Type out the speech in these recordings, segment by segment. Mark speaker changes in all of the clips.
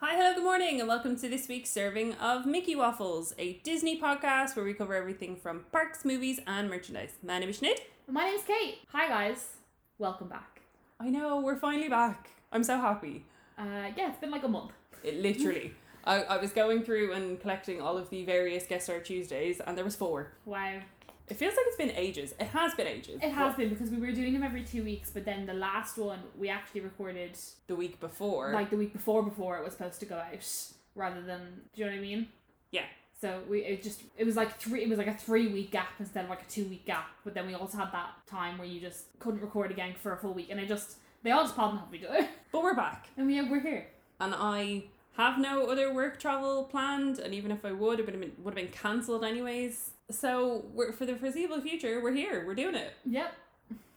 Speaker 1: Good morning, and welcome to this week's serving of Mickey Waffles, a Disney podcast where we cover everything from parks, movies, and merchandise. My name is Sinead.
Speaker 2: My name's Kate. Hi guys. Welcome back.
Speaker 1: I know, we're finally back. I'm so happy.
Speaker 2: Uh, yeah, it's been like a month.
Speaker 1: It literally. I, I was going through and collecting all of the various Guest Star Tuesdays, and there was four.
Speaker 2: Wow.
Speaker 1: It feels like it's been ages. It has been ages.
Speaker 2: It has been because we were doing them every two weeks, but then the last one we actually recorded
Speaker 1: The week before.
Speaker 2: like the week before before it was supposed to go out, rather than do you know what I mean?
Speaker 1: Yeah.
Speaker 2: So we it just it was like three it was like a three week gap instead of like a two week gap, but then we also had that time where you just couldn't record again for a full week, and I just they all just popped off each other,
Speaker 1: but we're back.
Speaker 2: and yeah, we're here.
Speaker 1: and I have no other work travel planned. And even if I would, it would have been would have been cancelled anyways. So we're for the foreseeable future, we're here. We're doing it.
Speaker 2: Yep.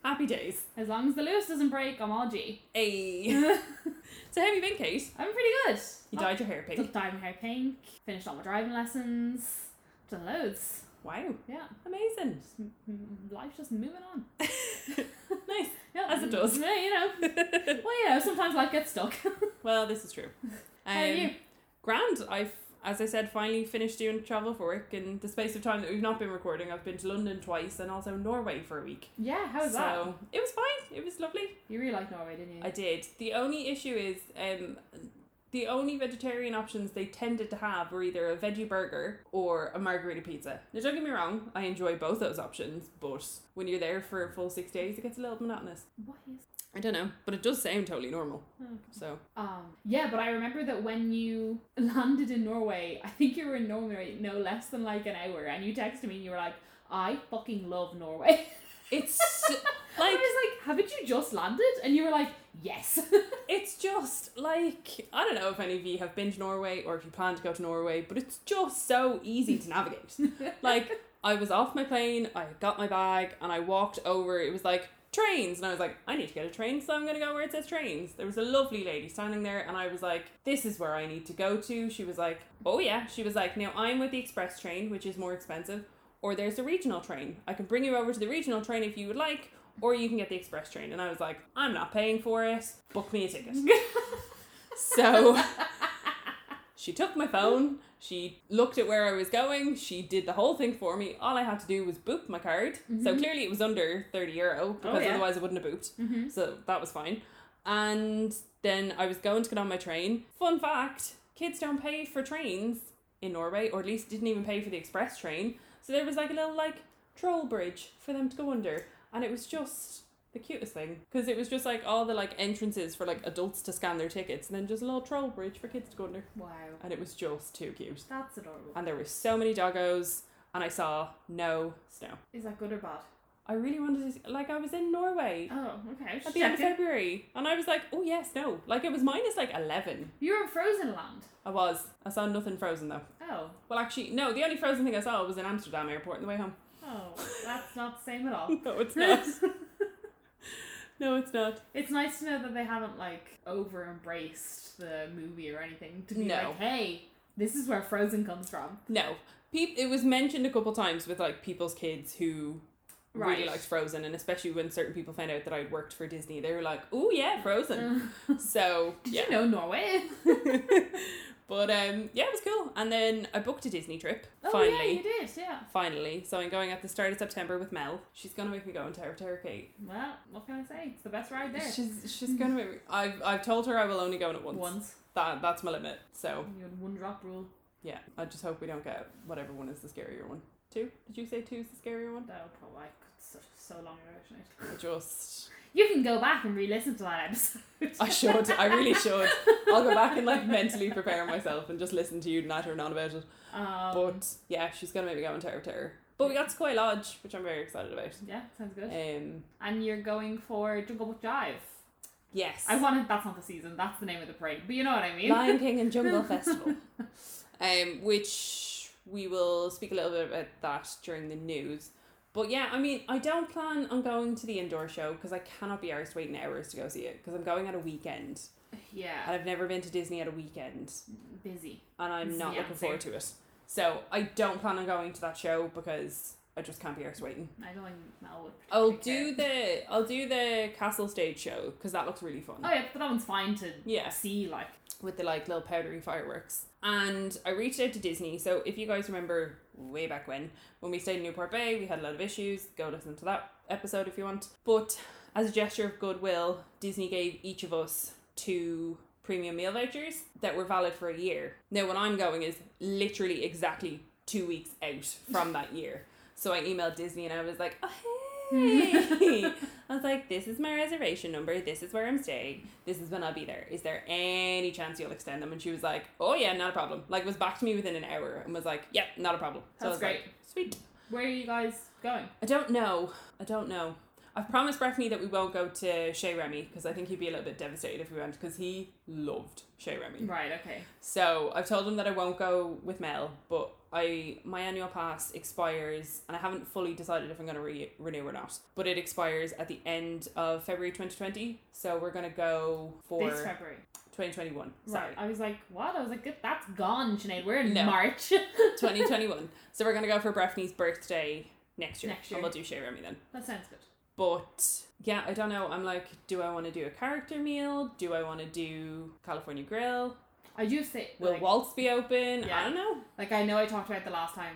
Speaker 1: Happy days.
Speaker 2: As long as the Lewis doesn't break, I'm all G.
Speaker 1: Hey. so
Speaker 2: I'm
Speaker 1: how have you been, Kate?
Speaker 2: pretty good.
Speaker 1: You
Speaker 2: Oh.
Speaker 1: dyed your hair pink.
Speaker 2: Took diamond hair pink, finished all my driving lessons, done loads.
Speaker 1: Wow,
Speaker 2: Yeah,
Speaker 1: amazing.
Speaker 2: just, m- m- life's just moving on.
Speaker 1: nice.
Speaker 2: Yeah,
Speaker 1: As it does.
Speaker 2: Yeah, you know. Well, you know, sometimes life gets stuck.
Speaker 1: well, this is true.
Speaker 2: How are
Speaker 1: Um,
Speaker 2: you?
Speaker 1: Grand. I've, as I said, finally finished doing travel for work in the space of time that we've not been recording. I've been to London twice and also Norway for a week.
Speaker 2: Yeah, how was
Speaker 1: so
Speaker 2: that?
Speaker 1: it was fine. It was lovely.
Speaker 2: You really liked Norway, didn't you?
Speaker 1: I did. The only issue is um, the only vegetarian options they tended to have were either a veggie burger or a margarita pizza. Now, don't get me wrong, I enjoy both those options, but when you're there for a full six days, it gets a little monotonous.
Speaker 2: What is?
Speaker 1: I don't know, but it does sound totally normal.
Speaker 2: oh.
Speaker 1: So,
Speaker 2: Um, yeah, but I remember that when you landed in Norway, I think you were in Norway no less than like an hour, and you texted me and you were like, "I fucking love Norway."
Speaker 1: it's
Speaker 2: I
Speaker 1: like,
Speaker 2: was like, "Haven't you just landed?" And you were like, "Yes."
Speaker 1: it's just like, I don't know if any of you have been to Norway or if you plan to go to Norway, but it's just so easy to navigate.
Speaker 2: Mm-hmm.
Speaker 1: like I was off my plane, I got my bag, and I walked over. It was like trains, and I was like, I need to get a train, so I'm gonna go where it says trains. There was a lovely lady standing there, and I was like, This is where I need to go to. She was like, Oh yeah. She was like, Now I'm with the express train, which is more expensive, or there's the regional train. I can bring you over to the regional train if you would like. Or you can get the express train. And I was like, I'm not paying for it. Book me a ticket. So she took my phone, she looked at where I was going, she did the whole thing for me. All I had to do was boop my card. So
Speaker 2: Mhm.
Speaker 1: clearly it was under 30 euro because
Speaker 2: yeah.
Speaker 1: otherwise I wouldn't have booped.
Speaker 2: mm-hmm.
Speaker 1: So that was fine. And then I was going to get on my train. Fun fact kids don't pay for trains in Norway, or at least didn't even pay for the express train. So there was like a little like troll bridge for them to go under. And it was just the cutest thing because it was just like all the like entrances for like adults to scan their tickets and then just a little troll bridge for kids to go under.
Speaker 2: Wow.
Speaker 1: And it was just too cute.
Speaker 2: That's adorable.
Speaker 1: And there were so many doggos, and I saw no snow.
Speaker 2: Is that good or bad?
Speaker 1: I really wanted to, like, I was in Norway
Speaker 2: Oh, okay.
Speaker 1: at the end of February. And I was like, oh yes, no. Like it was minus like eleven.
Speaker 2: You were in Frozen Land.
Speaker 1: I was. I saw nothing frozen though.
Speaker 2: Oh.
Speaker 1: Well actually no, the only frozen thing I saw was in Amsterdam airport on the way home.
Speaker 2: Oh, that's not the same at all.
Speaker 1: No, it's not. no, it's not.
Speaker 2: it's nice to know that they haven't like over embraced the movie or anything to be
Speaker 1: No.
Speaker 2: like, hey, this is where Frozen comes from.
Speaker 1: No. Peep it was mentioned a couple times with like people's kids who really
Speaker 2: Right.
Speaker 1: liked Frozen and especially when certain people found out that I'd worked for Disney, they were like, Oh yeah, Frozen. so
Speaker 2: Did
Speaker 1: yeah.
Speaker 2: you know Norway? Oh,
Speaker 1: but um yeah, it was cool. And then I booked a Disney trip
Speaker 2: oh
Speaker 1: finally.
Speaker 2: yeah, you did. Yeah.
Speaker 1: Finally, so I'm going at the start of September with Mel. She's gonna make me go on Terror Terror Kate.
Speaker 2: Well, what can I say? It's the best ride there.
Speaker 1: She's she's gonna make me. I've I've told her I will only go on it once.
Speaker 2: Once.
Speaker 1: That that's my limit. So
Speaker 2: You had one drop rule.
Speaker 1: yeah, I just hope we don't get whatever one is the scarier one. Two? Did you say two is the scarier one?
Speaker 2: No, probably like so, so long ago. actually.
Speaker 1: I just
Speaker 2: You can go back and re-listen to that episode.
Speaker 1: I should. I really should. I'll go back and like mentally prepare myself and just listen to you nattering on about it.
Speaker 2: Um,
Speaker 1: But yeah, she's gonna make me go on Terror Terror. But we got Sequoia Lodge, which I'm very excited about.
Speaker 2: yeah, sounds good.
Speaker 1: Um,
Speaker 2: and you're going for Jungle Book Jive.
Speaker 1: yes.
Speaker 2: I wanted that's not the season, that's the name of the parade, but you know what I mean.
Speaker 1: Lion King and Jungle Festival, um, which we will speak a little bit about that during the news. But yeah, I mean, I don't plan on going to the indoor show because I cannot be arsed waiting hours to go see it because I'm going at a weekend and
Speaker 2: Yeah,
Speaker 1: I've never been to Disney at a weekend
Speaker 2: busy.
Speaker 1: and I'm
Speaker 2: This is
Speaker 1: not
Speaker 2: the
Speaker 1: looking forward to it. So I don't plan on going to that show because I just can't be arsed waiting.
Speaker 2: I don't think Mel would.
Speaker 1: I'll Oh,
Speaker 2: particularly
Speaker 1: do
Speaker 2: care.
Speaker 1: the I'll do the castle stage show because that looks really fun.
Speaker 2: Oh yeah, but that one's fine to
Speaker 1: Yeah.
Speaker 2: see. Like
Speaker 1: with the like little powdery fireworks. And I reached out to Disney. So if you guys remember way back when, when we stayed in Newport Bay, we had a lot of issues. Go listen to that episode if you want. But as a gesture of goodwill, Disney gave each of us two premium meal vouchers that were valid for a year. Now, when I'm going is literally exactly two weeks out from that year. So I emailed Disney and I was like, oh, hey. I was like, this is my reservation number. This is where I'm staying. This is when I'll be there. Is there any chance you'll extend them? And she was like, oh, yeah, not a problem. Like, was back to me within an hour and was like, yep, yeah, not a problem. So I
Speaker 2: That's
Speaker 1: was like,
Speaker 2: great.
Speaker 1: Sweet.
Speaker 2: Where are you guys going?
Speaker 1: I don't know. I don't know. I've promised Breffney that we won't go to Shea Remy because I think he'd be a little bit devastated if we went because he loved Shea Remy.
Speaker 2: Right, okay.
Speaker 1: So I've told him that I won't go with Mel, but I my annual pass expires, and I haven't fully decided if I'm going to re- renew or not. But it expires at the end of February 2020, so we're going to go for
Speaker 2: This February.
Speaker 1: 2021. Sorry,
Speaker 2: Right. I was like, what? I was like, that's gone, Sinead. We're in
Speaker 1: No.
Speaker 2: March.
Speaker 1: 2021. uh, So we're going to go for Breffney's birthday next year,
Speaker 2: Next year.
Speaker 1: and we'll do Shea Remy then.
Speaker 2: that sounds good.
Speaker 1: But yeah, I don't know. I'm like, do I want to do a character meal? Do I want to do California Grill?
Speaker 2: I do say,
Speaker 1: Will
Speaker 2: like,
Speaker 1: Waltz be open? I
Speaker 2: Yeah.
Speaker 1: don't know.
Speaker 2: like, I know I talked about the last time,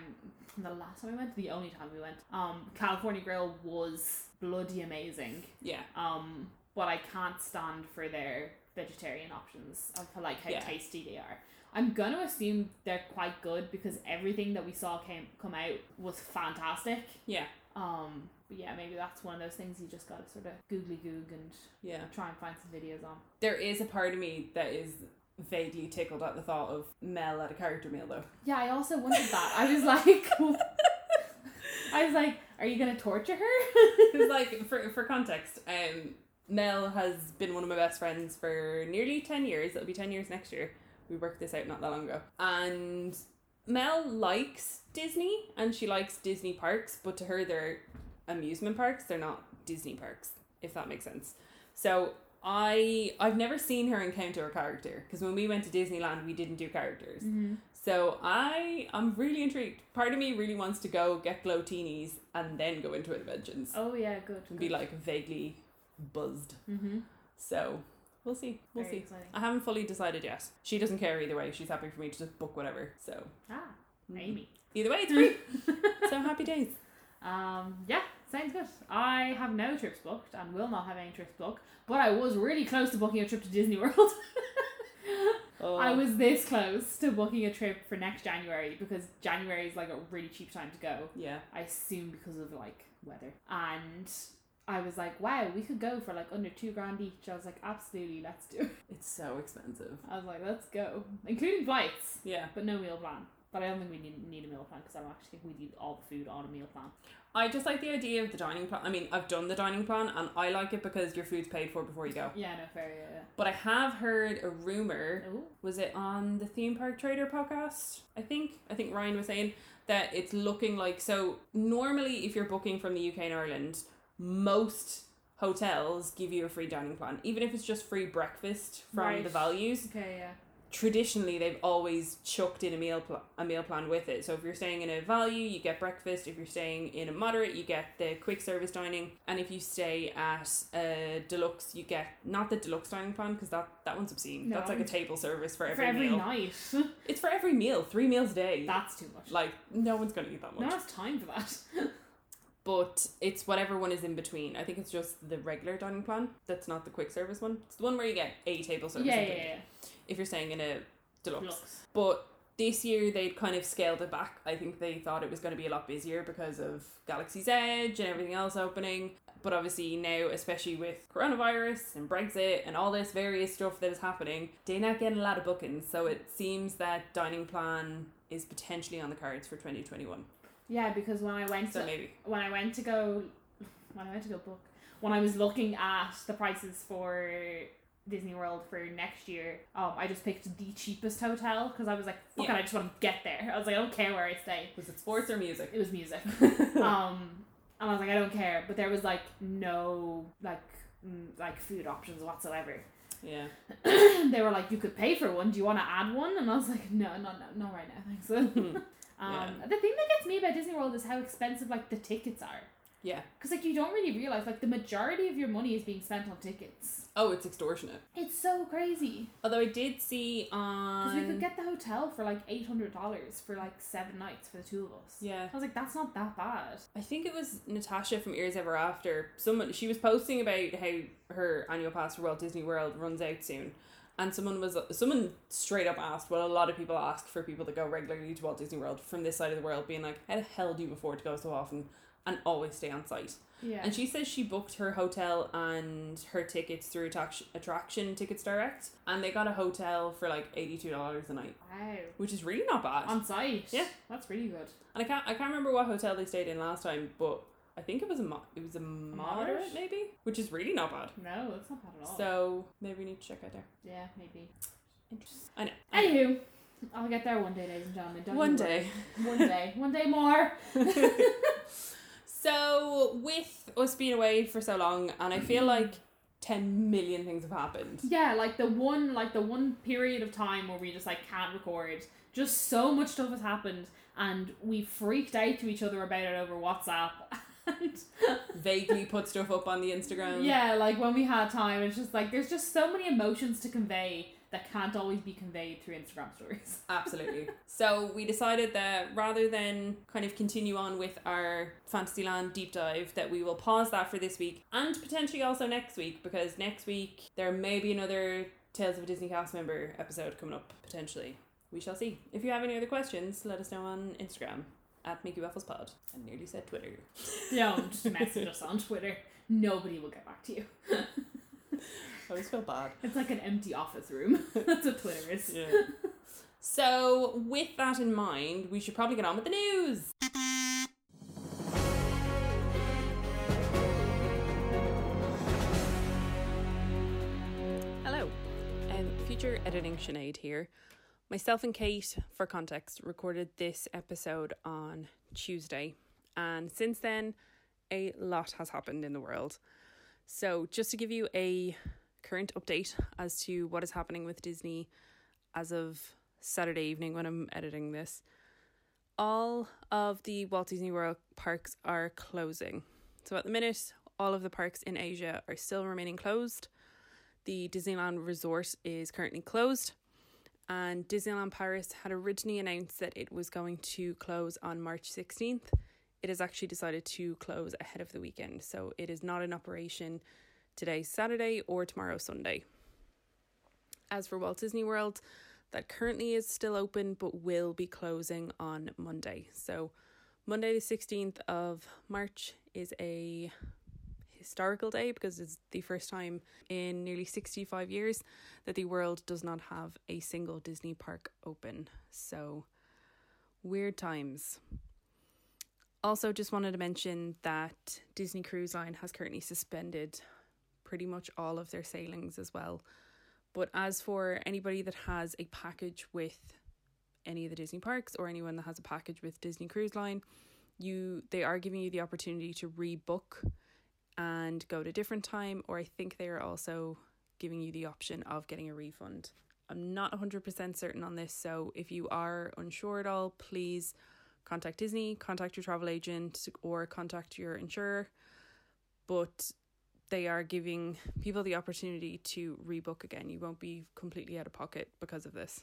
Speaker 2: the last time we went, the only time we went, um, California Grill was bloody amazing.
Speaker 1: Yeah,
Speaker 2: Um, but I can't stand for their vegetarian options and for like how
Speaker 1: Yeah.
Speaker 2: tasty they are. I'm gonna assume they're quite good because everything that we saw came come out was fantastic.
Speaker 1: yeah,
Speaker 2: Um, but yeah, maybe that's one of those things you just gotta sort of googly goog and
Speaker 1: yeah.
Speaker 2: try and find some videos on.
Speaker 1: There is a part of me that is vaguely tickled at the thought of Mel at a character meal, though.
Speaker 2: Yeah, I also wondered that. I was like, I was like, are you gonna torture her?
Speaker 1: Because, like, for, for context, um, Mel has been one of my best friends for nearly 10 years. It'll be 10 years next year. We worked this out not that long ago. And Mel likes Disney and she likes Disney parks, but to her, they're amusement parks. They're not Disney parks, if that makes sense. So I I've never seen her encounter a character because when we went to Disneyland, we didn't do characters.
Speaker 2: Mhm.
Speaker 1: So I I'm really intrigued. Part of me really wants to go get glow teenies and then go into Inventions
Speaker 2: Oh yeah, good.
Speaker 1: and be like vaguely buzzed.
Speaker 2: mm-hmm.
Speaker 1: So we'll see. We'll see.
Speaker 2: Exciting.
Speaker 1: I haven't fully decided yet. She doesn't care either way. She's happy for me to just book whatever. So
Speaker 2: Ah,
Speaker 1: mm.
Speaker 2: Amy.
Speaker 1: Either way, it's free. so happy days.
Speaker 2: Um, yeah, sounds good. I have no trips booked and will not have any trips booked, but I was really close to booking a trip to Disney World.
Speaker 1: Oh,
Speaker 2: I was this close to booking a trip for next January because January is like a really cheap time to go.
Speaker 1: yeah.
Speaker 2: I assume because of like weather. And I was like, wow, we could go for like under two grand each. I was like, absolutely, let's do it.
Speaker 1: It's so expensive.
Speaker 2: I was like, let's go, including flights,
Speaker 1: Yeah.
Speaker 2: but no meal plan. But I don't think we need, need a meal plan because I don't actually think we need all the food on a meal plan.
Speaker 1: I just like the idea of the dining plan. I mean, I've done the dining plan and I like it because your food's paid for before you go.
Speaker 2: Yeah, no, fair, yeah.
Speaker 1: But I have heard a rumor.
Speaker 2: yeah. Ooh.
Speaker 1: Was it on the Theme Park Trader podcast? I think. I think Ryan was saying that it's looking like so. Normally, if you're booking from the UK and Ireland, most hotels give you a free dining plan, even if it's just free breakfast from
Speaker 2: Right.
Speaker 1: the values.
Speaker 2: Okay, yeah.
Speaker 1: Traditionally, they've always chucked in a meal pl- a meal plan with it. So if you're staying in a value, you get breakfast. If you're staying in a moderate, you get the quick service dining, and if you stay at a deluxe, you get not the deluxe dining plan because that that one's obscene.
Speaker 2: No.
Speaker 1: That's like a table service for every,
Speaker 2: for every
Speaker 1: meal.
Speaker 2: night.
Speaker 1: It's for every meal, three meals a day.
Speaker 2: That's too much.
Speaker 1: like no one's gonna eat that
Speaker 2: no
Speaker 1: much.
Speaker 2: one has time for that.
Speaker 1: But it's whatever one is in between. I think it's just the regular dining plan. That's not the quick service one. It's the one where you get a table service.
Speaker 2: yeah,
Speaker 1: I
Speaker 2: yeah,
Speaker 1: think,
Speaker 2: yeah.
Speaker 1: If you're staying in a deluxe.
Speaker 2: Looks.
Speaker 1: But this year they'd kind of scaled it back. I think they thought it was going to be a lot busier because of Galaxy's Edge and everything else opening. But obviously now, especially with coronavirus and Brexit and all this various stuff that is happening, they're not getting a lot of bookings. So it seems that dining plan is potentially on the cards for 2021.
Speaker 2: Yeah, because when I went
Speaker 1: So
Speaker 2: to
Speaker 1: maybe.
Speaker 2: when I went to go when I went to go book when I was looking at the prices for Disney World for next year, um, I just picked the cheapest hotel because I was like, fuck
Speaker 1: Yeah.
Speaker 2: it, I just want to get there. I was like, I don't care where I stay.
Speaker 1: Was it sports or music?
Speaker 2: It was music. um, and I was like, I don't care. But there was like no like mm, like food options whatsoever.
Speaker 1: yeah.
Speaker 2: they were like, you could pay for one. Do you want to add one? And I was like, no, no, no, not right now. Thanks. um,
Speaker 1: Yeah.
Speaker 2: The thing that gets me about Disney World is how expensive like the tickets are.
Speaker 1: Yeah.
Speaker 2: Because like you don't really realize like the majority of your money is being spent on tickets.
Speaker 1: Oh, it's extortionate.
Speaker 2: It's so crazy.
Speaker 1: Although I did see on.
Speaker 2: Because we
Speaker 1: Um,
Speaker 2: could get the hotel for like eight hundred dollars for like seven nights for the two of us.
Speaker 1: Yeah.
Speaker 2: I was like, that's not that bad.
Speaker 1: I think it was Natasha from Ears Ever After. Someone she was posting about how her annual pass for Walt Disney World runs out soon, and someone was someone straight up asked what a lot of people ask for people that go regularly to Walt Disney World from this side of the world, being like, "How the hell do you afford to go so often and always stay on site?"
Speaker 2: Yeah.
Speaker 1: And she says she booked her hotel and her tickets through attraction, attraction Tickets Direct, and they got a hotel for like eighty two dollars a night,
Speaker 2: wow.
Speaker 1: which is really not bad.
Speaker 2: On site.
Speaker 1: Yeah.
Speaker 2: That's really good.
Speaker 1: And I can't I can't remember what hotel they stayed in last time, but I think it was a mo- it was a moderate,
Speaker 2: moderate?
Speaker 1: maybe, which is really not bad.
Speaker 2: No, that's not bad at all.
Speaker 1: So maybe we need to check out there.
Speaker 2: yeah, maybe.
Speaker 1: Interesting. I know. I know.
Speaker 2: Anywho, I'll get there one day, ladies and gentlemen. Don't
Speaker 1: One
Speaker 2: you worry.
Speaker 1: day.
Speaker 2: One day. One day more.
Speaker 1: so with us being away for so long, and I feel like ten million things have happened.
Speaker 2: Yeah, like the one like the one period of time where we just like can't record. Just so much stuff has happened and we freaked out to each other about it over WhatsApp. And
Speaker 1: Vaguely put stuff up on the Instagram.
Speaker 2: yeah, like when we had time, it's just like there's just so many emotions to convey that can't always be conveyed through Instagram stories.
Speaker 1: Absolutely. so we decided that rather than kind of continue on with our Fantasyland deep dive, that we will pause that for this week and potentially also next week because next week there may be another Tales of a Disney cast member episode coming up potentially. We shall see. If you have any other questions, let us know on Instagram at Mickey Waffles Pod. I nearly said Twitter.
Speaker 2: Don't message us on Twitter. Nobody will get back to you.
Speaker 1: I always feel bad.
Speaker 2: It's like an empty office room. That's what Twitter is.
Speaker 1: Yeah. so with that in mind, we should probably get on with the news. Hello. Um, future editing Sinead here. Myself and Kate, for context, recorded this episode on Tuesday, and since then, a lot has happened in the world. So, just to give you a current update as to what is happening with Disney as of Saturday evening when I'm editing this, all of the Walt Disney World parks are closing. So, at the minute, all of the parks in Asia are still remaining closed. The Disneyland Resort is currently closed, and Disneyland Paris had originally announced that it was going to close on March 16th. It has actually decided to close ahead of the weekend, so it is not in operation today, Saturday, or tomorrow, Sunday. As for Walt Disney World, that currently is still open but will be closing on Monday. So, Monday, the 16th of March, is a historical day because it's the first time in nearly 65 years that the world does not have a single Disney park open. So, weird times. Also, just wanted to mention that Disney Cruise Line has currently suspended pretty much all of their sailings as well. But as for anybody that has a package with any of the Disney parks or anyone that has a package with Disney Cruise Line, you they are giving you the opportunity to rebook and go to a different time or I think they are also giving you the option of getting a refund. I'm not 100% certain on this, so if you are unsure at all, please contact Disney, contact your travel agent or contact your insurer. But they are giving people the opportunity to rebook again. You won't be completely out of pocket because of this.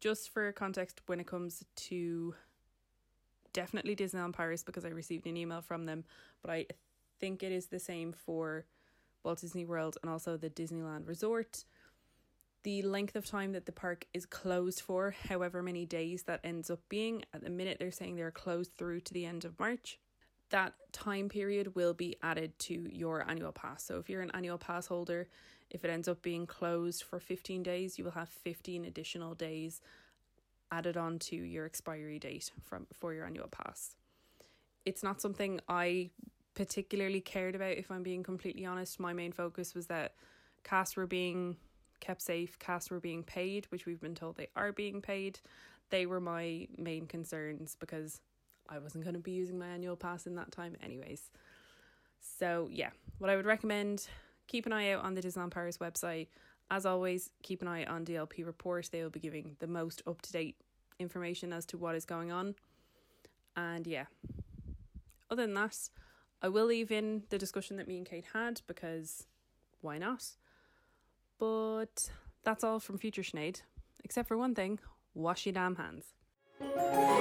Speaker 1: Just for context, when it comes to definitely Disneyland Paris, because I received an email from them, but I think it is the same for Walt Disney World and also the Disneyland Resort. The length of time that the park is closed for, however many days that ends up being, at the minute they're saying they're closed through to the end of March that time period will be added to your annual pass. So if you're an annual pass holder, if it ends up being closed for 15 days, you will have 15 additional days added on to your expiry date from for your annual pass. It's not something I particularly cared about if I'm being completely honest. My main focus was that cast were being kept safe, cast were being paid, which we've been told they are being paid. They were my main concerns because I wasn't going to be using my annual pass in that time, anyways. So, yeah, what I would recommend keep an eye out on the Disneyland Paris website. As always, keep an eye on DLP Report, they will be giving the most up to date information as to what is going on. And yeah, other than that, I will leave in the discussion that me and Kate had because why not? But that's all from Future Sinead, except for one thing wash your damn hands.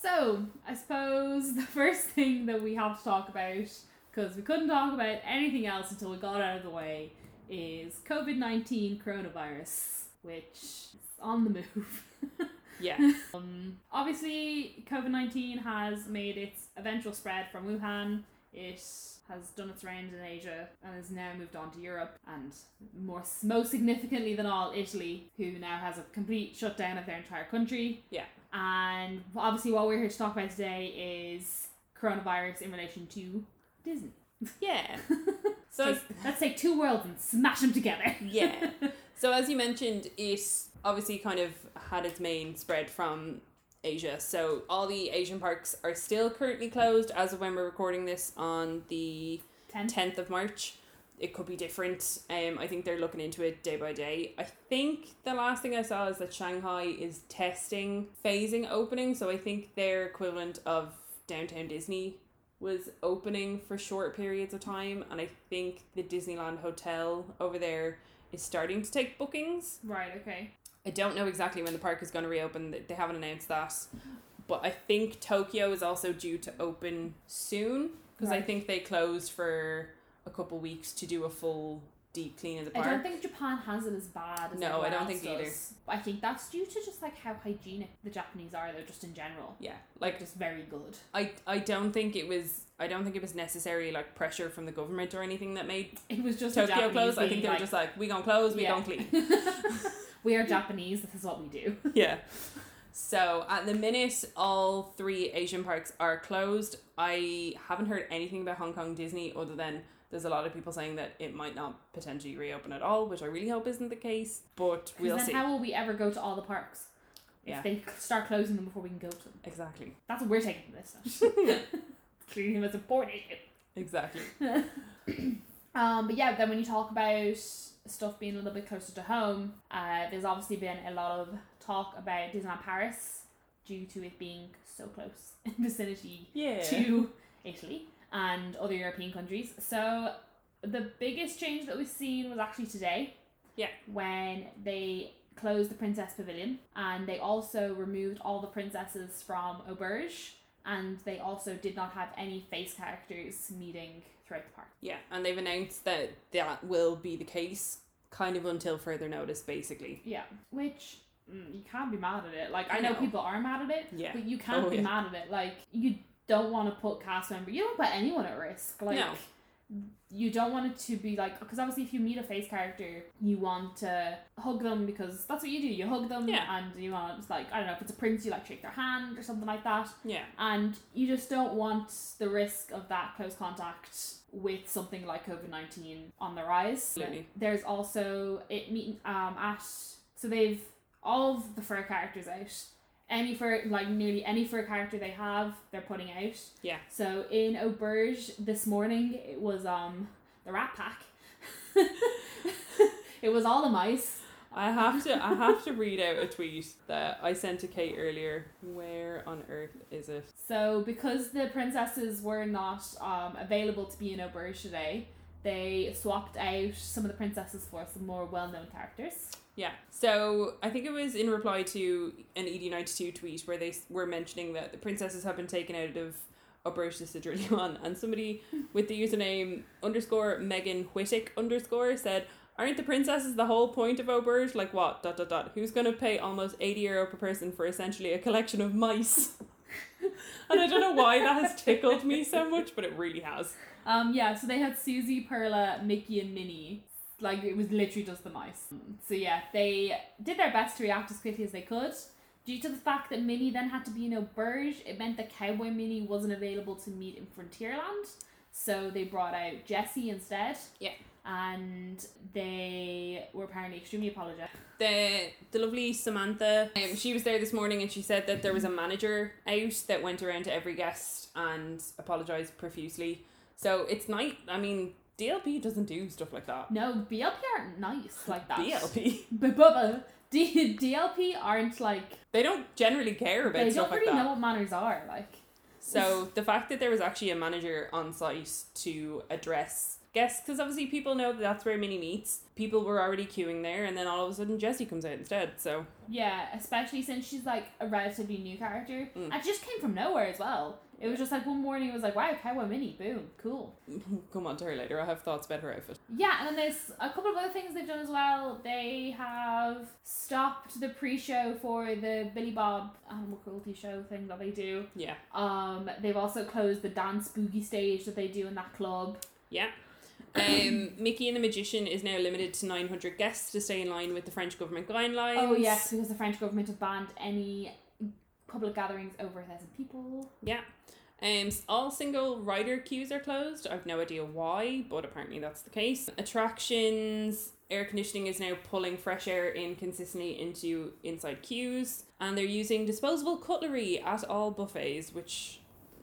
Speaker 2: So, I suppose the first thing that we have to talk about, because we couldn't talk about anything else until we got out of the way, is COVID 19 coronavirus, which is on the move.
Speaker 1: Yeah.
Speaker 2: um, obviously, COVID 19 has made its eventual spread from Wuhan. It has done its round in Asia and has now moved on to Europe and more most significantly than all Italy, who now has a complete shutdown of their entire country.
Speaker 1: Yeah.
Speaker 2: And obviously, what we're here to talk about today is coronavirus in relation to Disney.
Speaker 1: yeah. So,
Speaker 2: So
Speaker 1: as-
Speaker 2: let's take two worlds and smash them together.
Speaker 1: yeah. So, as you mentioned, it obviously kind of had its main spread from Asia. So, all the Asian parks are still currently closed as of when we're recording this on the
Speaker 2: Ten.
Speaker 1: 10th of March. It could be different. Um, I think they're looking into it day by day. I think the last thing I saw is that Shanghai is testing phasing opening. So I think their equivalent of downtown Disney was opening for short periods of time. And I think the Disneyland Hotel over there is starting to take bookings.
Speaker 2: Right, okay.
Speaker 1: I don't know exactly when the park is going to reopen. They- They haven't announced that. But I think Tokyo is also due to open soon because I
Speaker 2: Right.
Speaker 1: think they closed for a couple weeks to do a full deep clean of the
Speaker 2: I
Speaker 1: park.
Speaker 2: don't think Japan has it as bad as
Speaker 1: No,
Speaker 2: everyone
Speaker 1: I don't
Speaker 2: else
Speaker 1: think either.
Speaker 2: does. But I think that's due to just like how hygienic the Japanese are, though, just in general.
Speaker 1: yeah, like
Speaker 2: just very good.
Speaker 1: I, I don't think it was I don't think it was necessarily like pressure from the government or anything that made
Speaker 2: It was just the
Speaker 1: Tokyo
Speaker 2: Japanese
Speaker 1: close. I
Speaker 2: being
Speaker 1: think they were
Speaker 2: like,
Speaker 1: just like we gonna close, we
Speaker 2: Yeah.
Speaker 1: gonna clean.
Speaker 2: we are Japanese. This is what we do.
Speaker 1: yeah. So at the minute, all three Asian parks are closed. I haven't heard anything about Hong Kong Disney other than there's a lot of people saying that it might not potentially reopen at all, which I really hope isn't the case. But
Speaker 2: 'Cause
Speaker 1: we'll
Speaker 2: then
Speaker 1: see.
Speaker 2: how will we ever go to all the parks?
Speaker 1: Yeah.
Speaker 2: If they start closing them before we can go to them.
Speaker 1: exactly.
Speaker 2: That's what we're taking from this. Clearly the most important issue.
Speaker 1: Exactly.
Speaker 2: Um, but yeah, then when you talk about stuff being a little bit closer to home, uh, there's obviously been a lot of talk about Disneyland Paris due to it being so close in vicinity
Speaker 1: Yeah.
Speaker 2: to Italy and other European countries. So the biggest change that we've seen was actually today.
Speaker 1: Yeah.
Speaker 2: When they closed the Princess Pavilion and they also removed all the princesses from Auberge and they also did not have any face characters meeting throughout the park.
Speaker 1: Yeah, and they've announced that that will be the case, kind of until further notice, basically.
Speaker 2: Yeah, which mm, you can't be mad at it. Like I know
Speaker 1: No.
Speaker 2: people are mad at it,
Speaker 1: Yeah.
Speaker 2: but you can't
Speaker 1: Oh,
Speaker 2: be
Speaker 1: yeah.
Speaker 2: mad at it. Like you don't want to put cast member, you don't put anyone at risk. Like
Speaker 1: No.
Speaker 2: you don't want it to be like because obviously if you meet a face character, you want to hug them because that's what you do. You hug them,
Speaker 1: Yeah.
Speaker 2: and you want to like I don't know if it's a prince, you like shake their hand or something like that.
Speaker 1: Yeah.
Speaker 2: And you just don't want the risk of that close contact with something like COVID 19 on the rise.
Speaker 1: Absolutely.
Speaker 2: There's also it meet um at so they've all of the fur characters out. Any fur like nearly any fur character they have, they're putting out.
Speaker 1: Yeah.
Speaker 2: So in Auberge this morning it was um the rat pack. it was all the mice.
Speaker 1: I have to I have to read out a tweet that I sent to Kate earlier. Where on earth is it?
Speaker 2: So, because the princesses were not um, available to be in Auberge today, they swapped out some of the princesses for some more well known characters.
Speaker 1: Yeah. So I think it was in reply to an E ED92 tweet where they s- were mentioning that the princesses have been taken out of Upper Sister One, and somebody with the username underscore Megan Whittick underscore said, Aren't the princesses the whole point of Auberge? Like what? Dot dot dot. Who's gonna pay almost eighty euro per person for essentially a collection of mice? and I don't know why that has tickled me so much, but it really has.
Speaker 2: Um, yeah, so they had Susie, Perla, Mickey, and Minnie. Like, it was literally just the mice. So, yeah, they did their best to react as quickly as they could. Due to the fact that Minnie then had to be in Auberge, it meant that Cowboy Minnie wasn't available to meet in Frontierland. So they brought out Jessie instead.
Speaker 1: Yeah.
Speaker 2: And they were apparently extremely apologetic.
Speaker 1: the the lovely Samantha. Um, she was there this morning and she said that there was a manager out that went around to every guest and apologized profusely. So it's night. I mean, DLP doesn't do stuff like that.
Speaker 2: No, BLP aren't nice like that.
Speaker 1: DLP,
Speaker 2: But- but- but D- DLP aren't like
Speaker 1: they don't generally care about
Speaker 2: they
Speaker 1: stuff
Speaker 2: don't
Speaker 1: like
Speaker 2: really
Speaker 1: that.
Speaker 2: know what manners are like.
Speaker 1: So the fact that there was actually a manager on site to address guests, because obviously people know that that's where Minnie meets. People were already queuing there, and then all of a sudden Jessie comes out instead. So
Speaker 2: Yeah, especially since she's like a relatively new character.
Speaker 1: Mm.
Speaker 2: And she just came from nowhere as well. It was just like one morning it was like, wow, Cowboy Mini, boom, cool.
Speaker 1: come on to her later. I have thoughts about her outfit.
Speaker 2: Yeah, and then there's a couple of other things they've done as well. They have stopped the pre-show for the Billy Bob Animal Cruelty Show thing that they do.
Speaker 1: Yeah.
Speaker 2: Um, they've also closed the dance boogie stage that they do in that club.
Speaker 1: Um, Mickey and the Magician is now limited to 900 guests to stay in line with the French government guidelines.
Speaker 2: Oh yes, because the French government have banned any public gatherings over a thousand people.
Speaker 1: Um, s- all single rider queues are closed. I've no idea why, but apparently that's the case. Attractions, air conditioning is now pulling fresh air in consistently into inside queues, and they're using disposable cutlery at all buffets, which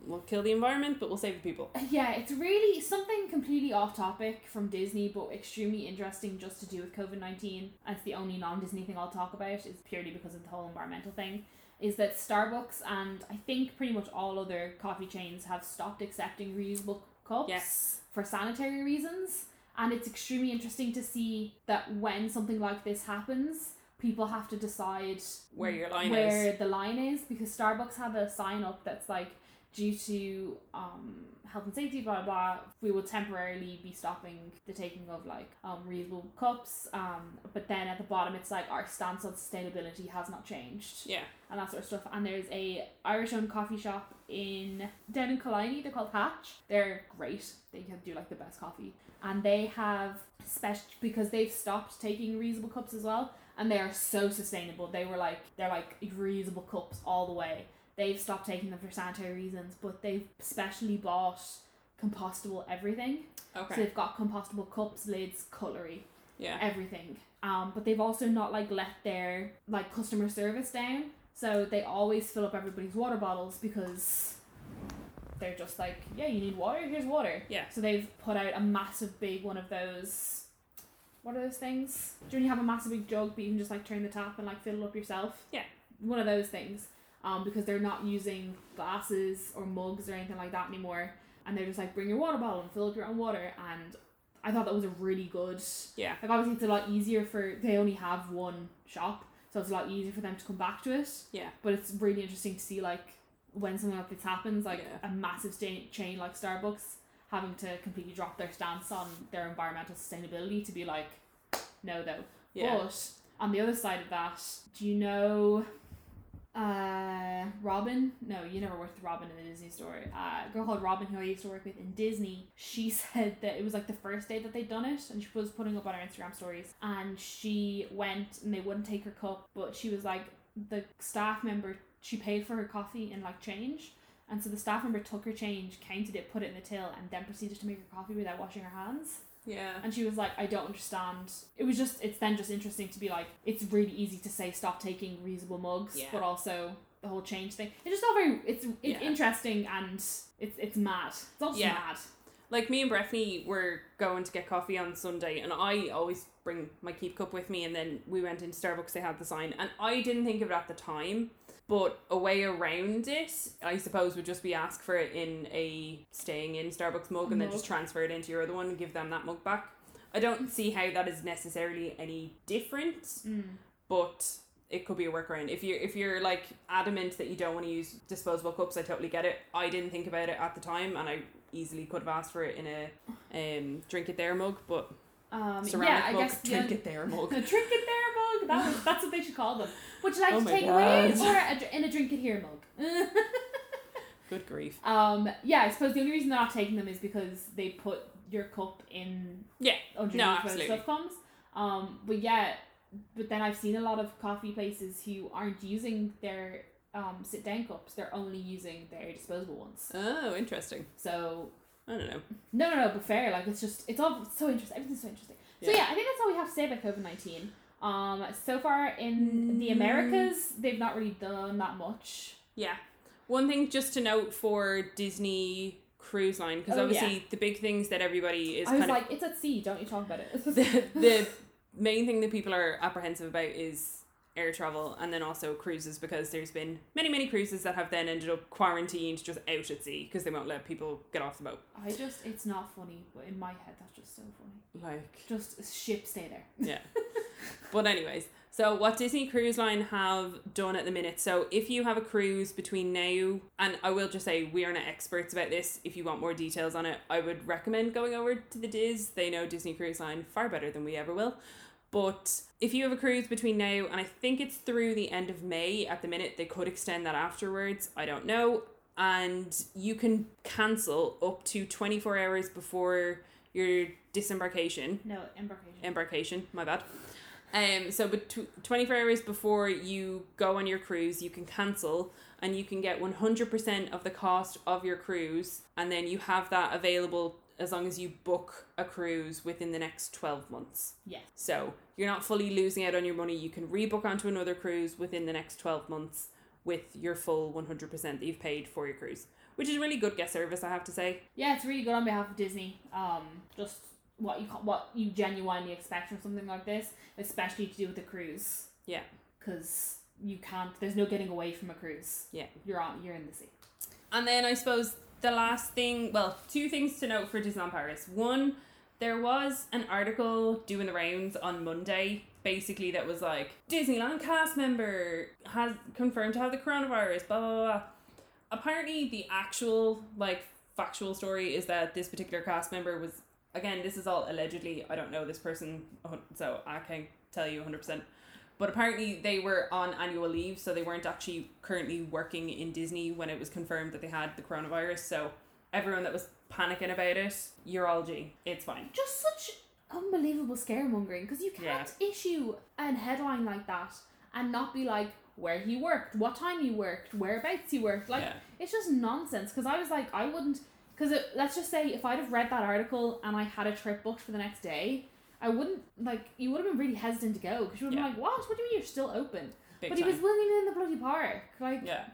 Speaker 1: will kill the environment but will save the people.
Speaker 2: Yeah, it's really something completely off topic from Disney, but extremely interesting just to do with COVID 19. And it's the only non Disney thing I'll talk about, is purely because of the whole environmental thing. Is that Starbucks and I think pretty much all other coffee chains have stopped accepting reusable cups
Speaker 1: Yes.
Speaker 2: for sanitary reasons. And it's extremely interesting to see that when something like this happens, people have to decide
Speaker 1: Where your line
Speaker 2: where
Speaker 1: is.
Speaker 2: the line is because Starbucks have a sign up that's like due to um, health and safety blah blah we will temporarily be stopping the taking of like um, reusable cups um, but then at the bottom it's like our stance on sustainability has not changed
Speaker 1: Yeah.
Speaker 2: and that sort of stuff and there's a Irish owned coffee shop in down in Killiney they're called Hatch they're great they can do like the best coffee and they have special because they've stopped taking reusable cups as well and they are so sustainable. They were like they're like reusable cups all the way. They've stopped taking them for sanitary reasons, but they've specially bought compostable everything.
Speaker 1: Okay.
Speaker 2: So they've got compostable cups, lids, cutlery,
Speaker 1: yeah.
Speaker 2: everything. Um, but they've also not like let their like customer service down. So they always fill up everybody's water bottles because they're just like, yeah, you need water. Here's water.
Speaker 1: Yeah.
Speaker 2: So they've put out a massive big one of those. What are those things? Do you only have a massive big jug, but you can just like turn the tap and like fill it up yourself?
Speaker 1: Yeah.
Speaker 2: One of those things, um, because they're not using glasses or mugs or anything like that anymore, and they're just like bring your water bottle and fill up your own water. And I thought that was a really good.
Speaker 1: Yeah.
Speaker 2: Like obviously it's a lot easier for they only have one shop, so it's a lot easier for them to come back to it.
Speaker 1: Yeah.
Speaker 2: But it's really interesting to see like when something like this happens, like
Speaker 1: Yeah.
Speaker 2: a massive sta- chain like Starbucks having to completely drop their stance on their environmental sustainability to be like, no though.
Speaker 1: Yeah.
Speaker 2: But on the other side of that, do you know uh Robin? No, you never worked with Robin in the Disney store. Uh, a girl called Robin who I used to work with in Disney, she said that it was like the first day that they'd done it and she was putting up on her Instagram stories and she went and they wouldn't take her cup, but she was like the staff member she paid for her coffee in like change. And so the staff member took her change, counted it, put it in the till, and then proceeded to make her coffee without washing her hands.
Speaker 1: Yeah.
Speaker 2: And she was like, I don't understand. It was just, it's then just interesting to be like, it's really easy to say stop taking reusable mugs,
Speaker 1: Yeah.
Speaker 2: but also the whole change thing. It's just all very, it's it's
Speaker 1: Yeah.
Speaker 2: interesting and it's it's mad. It's also
Speaker 1: Yeah.
Speaker 2: mad.
Speaker 1: Like me and Breffni were going to get coffee on Sunday, and I always bring my keep cup with me. And then we went into Starbucks; they had the sign, and I didn't think of it at the time. But a way around it, I suppose, would just be ask for it in a staying in Starbucks mug, and then
Speaker 2: Mug.
Speaker 1: just transfer it into your other one and give them that mug back. I don't see how that is necessarily any different,
Speaker 2: Mm.
Speaker 1: but it could be a workaround. If you're if you're like adamant that you don't want to use disposable cups, I totally get it. I didn't think about it at the time, and I easily could have asked for it in a um drink it there mug, but
Speaker 2: Um,
Speaker 1: ceramic
Speaker 2: yeah, I
Speaker 1: mug,
Speaker 2: guess the
Speaker 1: drink
Speaker 2: other-
Speaker 1: it there mug.
Speaker 2: the drink it there mug. That was, that's what they should call them. Would you like
Speaker 1: Oh
Speaker 2: to
Speaker 1: my
Speaker 2: take away
Speaker 1: God.
Speaker 2: or a, dr- in a drink it here mug?
Speaker 1: Good grief.
Speaker 2: um, yeah, I suppose the only reason they're not taking them is because they put your cup in
Speaker 1: Yeah.
Speaker 2: underneath
Speaker 1: No,
Speaker 2: where the
Speaker 1: absolutely.
Speaker 2: stuff comes. Um, but yeah, but then I've seen a lot of coffee places who aren't using their um, sit down cups; they're only using their disposable ones.
Speaker 1: Oh, interesting.
Speaker 2: So
Speaker 1: I don't know.
Speaker 2: no, no, no, but fair. Like it's just it's all so interesting. Everything's so interesting. So
Speaker 1: Yeah.
Speaker 2: yeah, I think that's all we have to say about COVID nineteen. Um, so far in the
Speaker 1: Mm.
Speaker 2: Americas, they've not really done that much.
Speaker 1: Yeah. One thing just to note for Disney Cruise Line, because
Speaker 2: Oh,
Speaker 1: obviously the big things that everybody is
Speaker 2: I was
Speaker 1: kind of
Speaker 2: like, it's at sea. Don't you talk about it?
Speaker 1: the, the main thing that people are apprehensive about is air travel and then also cruises because there's been many, many cruises that have then ended up quarantined just out at sea because they won't let people get off the boat.
Speaker 2: I just, it's not funny, but in my head, that's just so funny.
Speaker 1: Like,
Speaker 2: Just ship stay there.
Speaker 1: yeah. but, anyways, so what Disney Cruise Line have done at the minute. So, if you have a cruise between now, and I will just say we are not experts about this. If you want more details on it, I would recommend going over to the Diz. They know Disney Cruise Line far better than we ever will. But if you have a cruise between now and I think it's through the end of May at the minute, they could extend that afterwards. I don't know. And you can cancel up to 24 hours before your disembarkation
Speaker 2: No, embarkation.
Speaker 1: embarkation. My bad. Um, so but tw- 24 hours before you go on your cruise, you can cancel and you can get 100% of the cost of your cruise and then you have that available as long as you book a cruise within the next 12 months.
Speaker 2: Yes.
Speaker 1: So, you're not fully losing out on your money. You can rebook onto another cruise within the next 12 months with your full 100% that you've paid for your cruise, which is really good guest service, I have to say.
Speaker 2: Yeah, it's really good on behalf of Disney. Um, just what you ca- what you genuinely expect from something like this, especially to do with the cruise.
Speaker 1: Yeah.
Speaker 2: Because you can't. There's no getting away from a cruise.
Speaker 1: Yeah.
Speaker 2: You're on. You're in the sea.
Speaker 1: And then I suppose the last thing, well, two things to note for Disneyland Paris. One, there was an article doing the rounds on Monday, basically that was like Disneyland cast member has confirmed to have the coronavirus, blah blah blah. blah. Apparently, the actual like factual story is that this particular cast member was again. This is all allegedly. I don't know this person, a hun- so I can't tell you one hundred percent. But apparently they were on annual leave, so they weren't actually currently working in Disney when it was confirmed that they had the coronavirus. So everyone that was panicking about it, urology, it's fine.
Speaker 2: Just such unbelievable scaremongering because you can't issue an headline like that and not be like where he worked, what time he worked, whereabouts he worked. Like
Speaker 1: yeah.
Speaker 2: It's just nonsense because I was like, I wouldn't. Because let's just say if I'd have read that article and I had a trip booked for the next day, I wouldn't, like, you would have been really hesitant to go because you would have
Speaker 1: Yeah.
Speaker 2: been like, what? What do you mean you're still open?
Speaker 1: Big
Speaker 2: but
Speaker 1: time.
Speaker 2: he was willing in the bloody park. Like,
Speaker 1: Yeah.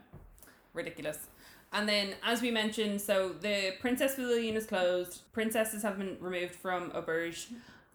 Speaker 1: Ridiculous. And then, as we mentioned, so the Princess Pavilion is closed, princesses have been removed from Auberge,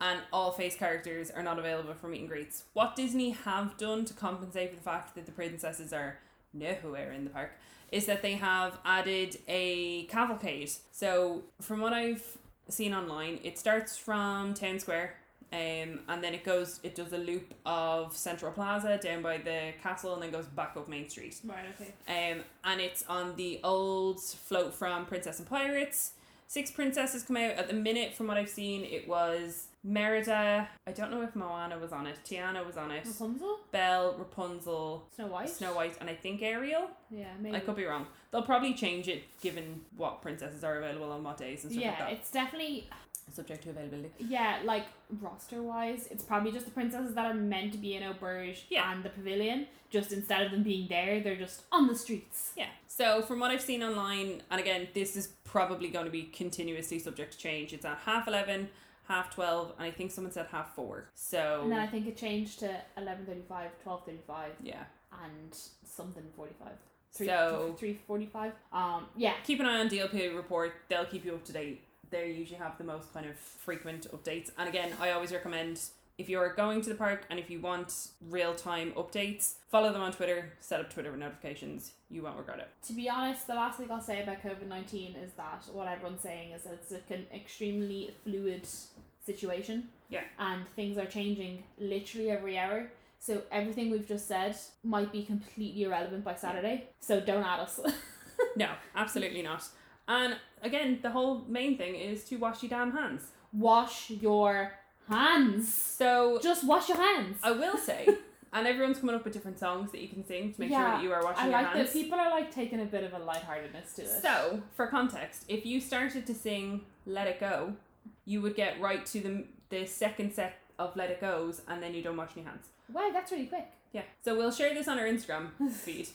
Speaker 1: and all face characters are not available for meet and greets. What Disney have done to compensate for the fact that the princesses are nowhere in the park is that they have added a cavalcade. So, from what I've seen online, it starts from Town Square. Um, and then it goes, it does a loop of Central Plaza down by the castle and then goes back up Main Street.
Speaker 2: Right, okay.
Speaker 1: Um, and it's on the old float from Princess and Pirates. Six princesses come out at the minute. From what I've seen, it was Merida. I don't know if Moana was on it. Tiana was on it.
Speaker 2: Rapunzel?
Speaker 1: Belle, Rapunzel,
Speaker 2: Snow White?
Speaker 1: Snow White, and I think Ariel.
Speaker 2: Yeah, maybe.
Speaker 1: I could be wrong. They'll probably change it given what princesses are available on what days and stuff
Speaker 2: yeah,
Speaker 1: like
Speaker 2: it's definitely,
Speaker 1: that. Subject to availability.
Speaker 2: yeah, like, roster wise, it's probably just the princesses that are meant to be in Auberge
Speaker 1: Yeah.
Speaker 2: and the pavilion. Just instead of them being there, they're just on the streets.
Speaker 1: Yeah. So from what I've seen online, and again, this is probably going to be continuously subject to change. It's at half eleven, half twelve, and I think someone said half four. So
Speaker 2: And then I think it changed to 11.35, 12.35,
Speaker 1: Yeah.
Speaker 2: and something 45.
Speaker 1: So-
Speaker 2: 3.45. Um, yeah.
Speaker 1: Keep an eye on DLP report. They'll keep you up to date. They usually have the most kind of frequent updates. And again, I always recommend if you're going to the park and if you want real time updates, follow them on Twitter, set up Twitter notifications. You won't regret it.
Speaker 2: To be honest, the last thing I'll say about COVID-19 is that what everyone's saying is that it's like an extremely fluid situation.
Speaker 1: Yeah.
Speaker 2: And things are changing literally every hour. So everything we've just said might be completely irrelevant by Saturday. So don't add us.
Speaker 1: No, absolutely not. And again, the whole main thing is to wash your damn hands.
Speaker 2: wash your hands.
Speaker 1: So
Speaker 2: Just wash your hands.
Speaker 1: I will say, and everyone's coming up with different songs that you can sing to make sure
Speaker 2: Yeah,
Speaker 1: that you are washing
Speaker 2: I
Speaker 1: your
Speaker 2: like
Speaker 1: hands.
Speaker 2: that people are like taking a bit of a lightheartedness to this.
Speaker 1: So, for context, if you started to sing "Let It Go," you would get right to the the second set of "Let It Go's," and then you don't wash your hands.
Speaker 2: Wow, that's really quick.
Speaker 1: Yeah. So we'll share this on our Instagram feed.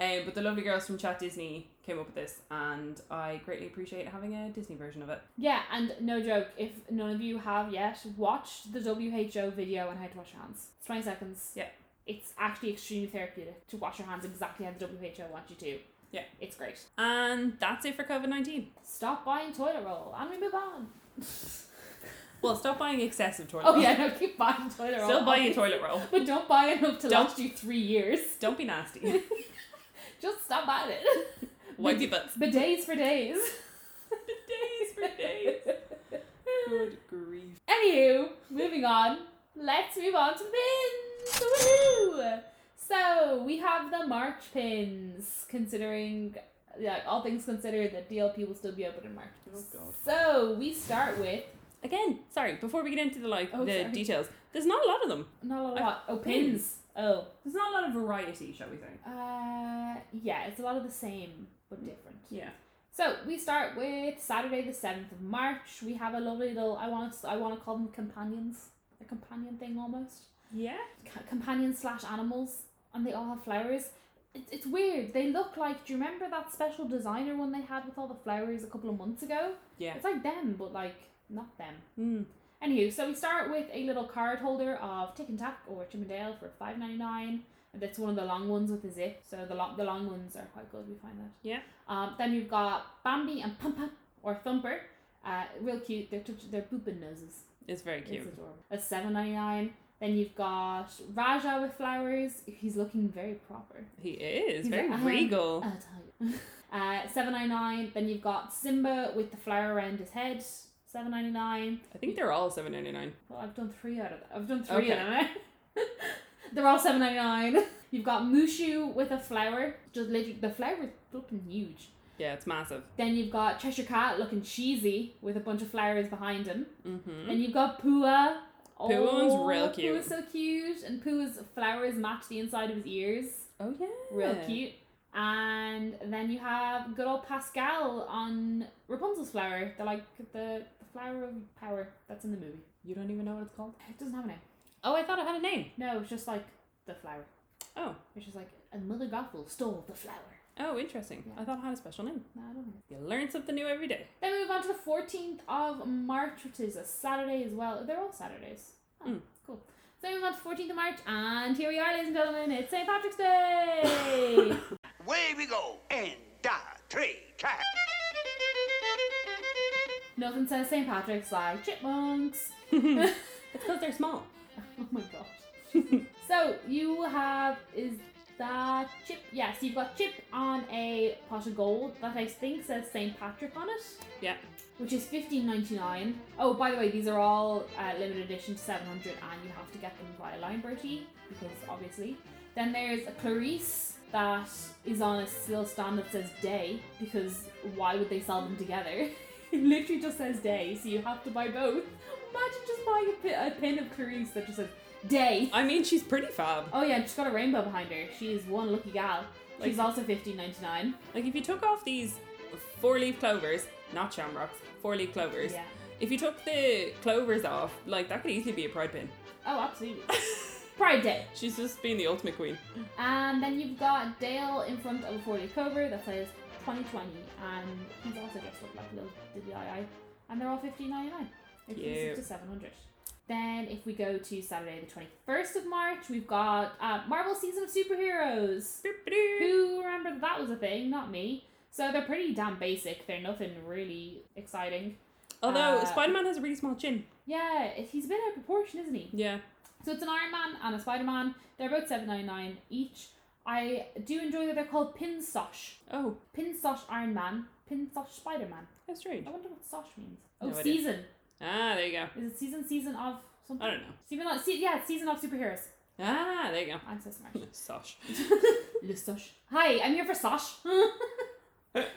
Speaker 1: Um, but the lovely girls from Chat Disney came up with this, and I greatly appreciate having a Disney version of it.
Speaker 2: Yeah, and no joke, if none of you have yet, watch the WHO video on how to wash your hands. It's 20 seconds.
Speaker 1: Yeah.
Speaker 2: It's actually extremely therapeutic to wash your hands exactly how the WHO wants you to.
Speaker 1: Yeah.
Speaker 2: It's great.
Speaker 1: And that's it for COVID nineteen.
Speaker 2: Stop buying toilet roll and we move on.
Speaker 1: Well, stop buying excessive toilet
Speaker 2: Oh
Speaker 1: roll.
Speaker 2: yeah, Oh, no, keep buying toilet roll.
Speaker 1: Still buying a toilet roll.
Speaker 2: But don't buy enough to
Speaker 1: Don't.
Speaker 2: last you three years.
Speaker 1: Don't be nasty.
Speaker 2: Just stop buying it.
Speaker 1: Wipe your butts.
Speaker 2: Bidets for days.
Speaker 1: days for days. Good grief.
Speaker 2: Anywho, moving on. Let's move on to pins. Woohoo! So we have the March pins. Considering, like all things considered, that DLP will still be open in March.
Speaker 1: Oh, God.
Speaker 2: So we start with
Speaker 1: Again, sorry, before we get into the like
Speaker 2: Oh,
Speaker 1: the
Speaker 2: sorry.
Speaker 1: details, there's not a lot of them.
Speaker 2: not a
Speaker 1: I-
Speaker 2: lot. Oh, pins. Oh,
Speaker 1: There's not a lot of variety, shall we say.
Speaker 2: uh, yeah. It's a lot of the same but different.
Speaker 1: Yeah.
Speaker 2: So we start with Saturday the seventh of March. We have a lovely little. I want to. I want to call them companions. A companion thing almost.
Speaker 1: Yeah.
Speaker 2: C- companions slash animals, and they all have flowers. It, it's weird. They look like. Do you remember that special designer one they had with all the flowers a couple of months ago?
Speaker 1: Yeah.
Speaker 2: It's like them, but like not them.
Speaker 1: Mm.
Speaker 2: Anywho, so we start with a little card holder of Tick and Tack or Chippendale for five ninety nine. And that's one of the long ones with the zip. So the long the long ones are quite good. We find that.
Speaker 1: Yeah.
Speaker 2: Um. Then you've got Bambi and Pum Pum or Thumper. Uh, real cute. They're touch- they're booping noses.
Speaker 1: It's very cute.
Speaker 2: It's adorable. That's seven ninety nine. Then you've got Raja with flowers. He's looking very proper.
Speaker 1: He is
Speaker 2: He's
Speaker 1: very
Speaker 2: like, "Um,
Speaker 1: regal.
Speaker 2: I'll tell you. Uh, seven ninety nine. Then you've got Simba with the flower around his head. Seven ninety nine.
Speaker 1: I think they're all seven ninety nine.
Speaker 2: Well, I've done three out of that. I've done three
Speaker 1: Okay.
Speaker 2: of them. They're all seven ninety nine. You've got Mushu with a flower. Just literally, the flower is flipping huge.
Speaker 1: Yeah, it's massive.
Speaker 2: Then you've got Cheshire Cat looking cheesy with a bunch of flowers behind him.
Speaker 1: Mm-hmm.
Speaker 2: Then you've got Pua. Oh,
Speaker 1: Pua one's real cute.
Speaker 2: Pua's so cute, and Pua's flowers match the inside of his ears.
Speaker 1: Oh yeah.
Speaker 2: Real cute. And then you have good old Pascal on Rapunzel's flower. They're like the, the flower of power that's in the movie.
Speaker 1: You don't even know what it's called.
Speaker 2: It doesn't have a name.
Speaker 1: Oh, I thought it had a name.
Speaker 2: No, it's just like the flower.
Speaker 1: Oh.
Speaker 2: It's just like, and Mother Gothel stole the flower.
Speaker 1: Oh, interesting.
Speaker 2: Yeah.
Speaker 1: I thought it had a special name.
Speaker 2: No, I don't know.
Speaker 1: You learn something new every day.
Speaker 2: Then we move on to the 14th of March, which is a Saturday as well. They're all Saturdays. Oh,
Speaker 1: Mm.
Speaker 2: Cool. So we move on to 14th of March, and here we are, ladies and gentlemen. It's St. Patrick's Day!
Speaker 3: Way we go. And die, three, cat.
Speaker 2: Nothing says St. Patrick's like chipmunks.
Speaker 1: it's
Speaker 2: oh
Speaker 1: because they're small.
Speaker 2: my gosh. so you have, is that chip? Yes, you've got chip on a pot of gold that I think says St. Patrick on it.
Speaker 1: Yeah.
Speaker 2: which is fifteen ninety nine. Oh, by the way, these are all uh, limited edition to seven hundred, and you have to get them via Line Bertie because obviously. Then there's a Clarice that is on a little stand that says Day because why would they sell them together? it literally just says Day, so you have to buy both. Imagine just buying a pin, a pin of Clarice that just says Day.
Speaker 1: I mean, she's pretty fab.
Speaker 2: Oh yeah, and she's got a rainbow behind her. She is one lucky gal. She's
Speaker 1: Like-
Speaker 2: also fifteen ninety nine.
Speaker 1: Like if you took off these four leaf clovers, not shamrocks, four leaf clovers.
Speaker 2: Yeah.
Speaker 1: If you took the clovers off, like that could easily be a pride pin.
Speaker 2: Oh, absolutely. Pride Day.
Speaker 1: She's just being the ultimate queen.
Speaker 2: And then you've got Dale in front of a 40 cover that says 2020, and he's also dressed up like a little diddly eye, and they're all 15.99.
Speaker 1: Cute.
Speaker 2: It's to 700. Then if we go to Saturday the 21st of March, we've got uh, Marvel Season of Superheroes. Who remembered that was a thing? Not me. So they're pretty damn basic. They're nothing really exciting.
Speaker 1: Although
Speaker 2: Uh,
Speaker 1: Spider Man has a really small chin.
Speaker 2: Yeah, it- he's a bit out of proportion, isn't he?
Speaker 1: Yeah.
Speaker 2: So it's an Iron Man and a Spider Man. They're both seven ninety nine each. I do enjoy that they're called pin sosh.
Speaker 1: Oh,
Speaker 2: Pin sosh Iron Man, pin sosh Spider Man.
Speaker 1: how strange.
Speaker 2: I wonder what sosh means. Oh,
Speaker 1: No idea.
Speaker 2: season.
Speaker 1: Ah, there you go.
Speaker 2: Is it season? Season of something?
Speaker 1: I don't know.
Speaker 2: Season of, se- yeah, it's season of superheroes.
Speaker 1: Ah, there you go.
Speaker 2: I'm so smart.
Speaker 1: Sosh.
Speaker 2: Le sosh. Hi, I'm here for sosh.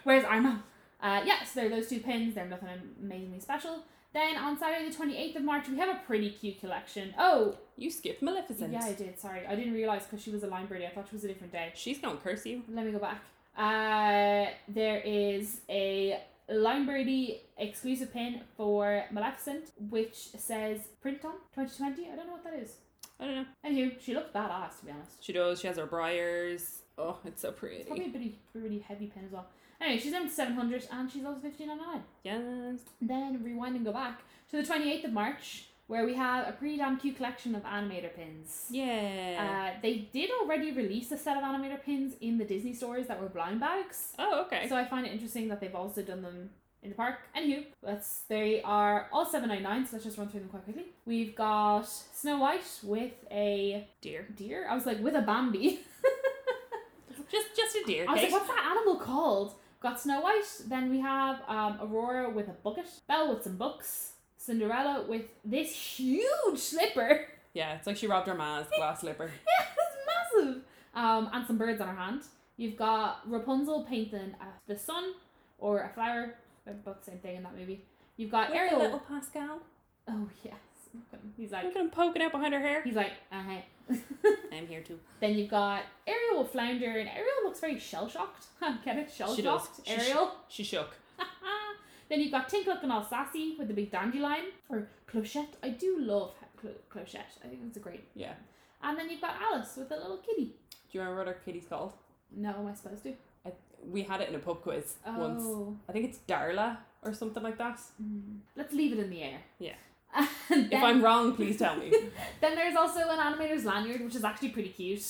Speaker 2: Where's Iron Man? Uh, yeah, so there are those two pins. They're nothing amazingly special. Then on Saturday the 28th of March, we have a pretty cute collection. Oh,
Speaker 1: You skipped Maleficent.
Speaker 2: yeah, I did. Sorry. I didn't realise because she was a line birdie. I thought she was a different day.
Speaker 1: She's gonna curse you.
Speaker 2: Let me go back. Uh, there is a Lime Birdie exclusive pin for Maleficent, which says print on 2020. I don't know what that is.
Speaker 1: I don't know.
Speaker 2: Anywho, she looks badass to be honest.
Speaker 1: She does. She has her briars. Oh, it's so pretty.
Speaker 2: It's probably a pretty, pretty heavy pin as well. Anyway, she's down to 700 and she's also 15.99.
Speaker 1: Yes.
Speaker 2: Then rewind and go back to the 28th of March, where we have a pretty damn cute collection of animator pins.
Speaker 1: Yeah.
Speaker 2: Uh, they did already release a set of animator pins in the Disney stores that were blind bags.
Speaker 1: oh, okay.
Speaker 2: So I find it interesting that they've also done them in the park. Anywho, that's they are all seven nine nine. So let's just run through them quite quickly. We've got Snow White with a
Speaker 1: Deer.
Speaker 2: deer. I was like with a Bambi.
Speaker 1: Just just a deer.
Speaker 2: I was
Speaker 1: Kate.
Speaker 2: like, what's that animal called? Got Snow White. Then we have um, Aurora with a bucket. Belle with some books. Cinderella with this huge slipper.
Speaker 1: yeah, it's like she robbed her ma's glass slipper.
Speaker 2: Yeah, that's massive. Um, and some birds on her hand. You've got Rapunzel painting uh, the sun or a flower. They're both the same thing in that movie. You've got
Speaker 1: With the
Speaker 2: Ariel.
Speaker 1: little Pascal.
Speaker 2: Oh yes. Look at him. He's like
Speaker 1: Look at him poking out behind her hair.
Speaker 2: he's like uh
Speaker 1: I'm here too.
Speaker 2: Then you've got Ariel with flounder, and Ariel looks very shell shocked. Get it? Shell
Speaker 1: She does.
Speaker 2: shocked.
Speaker 1: She sh-
Speaker 2: Ariel.
Speaker 1: She shook.
Speaker 2: then you've got Tink looking all sassy with the big dandelion or clochette. I do love clo- clochette. I think it's a great.
Speaker 1: Yeah.
Speaker 2: And then you've got Alice with a little kitty.
Speaker 1: Do you remember what our kitty's called?
Speaker 2: No, am I supposed to?
Speaker 1: I, we had it in a pub quiz
Speaker 2: Oh.
Speaker 1: once. I think it's Darla or something like that.
Speaker 2: Mm. Let's leave it in the air.
Speaker 1: Yeah.
Speaker 2: And
Speaker 1: If
Speaker 2: then,
Speaker 1: I'm wrong, please tell me.
Speaker 2: then there's also an animator's lanyard, which is actually pretty cute.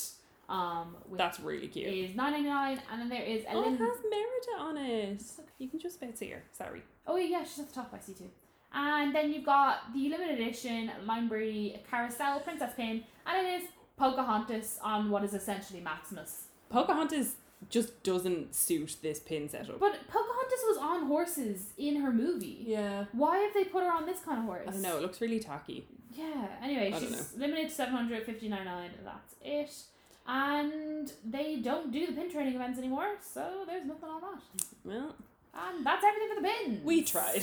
Speaker 2: Um, which
Speaker 1: That's really cute.
Speaker 2: is nine ninety nine, and then there is a
Speaker 1: Oh, it
Speaker 2: Lin-
Speaker 1: has Merida on it. You can just about see her. Sorry.
Speaker 2: Oh yeah, she's at the top. I see too. And then you've got the limited edition Lime Brady Carousel Princess Pin, and it is Pocahontas on what is essentially Maximus.
Speaker 1: Pocahontas just doesn't suit this pin setup.
Speaker 2: But Pocahontas was on horses in her movie.
Speaker 1: yeah.
Speaker 2: Why have they put her on this kind of horse?
Speaker 1: I don't know, it looks really tacky.
Speaker 2: Yeah. Anyway,
Speaker 1: I don't
Speaker 2: she's limited to seven hundred fifty nine nine. That's it. And they don't do the pin training events anymore, so there's nothing on that.
Speaker 1: Well,
Speaker 2: And that's everything for the pins.
Speaker 1: we tried.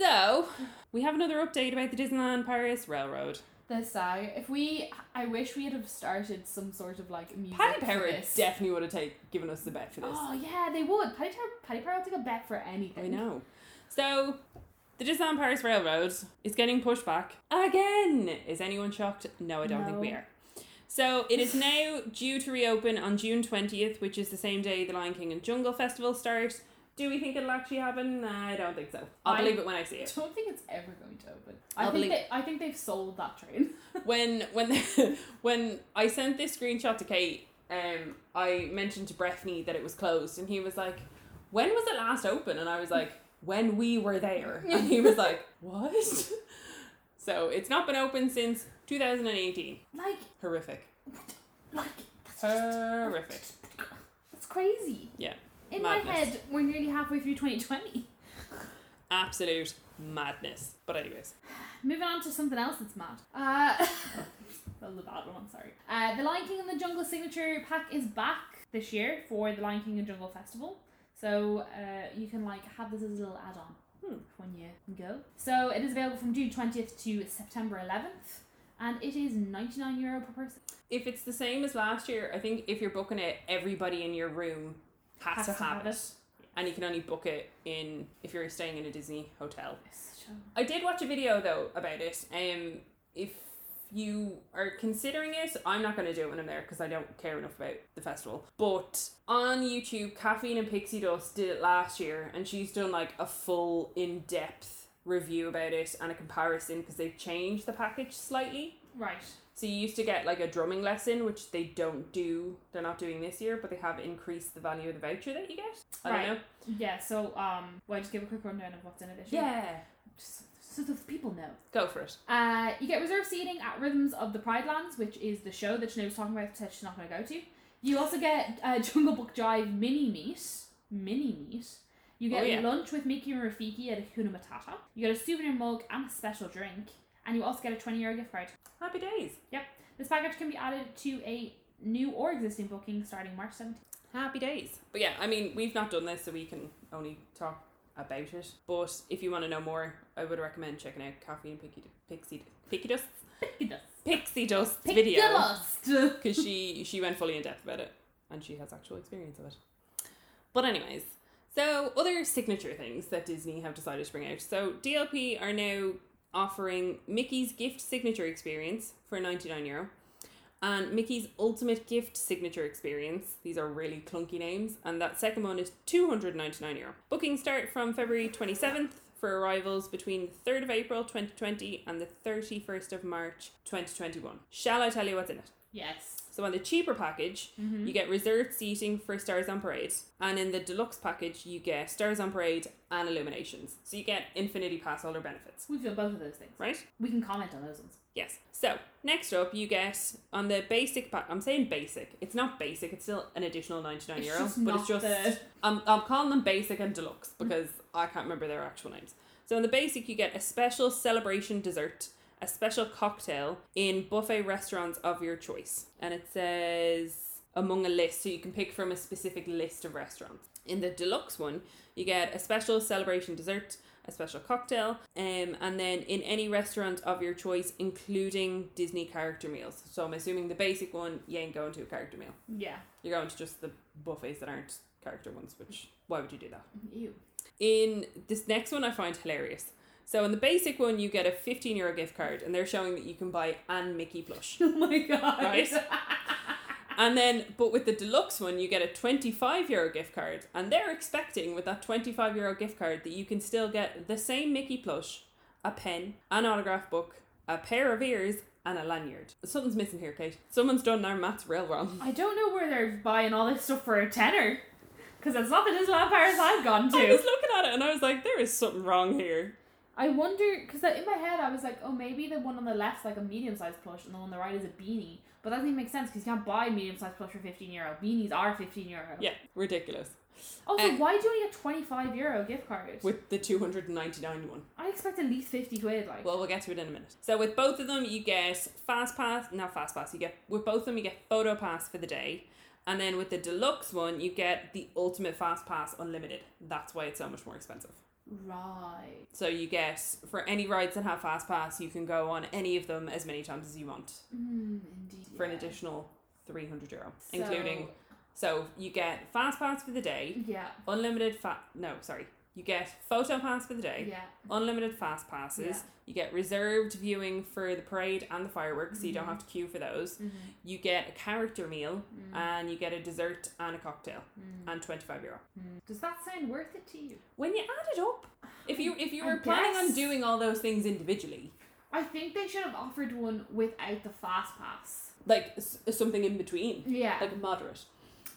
Speaker 1: so, we have another update about the Disneyland Paris Railroad.
Speaker 2: The song. If we, I wish we had have started some sort of like music.
Speaker 1: Patty
Speaker 2: for
Speaker 1: Perry
Speaker 2: this.
Speaker 1: definitely would have taken given us the bet for this.
Speaker 2: Oh yeah, they would. Patty Perry, Patty Perry will take a bet for anything.
Speaker 1: I know. So, the Disneyland Paris Railroad is getting pushed back again. Is anyone shocked? No, I don't think we
Speaker 2: No.
Speaker 1: are. So, it is now due to reopen on June 20th, which is the same day the Lion King and Jungle Festival starts. Do we think it'll actually happen? I don't think so. I'll
Speaker 2: I-
Speaker 1: believe it when I see
Speaker 2: I
Speaker 1: it.
Speaker 2: don't think it's ever going to open. I
Speaker 1: I'll
Speaker 2: think
Speaker 1: believe-
Speaker 2: they, I think they've sold that train.
Speaker 1: when when when I sent this screenshot to Kate, um, I mentioned to Breffney that it was closed, and he was like, "When was it last open?" And I was like, "When we were there." And he was like, "What?" So it's not been open since 2018.
Speaker 2: Like,
Speaker 1: Horrific.
Speaker 2: like that's just
Speaker 1: Horrific.
Speaker 2: that's crazy.
Speaker 1: Yeah.
Speaker 2: In my
Speaker 1: Madness.
Speaker 2: head, we're nearly halfway through 2020.
Speaker 1: Absolute madness. But anyways,
Speaker 2: Moving on to something else that's mad. Uh, that was a bad one, I'm sorry. Uh, the Lion King and the Jungle signature pack is back this year for the Lion King and Jungle Festival. So uh, you can like have this as a little add-on
Speaker 1: Hmm.
Speaker 2: when you go. So it is available from June 20th to September 11th. And it is 99 euro per person.
Speaker 1: if it's the same as last year, I think if you're booking it, everybody in your room has, to, have, it. and you can only book it in if you're staying in a Disney hotel.
Speaker 2: It's such a-
Speaker 1: I did watch a video though about it. Um, if you are considering it, I'm not going to do it when I'm there because I don't care enough about the festival. But on YouTube, Caffeine and Pixie Dust did it last year, and she's done like a full in depth review about it and a comparison because they've changed the package slightly.
Speaker 2: Right.
Speaker 1: So you used to get like a drumming lesson, which they don't do. They're not doing this year, but they have increased the value of the voucher that you get. I
Speaker 2: Right.
Speaker 1: don't know.
Speaker 2: Yeah, so um, well, I just give a quick rundown of what's in it this year?
Speaker 1: Yeah,
Speaker 2: Just so the people know.
Speaker 1: go for it.
Speaker 2: Uh, you get reserved seating at Rhythms of the Pride Lands, which is the show that Sinead was talking about that she's not going to go to. You also get uh, Jungle Book Jive mini meet. Mini meet. You get
Speaker 1: Oh, yeah.
Speaker 2: lunch with Mickey and Rafiki at Hakuna Matata. You get a souvenir mug and a special drink. And you also get a 20 euro gift card.
Speaker 1: Happy days.
Speaker 2: Yep. This package can be added to a new or existing booking starting March 17th.
Speaker 1: Happy days. But yeah, I mean, we've not done this, so we can only talk about it. But if you want to know more, I would recommend checking out Coffee and Pixie Pixie Pixie Dust
Speaker 2: Pick it up.
Speaker 1: Pixie Dust
Speaker 2: Pick
Speaker 1: video
Speaker 2: the dust.
Speaker 1: because she she went fully in depth about it and she has actual experience of it. But anyways, so other signature things that Disney have decided to bring out. So DLP are now offering Mickey's gift signature experience for 99 euro and Mickey's ultimate gift signature experience. These are really clunky names and that second one is 299 euro. Bookings start from February 27th for arrivals between the 3rd of April 2020 and the 31st of March 2021. Shall I tell you what's in it?
Speaker 2: Yes.
Speaker 1: So on the cheaper package,
Speaker 2: Mhm.
Speaker 1: you get reserved seating for Stars on Parade, and in the deluxe package, you get Stars on Parade and Illuminations. So you get Infinity Pass holder benefits,
Speaker 2: We feel both of those things.
Speaker 1: right?
Speaker 2: We can comment on those ones.
Speaker 1: Yes. So next up, you get on the basic. Pa- I'm saying basic. It's not basic. It's still an additional ninety nine
Speaker 2: It's
Speaker 1: euro,
Speaker 2: just
Speaker 1: but
Speaker 2: not
Speaker 1: it's just.
Speaker 2: the-
Speaker 1: I'm I'm calling them basic and deluxe because I can't remember their actual names. So in the basic, you get a special celebration dessert, a special cocktail in buffet restaurants of your choice, and it says among a list, so you can pick from a specific list of restaurants. In the deluxe one, you get a special celebration dessert, a special cocktail, um, and then in any restaurant of your choice, including Disney character meals. So I'm assuming the basic one, you ain't going to a character meal.
Speaker 2: Yeah.
Speaker 1: You're going to just the buffets that aren't character ones, which why would you do that?
Speaker 2: Ew.
Speaker 1: In this next one, I find hilarious. So in the basic one, you get a 15 euro gift card, and they're showing that you can buy an Mickey plush.
Speaker 2: Oh my god.
Speaker 1: Right. And then, but with the deluxe one, you get a 25 euro gift card. And they're expecting with that 25 euro gift card that you can still get the same Mickey plush, a pen, an autograph book, a pair of ears, and a lanyard. Something's missing here, Kate. Someone's done their maths real wrong.
Speaker 2: I don't know where they're buying all this stuff for a tenner. Because that's not the Disneyland Paris I've gone
Speaker 1: I
Speaker 2: to.
Speaker 1: was looking at it and I was like, there is something wrong here.
Speaker 2: I wonder, because in my head I was like, oh, maybe the one on the left's like a medium sized plush and the one on the right is a beanie. But that doesn't even make sense because you can't buy medium sized plush for 15 euro. Beanies are 15 euro.
Speaker 1: Yeah, ridiculous.
Speaker 2: Also,
Speaker 1: Uh,
Speaker 2: why do you only get 25 euro gift card?
Speaker 1: With the 299 one.
Speaker 2: I expect at least 50 quid. Like,
Speaker 1: Well, we'll get to it in a minute. So with both of them, you get fast pass, not fast pass. You get with both of them, you get photo pass for the day, and then with the deluxe one, you get the ultimate fast pass unlimited. That's why it's so much more expensive.
Speaker 2: right.
Speaker 1: So you get for any rides that have fast pass, you can go on any of them as many times as you want
Speaker 2: Mm, indeed.
Speaker 1: for an
Speaker 2: yeah.
Speaker 1: additional three hundred euro,
Speaker 2: So-
Speaker 1: including. So you get fast pass for the day,
Speaker 2: Yeah.
Speaker 1: unlimited fa No, sorry, you get photo pass for the day
Speaker 2: Yeah.
Speaker 1: unlimited fast passes.
Speaker 2: Yeah.
Speaker 1: You get reserved viewing for the parade and the fireworks, so you
Speaker 2: Mm-hmm.
Speaker 1: don't have to queue for those. You get a character meal,
Speaker 2: Mm-hmm.
Speaker 1: and you get a dessert and a cocktail, and twenty five euro.
Speaker 2: Does that sound worth it to you?
Speaker 1: When you add it up, if you if you
Speaker 2: I
Speaker 1: were planning on
Speaker 2: guess.
Speaker 1: doing all those things individually,
Speaker 2: I think they should have offered one without the fast pass.
Speaker 1: like s- something in between,
Speaker 2: Yeah.
Speaker 1: like a moderate.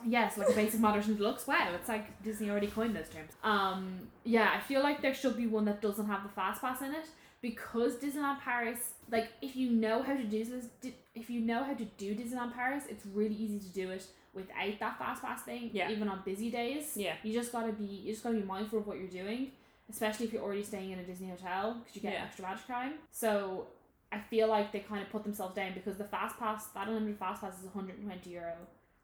Speaker 2: Yes, like a basic moderate and deluxe. Wow, it's like Disney already coined those terms. Um, yeah, I feel like there should be one that doesn't have the fast pass in it because Disneyland Paris. Like, if you know how to do this, di- if you know how to do Disneyland Paris, it's really easy to do it without that fast pass thing.
Speaker 1: Yeah.
Speaker 2: Even on busy days.
Speaker 1: Yeah.
Speaker 2: You just gotta be. You just gotta be mindful of what you're doing, especially if you're already staying in a Disney hotel because you get
Speaker 1: Yeah.
Speaker 2: extra badge time. So. I feel like they kind of put themselves down because the fast pass, that unlimited fast pass is 120 euro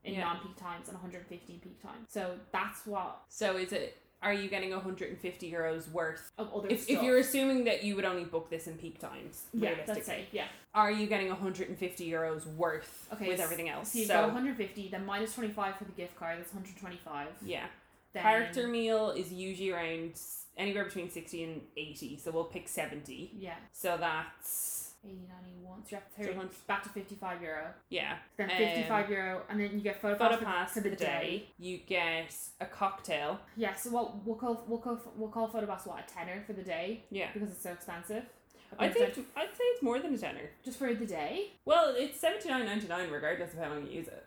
Speaker 2: in
Speaker 1: Yeah.
Speaker 2: non-peak times and 115 peak times. So that's what
Speaker 1: So is it? Are you getting one hundred and fifty euros worth?
Speaker 2: of other
Speaker 1: If,
Speaker 2: stuff.
Speaker 1: if you're assuming that you would only book this in peak times,
Speaker 2: yeah, that's
Speaker 1: realistically,
Speaker 2: it. Yeah.
Speaker 1: are you getting 150 euros worth
Speaker 2: Okay.
Speaker 1: with
Speaker 2: s-
Speaker 1: everything else?
Speaker 2: So you've got 150, then minus 25 for the gift card. That's 125.
Speaker 1: Yeah.
Speaker 2: Then,
Speaker 1: Character meal is usually around s- anywhere between 60 and 80, so we'll pick 70.
Speaker 2: Yeah.
Speaker 1: So that's,
Speaker 2: 80, 91. So you're up to
Speaker 1: So
Speaker 2: 30,
Speaker 1: 100.
Speaker 2: back to 55 euro.
Speaker 1: yeah.
Speaker 2: Then
Speaker 1: Um,
Speaker 2: 55 euro, and then you get photo,
Speaker 1: Photo
Speaker 2: for-
Speaker 1: pass
Speaker 2: for
Speaker 1: for
Speaker 2: the
Speaker 1: the day. You get a cocktail.
Speaker 2: Yeah. So what we'll call we'll call we'll call photo pass what a tenner for the day
Speaker 1: Yeah.
Speaker 2: because it's so expensive.
Speaker 1: I
Speaker 2: think
Speaker 1: think I'd say it's more than a tenner.
Speaker 2: just for the day.
Speaker 1: Well, it's 79.99 regardless of how long you use it.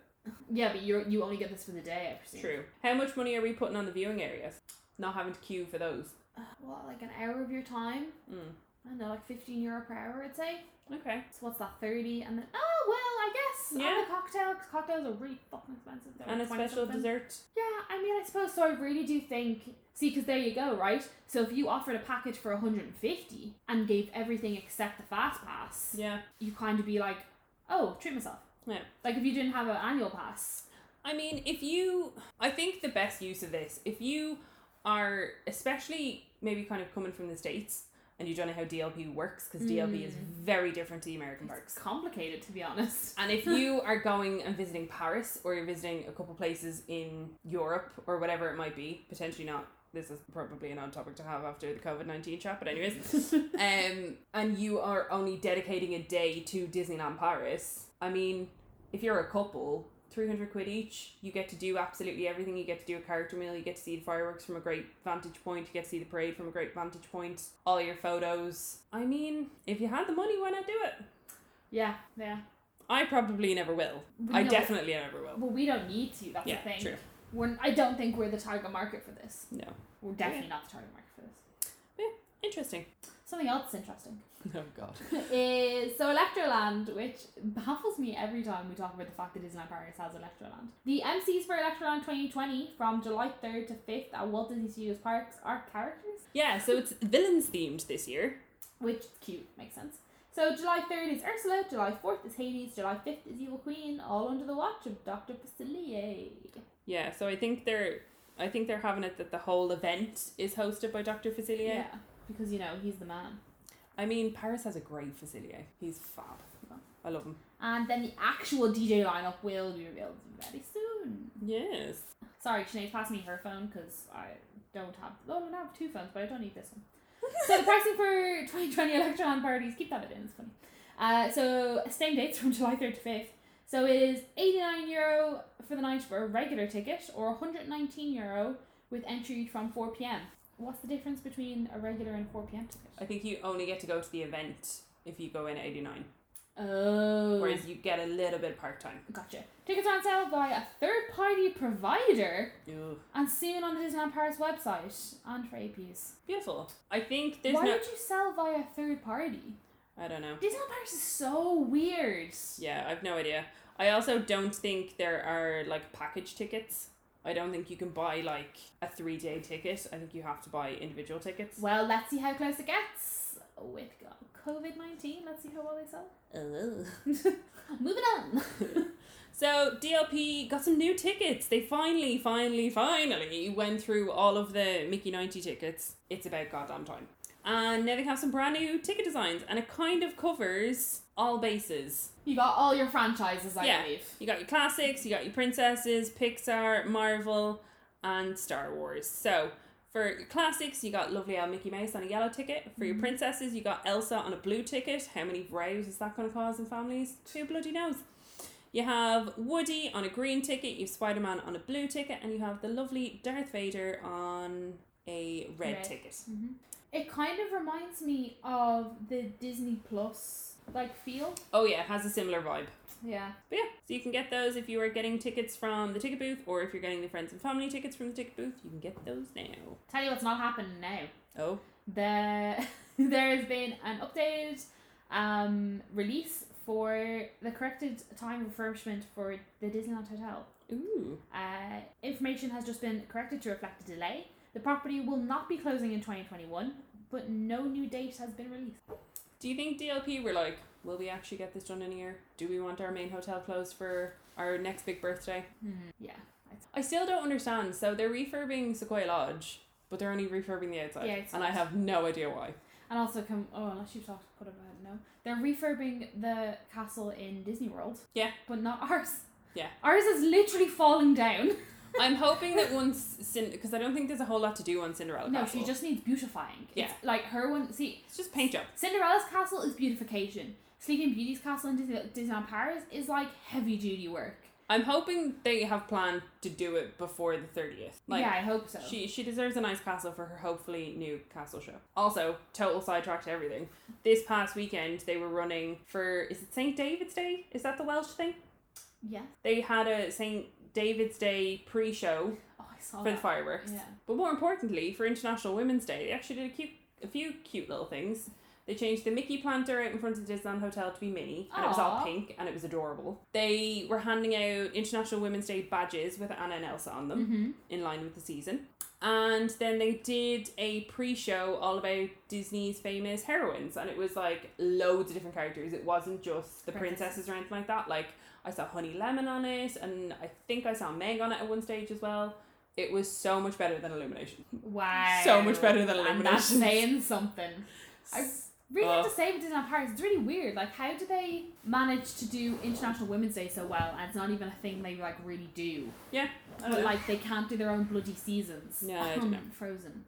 Speaker 2: Yeah, but you you only get this for the day. I presume.
Speaker 1: True. How much money are we putting on the viewing areas? Not having to queue for those.
Speaker 2: Uh, What like an hour of your time?
Speaker 1: Mm.
Speaker 2: I don't know, like 15 euro per hour, I'd say.
Speaker 1: Okay.
Speaker 2: So what's that, 30? And then, oh, well, I guess. Yeah.
Speaker 1: Yeah.
Speaker 2: And the cocktail, 'cause cocktails are really fucking expensive. They're
Speaker 1: And a
Speaker 2: 20
Speaker 1: special
Speaker 2: something.
Speaker 1: dessert.
Speaker 2: Yeah, I mean, I suppose so. I really do think. See, because there you go, right? So if you offered a package for 150 and gave everything except the fast pass,
Speaker 1: Yeah.
Speaker 2: you kind of be like, oh, treat myself.
Speaker 1: Yeah.
Speaker 2: Like if you didn't have an annual pass.
Speaker 1: I mean, if you, I think the best use of this, if you are, especially maybe kind of coming from the States and you don't know how DLP works, because DLP is
Speaker 2: Mm.
Speaker 1: very different to the American
Speaker 2: It's
Speaker 1: parks.
Speaker 2: complicated, to be honest.
Speaker 1: And if you are going and visiting Paris or you're visiting a couple places in Europe or whatever it might be, potentially not, this is probably an odd topic to have after the COVID 19 chat, but anyways, um, and you are only dedicating a day to Disneyland Paris, I mean, if you're a couple, 300 quid each, you get to do absolutely everything. You get to do a character meal, you get to see the fireworks from a great vantage point, you get to see the parade from a great vantage point, all your photos. I mean, if you had the money, why not do it?
Speaker 2: yeah, yeah.
Speaker 1: I probably never will.
Speaker 2: We
Speaker 1: I
Speaker 2: know-
Speaker 1: definitely never will.
Speaker 2: Well, we don't need to. That's
Speaker 1: Yeah,
Speaker 2: the thing.
Speaker 1: true.
Speaker 2: We're, I don't think we're the target market for this.
Speaker 1: No.
Speaker 2: We're definitely not the target market for this.
Speaker 1: Interesting.
Speaker 2: Something else that's interesting
Speaker 1: Oh god.
Speaker 2: is so Electroland, which baffles me every time we talk about the fact that Disneyland Paris has Electroland. The MCs for Electroland 2020 from July 3rd to 5th at Walt Disney Studios Parks are characters
Speaker 1: Yeah, so it's villains themed this year.
Speaker 2: Which is cute, makes sense. So July 3rd is Ursula, July 4th is Hades, July 5th is Evil Queen, all under the watch of Dr. Facilier.
Speaker 1: Yeah, so I think they're I think they're having it that the whole event is hosted by Dr. Facilier.
Speaker 2: Because you know, he's the man.
Speaker 1: I mean, Paris has a great Facilier. He's fab. I love him.
Speaker 2: And then the actual DJ lineup will be revealed very soon.
Speaker 1: Yes.
Speaker 2: Sorry, Sinead passed me her phone because I don't have. Oh, no, I have two phones, but I don't need this one. so the pricing for 2020 Electron parties, keep that bit in, it's funny. Uh, so same dates from July 3rd to 5th. So it is 89 euro for the night for a regular ticket, or 119 euro with entry from 4 p.m. What's the difference between a regular and 4
Speaker 1: I
Speaker 2: p.m. ticket?
Speaker 1: think you only get to go to the event if you go in at 89,
Speaker 2: Oh,
Speaker 1: whereas you get a little bit of park time.
Speaker 2: gotcha. Tickets are on sale by a third-party provider
Speaker 1: Ugh.
Speaker 2: and soon on the Disneyland Paris website and for APs.
Speaker 1: Beautiful. I think there's
Speaker 2: Why
Speaker 1: no.
Speaker 2: would you sell via third party?
Speaker 1: I don't know.
Speaker 2: Disneyland Paris is so weird.
Speaker 1: Yeah, I've no idea. I also don't think there are like package tickets. I don't think you can buy like a three day ticket. I think you have to buy individual tickets.
Speaker 2: Well, let's see how close it gets with COVID nineteen. Let's see how well they sell. Moving on.
Speaker 1: So DLP got some new tickets. They finally, finally, finally went through all of the Mickey 90 tickets. It's about goddamn time. And now they have some brand new ticket designs and it kind of covers all bases.
Speaker 2: you got all your franchises, I
Speaker 1: Yeah.
Speaker 2: believe.
Speaker 1: You got your classics, you got your princesses, Pixar, Marvel, and Star Wars. So for your classics, you got lovely old Mickey Mouse on a yellow ticket. For your princesses, you got Elsa on a blue ticket. How many rows is that going to cause in families? Who bloody knows? You have Woody on a green ticket, you have Spider Man on a blue ticket, and you have the lovely Darth Vader on a red,
Speaker 2: Red.
Speaker 1: ticket.
Speaker 2: Mm-hmm. It kind of reminds me of the Disney Plus like feel.
Speaker 1: Oh, yeah, it has a similar vibe.
Speaker 2: Yeah.
Speaker 1: But yeah, so you can get those if you are getting tickets from the ticket booth, or if you're getting the friends and family tickets from the ticket booth, you can get those now.
Speaker 2: Tell you what's not happening now.
Speaker 1: Oh,
Speaker 2: There, there has been an updated um, release for the corrected time refurbishment for the Disneyland Hotel.
Speaker 1: ooh,
Speaker 2: Uh, information has just been corrected to reflect a delay. The property will not be closing in 2021, but no new date has been released.
Speaker 1: do you think DLP were like, will we actually get this done in a year? Do we want our main hotel closed for our next big birthday?
Speaker 2: Yeah.
Speaker 1: I still don't understand. So they're refurbing Sequoia Lodge, but they're only refurbing the outside,
Speaker 2: The outside.
Speaker 1: and I have no idea why.
Speaker 2: And also, come oh, unless you've talked about it, no. They're refurbing the castle in Disney World.
Speaker 1: Yeah.
Speaker 2: But not ours.
Speaker 1: Yeah.
Speaker 2: Ours is literally falling down.
Speaker 1: I'm hoping that once, because I don't think there's a whole lot to do on Cinderella.
Speaker 2: No,
Speaker 1: Castle.
Speaker 2: she just needs beautifying.
Speaker 1: Oh, Yeah.
Speaker 2: It's like her one. See,
Speaker 1: it's just paint job.
Speaker 2: Cinderella's castle is beautification. Sleeping Beauty's castle in Disney, Disneyland Paris is like heavy duty work.
Speaker 1: I'm hoping they have planned to do it before the thirtieth. Like,
Speaker 2: yeah, I hope so.
Speaker 1: She she deserves a nice castle for her hopefully new castle show. Also, total sidetrack to everything. This past weekend they were running for is it Saint David's Day? Is that the Welsh thing?
Speaker 2: yeah.
Speaker 1: They had a Saint David's Day pre-show
Speaker 2: Oh, I saw
Speaker 1: for the
Speaker 2: that.
Speaker 1: fireworks.
Speaker 2: Yeah.
Speaker 1: But more importantly, for International Women's Day, they actually did a cute a few cute little things. They changed the Mickey planter out in front of the Disneyland Hotel to be Minnie, and it was all
Speaker 2: Aw.
Speaker 1: pink and it was adorable. They were handing out International Women's Day badges with Anna and Elsa on them
Speaker 2: Mm-hmm.
Speaker 1: in line with the season. And then they did a pre show all about Disney's famous heroines, and it was like loads of different characters. It wasn't just the
Speaker 2: Princesses.
Speaker 1: princesses or anything like that. Like, I saw Honey Lemon on it, and I think I saw Meg on it at one stage as well. It was so much better than Illumination.
Speaker 2: Wow.
Speaker 1: So much better than
Speaker 2: And that's
Speaker 1: Illuminations.
Speaker 2: saying something. I really
Speaker 1: Uh.
Speaker 2: have to say with Disneyland Paris, it's really weird. Like, how do they manage to do International Women's Day so well, and it's not even a thing they like really do?
Speaker 1: Yeah. I don't
Speaker 2: But
Speaker 1: know.
Speaker 2: like, they can't do their own bloody seasons.
Speaker 1: Yeah, I don't know.
Speaker 2: Frozen.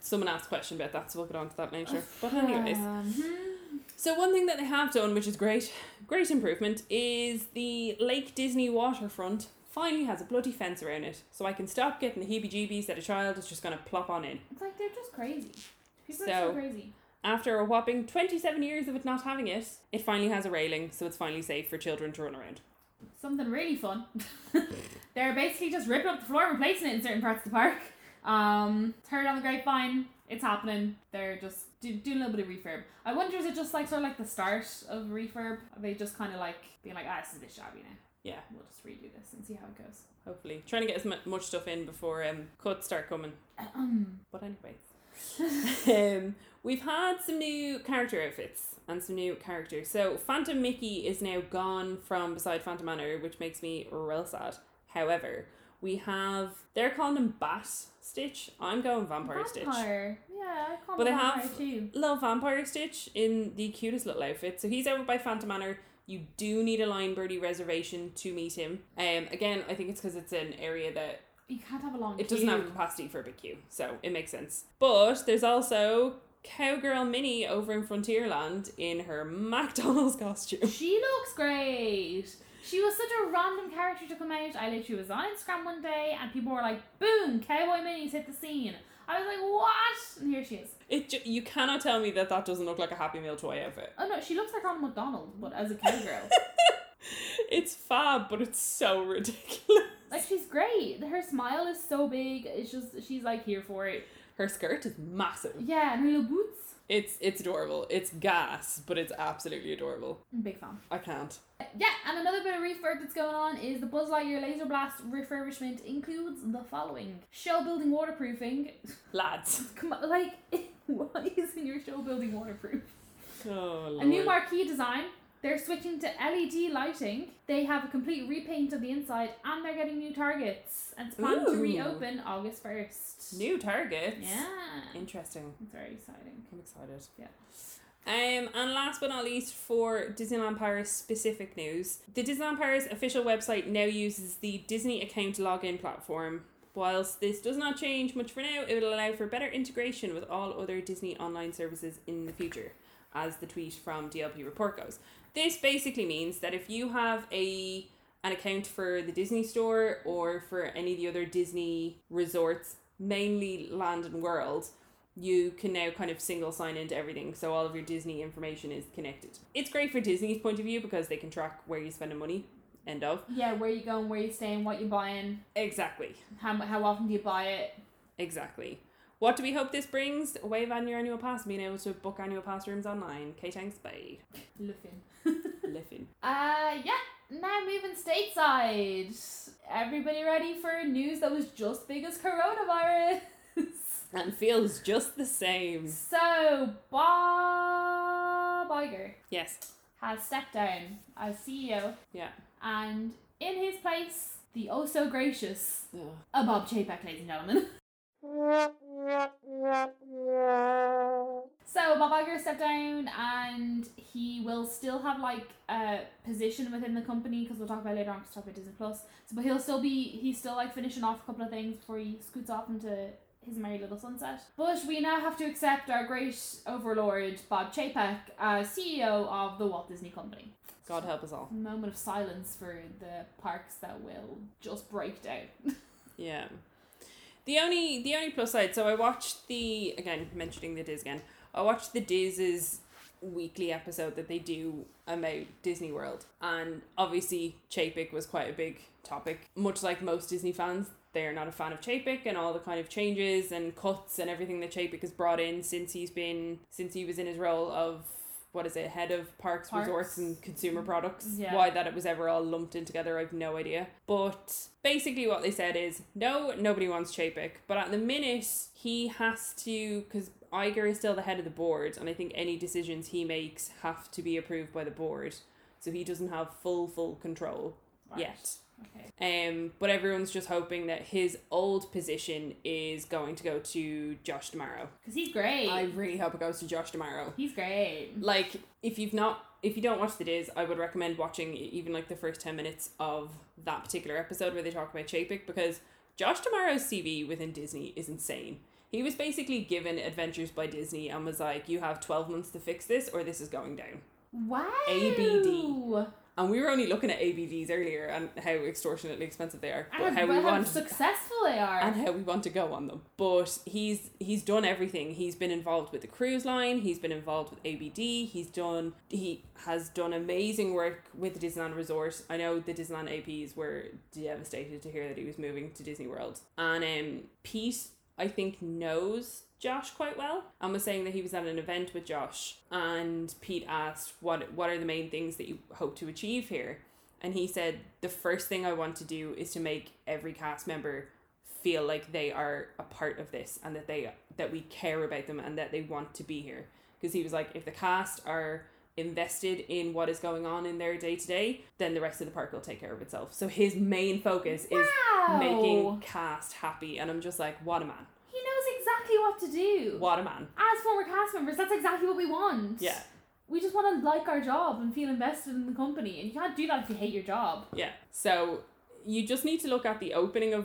Speaker 1: Someone asked a question about that, so we'll get on to that later. But, anyways.
Speaker 2: Um,
Speaker 1: So one thing that they have done, which is great, great improvement, is the Lake Disney waterfront finally has a bloody fence around it, so I can stop getting the heebie-jeebies that a child is just going to plop on in.
Speaker 2: it's like they're just crazy. People are
Speaker 1: So-
Speaker 2: so crazy.
Speaker 1: After a whopping 27 years of it not having it, it finally has a railing, so it's finally safe for children to run around.
Speaker 2: something really fun. They're basically just ripping up the floor and replacing it in certain parts of the park. Um, it's heard on the grapevine, it's happening. They're just do, doing a little bit of refurb. I wonder is it just like sort of like the start of refurb? Are they just kind of like being like, ah, this is a bit shabby now.
Speaker 1: Yeah.
Speaker 2: We'll just redo this and see how it goes.
Speaker 1: Hopefully, trying to get as mu- much stuff in before um, cuts start coming.
Speaker 2: Ahem.
Speaker 1: But anyway, um, we've had some new character outfits and some new characters. So Phantom Mickey is now gone from beside Phantom Manor, which makes me real sad. However, we have they're calling him Bat Stitch. I'm going Vampire, Stitch.
Speaker 2: Vampire. Yeah, I call
Speaker 1: But
Speaker 2: him
Speaker 1: they
Speaker 2: vampire
Speaker 1: have-
Speaker 2: too.
Speaker 1: Little Vampire Stitch in the cutest little outfit. So he's over by Phantom Manor. You do need a line birdie reservation to meet him. Um, again, I think it's because it's an area that
Speaker 2: You can't have a long
Speaker 1: It doesn't have
Speaker 2: queue.
Speaker 1: capacity for a big queue, so it makes sense. But there's also Cowgirl Minnie over in Frontierland in her McDonald's costume.
Speaker 2: She looks great. She was such a random character to come out. I literally was on Instagram one day and people were like, boom, Cowboy Minnie's hit the scene. I was like, what? And here she is.
Speaker 1: It ju- you cannot tell me that that doesn't look like a Happy Meal toy outfit.
Speaker 2: Oh no, she looks like Ronald McDonald, but as a cowgirl.
Speaker 1: It's fab, but it's so ridiculous.
Speaker 2: like, she's great. Her smile is so big. It's just, she's like here for it.
Speaker 1: Her skirt is massive.
Speaker 2: Yeah, and her little boots.
Speaker 1: It's it's adorable. It's gas, but it's absolutely adorable.
Speaker 2: I'm a big fan.
Speaker 1: I can't.
Speaker 2: Yeah, and another bit of refurb that's going on is the Buzz Lightyear Laser Blast refurbishment includes the following shell building waterproofing.
Speaker 1: Lads.
Speaker 2: Come on, like, why isn't your shell building waterproof?
Speaker 1: Oh, Lord.
Speaker 2: A new marquee design. They're switching to LED lighting. They have a complete repaint of the inside, and they're getting new targets. And it's planned to
Speaker 1: Ooh.
Speaker 2: reopen August first.
Speaker 1: New targets.
Speaker 2: Yeah.
Speaker 1: Interesting.
Speaker 2: It's very exciting.
Speaker 1: I'm excited.
Speaker 2: Yeah.
Speaker 1: Um, and last but not least, for Disneyland Paris specific news, the Disneyland Paris official website now uses the Disney account login platform. Whilst this does not change much for now, it will allow for better integration with all other Disney online services in the future, as the tweet from DLP report goes. This basically means that if you have a an account for the Disney store or for any of the other Disney resorts, mainly Land and World, you can now kind of single sign into everything so all of your disney information is connected it's great for disney's point of view because they can track where you're spending money end of
Speaker 2: Yeah, where you going? Where you staying? What you buying?
Speaker 1: exactly
Speaker 2: How mu- how often do you buy it?
Speaker 1: exactly what do we hope this brings a wave on your annual pass being able to book annual pass rooms online k tanks bay
Speaker 2: Looking.
Speaker 1: Liffin.
Speaker 2: uh, yeah. Now moving stateside. Everybody ready for news that was just big as coronavirus?
Speaker 1: and feels just the same
Speaker 2: So Bob Iger
Speaker 1: yes
Speaker 2: has stepped down as CEO,
Speaker 1: yeah
Speaker 2: and in his place, the oh so gracious
Speaker 1: Ugh.
Speaker 2: uh, Bob Chapek, ladies and gentlemen. So Bob Iger stepped down, and he will still have like a position within the company because we'll talk about it later on. Cause we'll talk about Disney Plus. So, but he'll still be he's still like finishing off a couple of things before he scoots off into his merry little sunset. But we now have to accept our great overlord Bob Chapek as CEO of the Walt Disney Company.
Speaker 1: god help us all
Speaker 2: Moment of silence for the parks that will just break down.
Speaker 1: Yeah. The only the only plus side, so I watched the again mentioning the Diz again. I watched the Diz's weekly episode that they do about Disney World, and obviously Chapek was quite a big topic. Much like most Disney fans, they are not a fan of Chapek and all the kind of changes and cuts and everything that Chapek has brought in since he's been since he was in his role of what is it head of parks,
Speaker 2: Parks.
Speaker 1: resorts and consumer products.
Speaker 2: Yeah.
Speaker 1: Why that it was ever all lumped in together, I've no idea. But basically, what they said is no, nobody wants Chapek, but at the minute, he has to, because Iger is still the head of the board, and I think any decisions he makes have to be approved by the board. So he doesn't have full, full control yet.
Speaker 2: Okay.
Speaker 1: Um, but everyone's just hoping that his old position is going to go to Josh Tomorrow.
Speaker 2: Because he's great.
Speaker 1: I really hope it goes to Josh Tomorrow
Speaker 2: He's great.
Speaker 1: like if you've not if you don't watch the days i would recommend watching even like the first 10 minutes of that particular episode where they talk about chapek because josh tomorrow's cv within disney is insane he was basically given adventures by disney and was like you have 12 months to fix this or this is going down
Speaker 2: Wow.
Speaker 1: ABD. And we were only looking at ABVs earlier and how extortionately expensive they are, but
Speaker 2: And
Speaker 1: how
Speaker 2: how,
Speaker 1: we want
Speaker 2: successful they are.
Speaker 1: and how we want to go on them. But he's he's done everything. He's been involved with the cruise line. He's been involved with ABD. He's done he has done amazing work with the Disneyland Resort. I know the Disneyland APs were devastated to hear that he was moving to Disney World. And um, Pete, I think, knows Josh quite well and was saying that he was at an event with Josh and Pete asked what what are the main things that you hope to achieve here and he said the first thing I want to do is to make every cast member feel like they are a part of this and that they that we care about them and that they want to be here because he was like if the cast are invested in what is going on in their day to day then the rest of the park will take care of itself so his main focus is
Speaker 2: wow.
Speaker 1: making cast happy and i'm just like what a man
Speaker 2: He knows exactly what to do.
Speaker 1: what a man
Speaker 2: As former cast members, that's exactly what we want.
Speaker 1: yeah
Speaker 2: We just want to like our job and feel invested in the company. And you can't do that if you hate your job.
Speaker 1: Yeah. So you just need to look at the opening of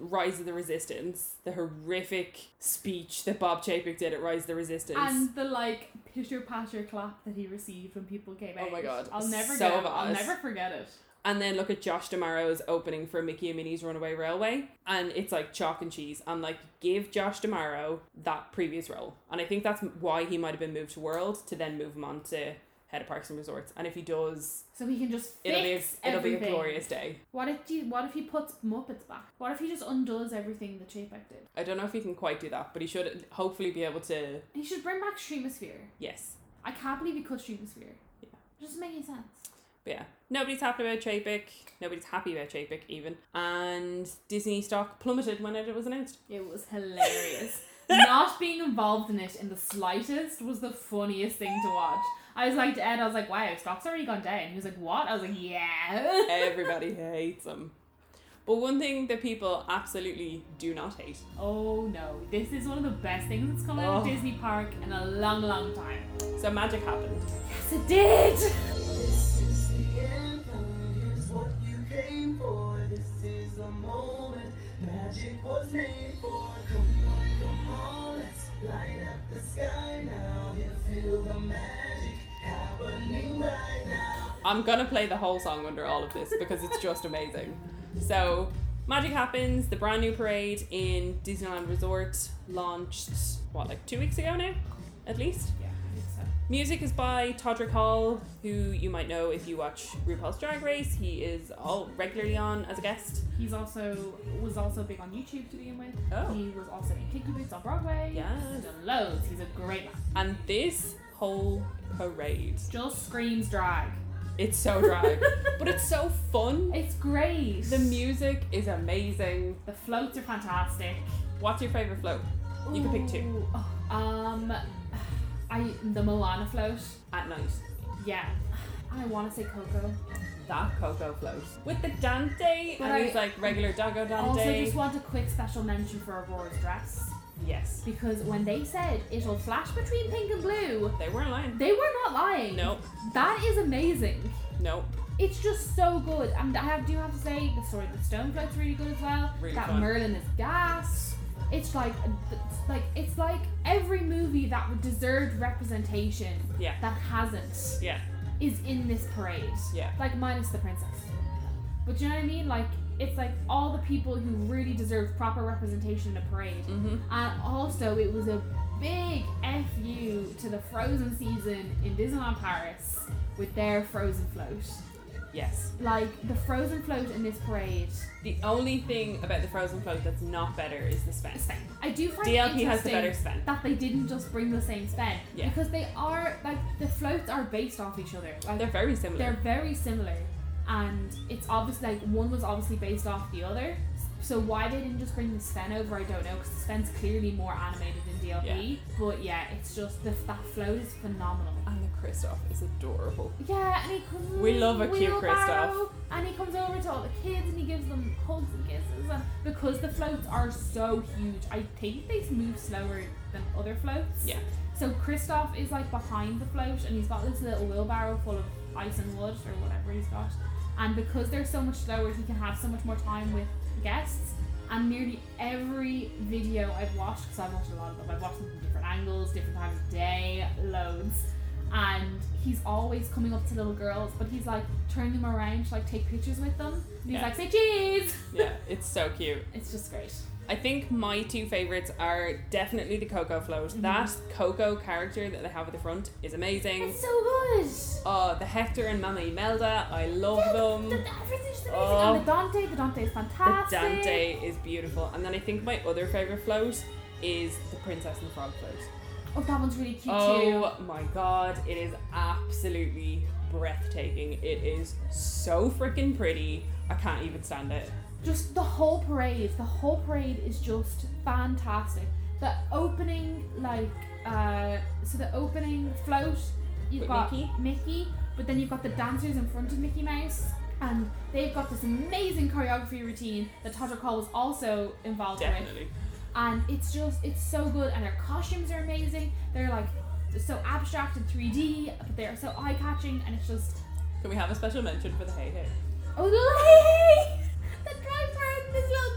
Speaker 1: Rise of the Resistance, the horrific speech that Bob Chapek did at Rise of the Resistance.
Speaker 2: And the like pitter patter clap that he received when people came out.
Speaker 1: Oh my God,
Speaker 2: I'll never
Speaker 1: so
Speaker 2: get it. I'll
Speaker 1: bad.
Speaker 2: never forget it.
Speaker 1: And then look at Josh Damaro's opening for Mickey and Minnie's Runaway Railway. And it's like chalk and cheese. And like, give Josh Damaro that previous role. And I think that's why he might have been moved to World to then move him on to Head of Parks and Resorts. And if he does,
Speaker 2: So he can just fix
Speaker 1: it'll be a, it'll be a
Speaker 2: everything.
Speaker 1: glorious day.
Speaker 2: What if he, what if he puts Muppets back? What if he just undoes everything that Chapek did?
Speaker 1: I don't know if he can quite do that, but he should hopefully be able to.
Speaker 2: He should bring back Streamosphere.
Speaker 1: Yes.
Speaker 2: I can't believe he cut Streamosphere.
Speaker 1: Yeah.
Speaker 2: It doesn't make any sense.
Speaker 1: But yeah, nobody's happy about Chapek. Nobody's happy about Chapek even. And Disney stock plummeted when it was announced.
Speaker 2: It was hilarious. Not being involved in it in the slightest was the funniest thing to watch. I was like to Ed, I was like, wow, stock's already gone down. He was like, what? I was like, yeah.
Speaker 1: Everybody hates them. But one thing that people absolutely do not hate.
Speaker 2: oh no, this is one of the best things that's come out of
Speaker 1: Oh.
Speaker 2: Disney Park in a long, long time.
Speaker 1: So magic happened.
Speaker 2: Yes, it did!
Speaker 4: This is the anthem, here's what you came for. This is the moment magic was made for. Come on, come on, let's light up the sky now. You feel the magic happening right now.
Speaker 1: I'm gonna play the whole song under all of this because it's just amazing. So magic happens. The brand new parade in Disneyland Resort launched what like two weeks ago now, at least.
Speaker 2: Yeah, I think so.
Speaker 1: Music is by Todrick Hall, who you might know if you watch RuPaul's Drag Race. He is all regularly on as a guest.
Speaker 2: He's also, was also big on YouTube to begin with.
Speaker 1: Oh.
Speaker 2: He was also in Kinky Boots on Broadway.
Speaker 1: Yes.
Speaker 2: He's done loads. He's a great man.
Speaker 1: And this whole parade,
Speaker 2: Just screams drag.
Speaker 1: it's so drag, but it's so fun.
Speaker 2: It's great.
Speaker 1: The music is amazing.
Speaker 2: The floats are fantastic.
Speaker 1: What's your favorite float? You can pick two
Speaker 2: Ooh, oh, um, I the Moana float.
Speaker 1: at night.
Speaker 2: Yeah, I want to say Coco.
Speaker 1: That cocoa float with the Dante,
Speaker 2: But
Speaker 1: and he's
Speaker 2: I-
Speaker 1: like regular Dago
Speaker 2: also,
Speaker 1: Dante.
Speaker 2: just want a quick special mention for Aurora's dress
Speaker 1: yes,
Speaker 2: because when they said it'll flash between pink and blue,
Speaker 1: they weren't lying.
Speaker 2: they were not lying.
Speaker 1: No,
Speaker 2: that is amazing.
Speaker 1: no,
Speaker 2: It's just so good, and I have, do have to say the story of the stone float's really good as well.
Speaker 1: Really
Speaker 2: that
Speaker 1: fun.
Speaker 2: Merlin is gas. It's like, it's like it's like every movie that deserved representation
Speaker 1: Yeah.
Speaker 2: that hasn't.
Speaker 1: yeah,
Speaker 2: is in this parade.
Speaker 1: Yeah.
Speaker 2: Like minus the princess. But you know what I mean? Like it's like all the people who really deserve proper representation in a parade.
Speaker 1: mm-hmm.
Speaker 2: And also it was a big FU to the frozen season in Disneyland Paris with their frozen float.
Speaker 1: yes.
Speaker 2: Like the frozen float in this parade.
Speaker 1: The only thing about the frozen float that's not better is the spend.
Speaker 2: Sven. I do find it
Speaker 1: DLP
Speaker 2: interesting
Speaker 1: has the better spend.
Speaker 2: that they didn't just bring the same Sven.
Speaker 1: Yeah.
Speaker 2: Because they are like the floats are based off each other. Like
Speaker 1: They're very similar.
Speaker 2: They're very similar, and it's obvious like one was obviously based off the other. So why they didn't just bring the Sven over, I don't know, because Sven's clearly more animated than DLP. But yeah, it's just the that float is phenomenal.
Speaker 1: and the Kristoff is adorable.
Speaker 2: Yeah, and he comes. in
Speaker 1: We
Speaker 2: his
Speaker 1: love a cute
Speaker 2: wheelbarrow, And he comes over to all the kids and he gives them hugs and kisses. And because the floats are so huge, I think they move slower than other floats.
Speaker 1: Yeah.
Speaker 2: So Kristoff is like behind the float and he's got this little wheelbarrow full of ice and wood or whatever he's got. And because they're so much slower, he can have so much more time with guests. And nearly every video I've watched, because I've watched a lot of them, I've watched them from different angles, different times of day, loads. and he's always coming up to little girls, but he's like turning them around to like take pictures with them. And he's
Speaker 1: Yeah.
Speaker 2: like, say cheese.
Speaker 1: Yeah, it's so cute.
Speaker 2: It's just great.
Speaker 1: I think my two favorites are definitely the Coco float.
Speaker 2: Mm-hmm.
Speaker 1: That Coco character that they have at the front is amazing.
Speaker 2: It's so good.
Speaker 1: Oh, the Hector and Mama Imelda, I love
Speaker 2: The,
Speaker 1: them.
Speaker 2: the, everything's just amazing.
Speaker 1: Oh.
Speaker 2: And the Dante, the Dante is
Speaker 1: The
Speaker 2: fantastic.
Speaker 1: Dante is beautiful. And then I think my other favorite float is the Princess and the Frog float.
Speaker 2: Oh, that one's really cute too.
Speaker 1: Oh my god, it is absolutely breathtaking. It is so freaking pretty. I can't even stand it.
Speaker 2: Just the whole parade. The whole parade is just fantastic. The opening, like, uh, so the opening float, you've
Speaker 1: With
Speaker 2: got
Speaker 1: Mickey?
Speaker 2: Mickey, but then you've got the dancers in front of Mickey Mouse, and they've got this amazing choreography routine that Todrick Hall was also involved with.
Speaker 1: Definitely.
Speaker 2: and it's just it's so good and their costumes are amazing they're like so abstract and 3d but they're so eye-catching and it's just
Speaker 1: Can we have a special mention for the Hey Hey?
Speaker 2: oh the lady that drives around in this little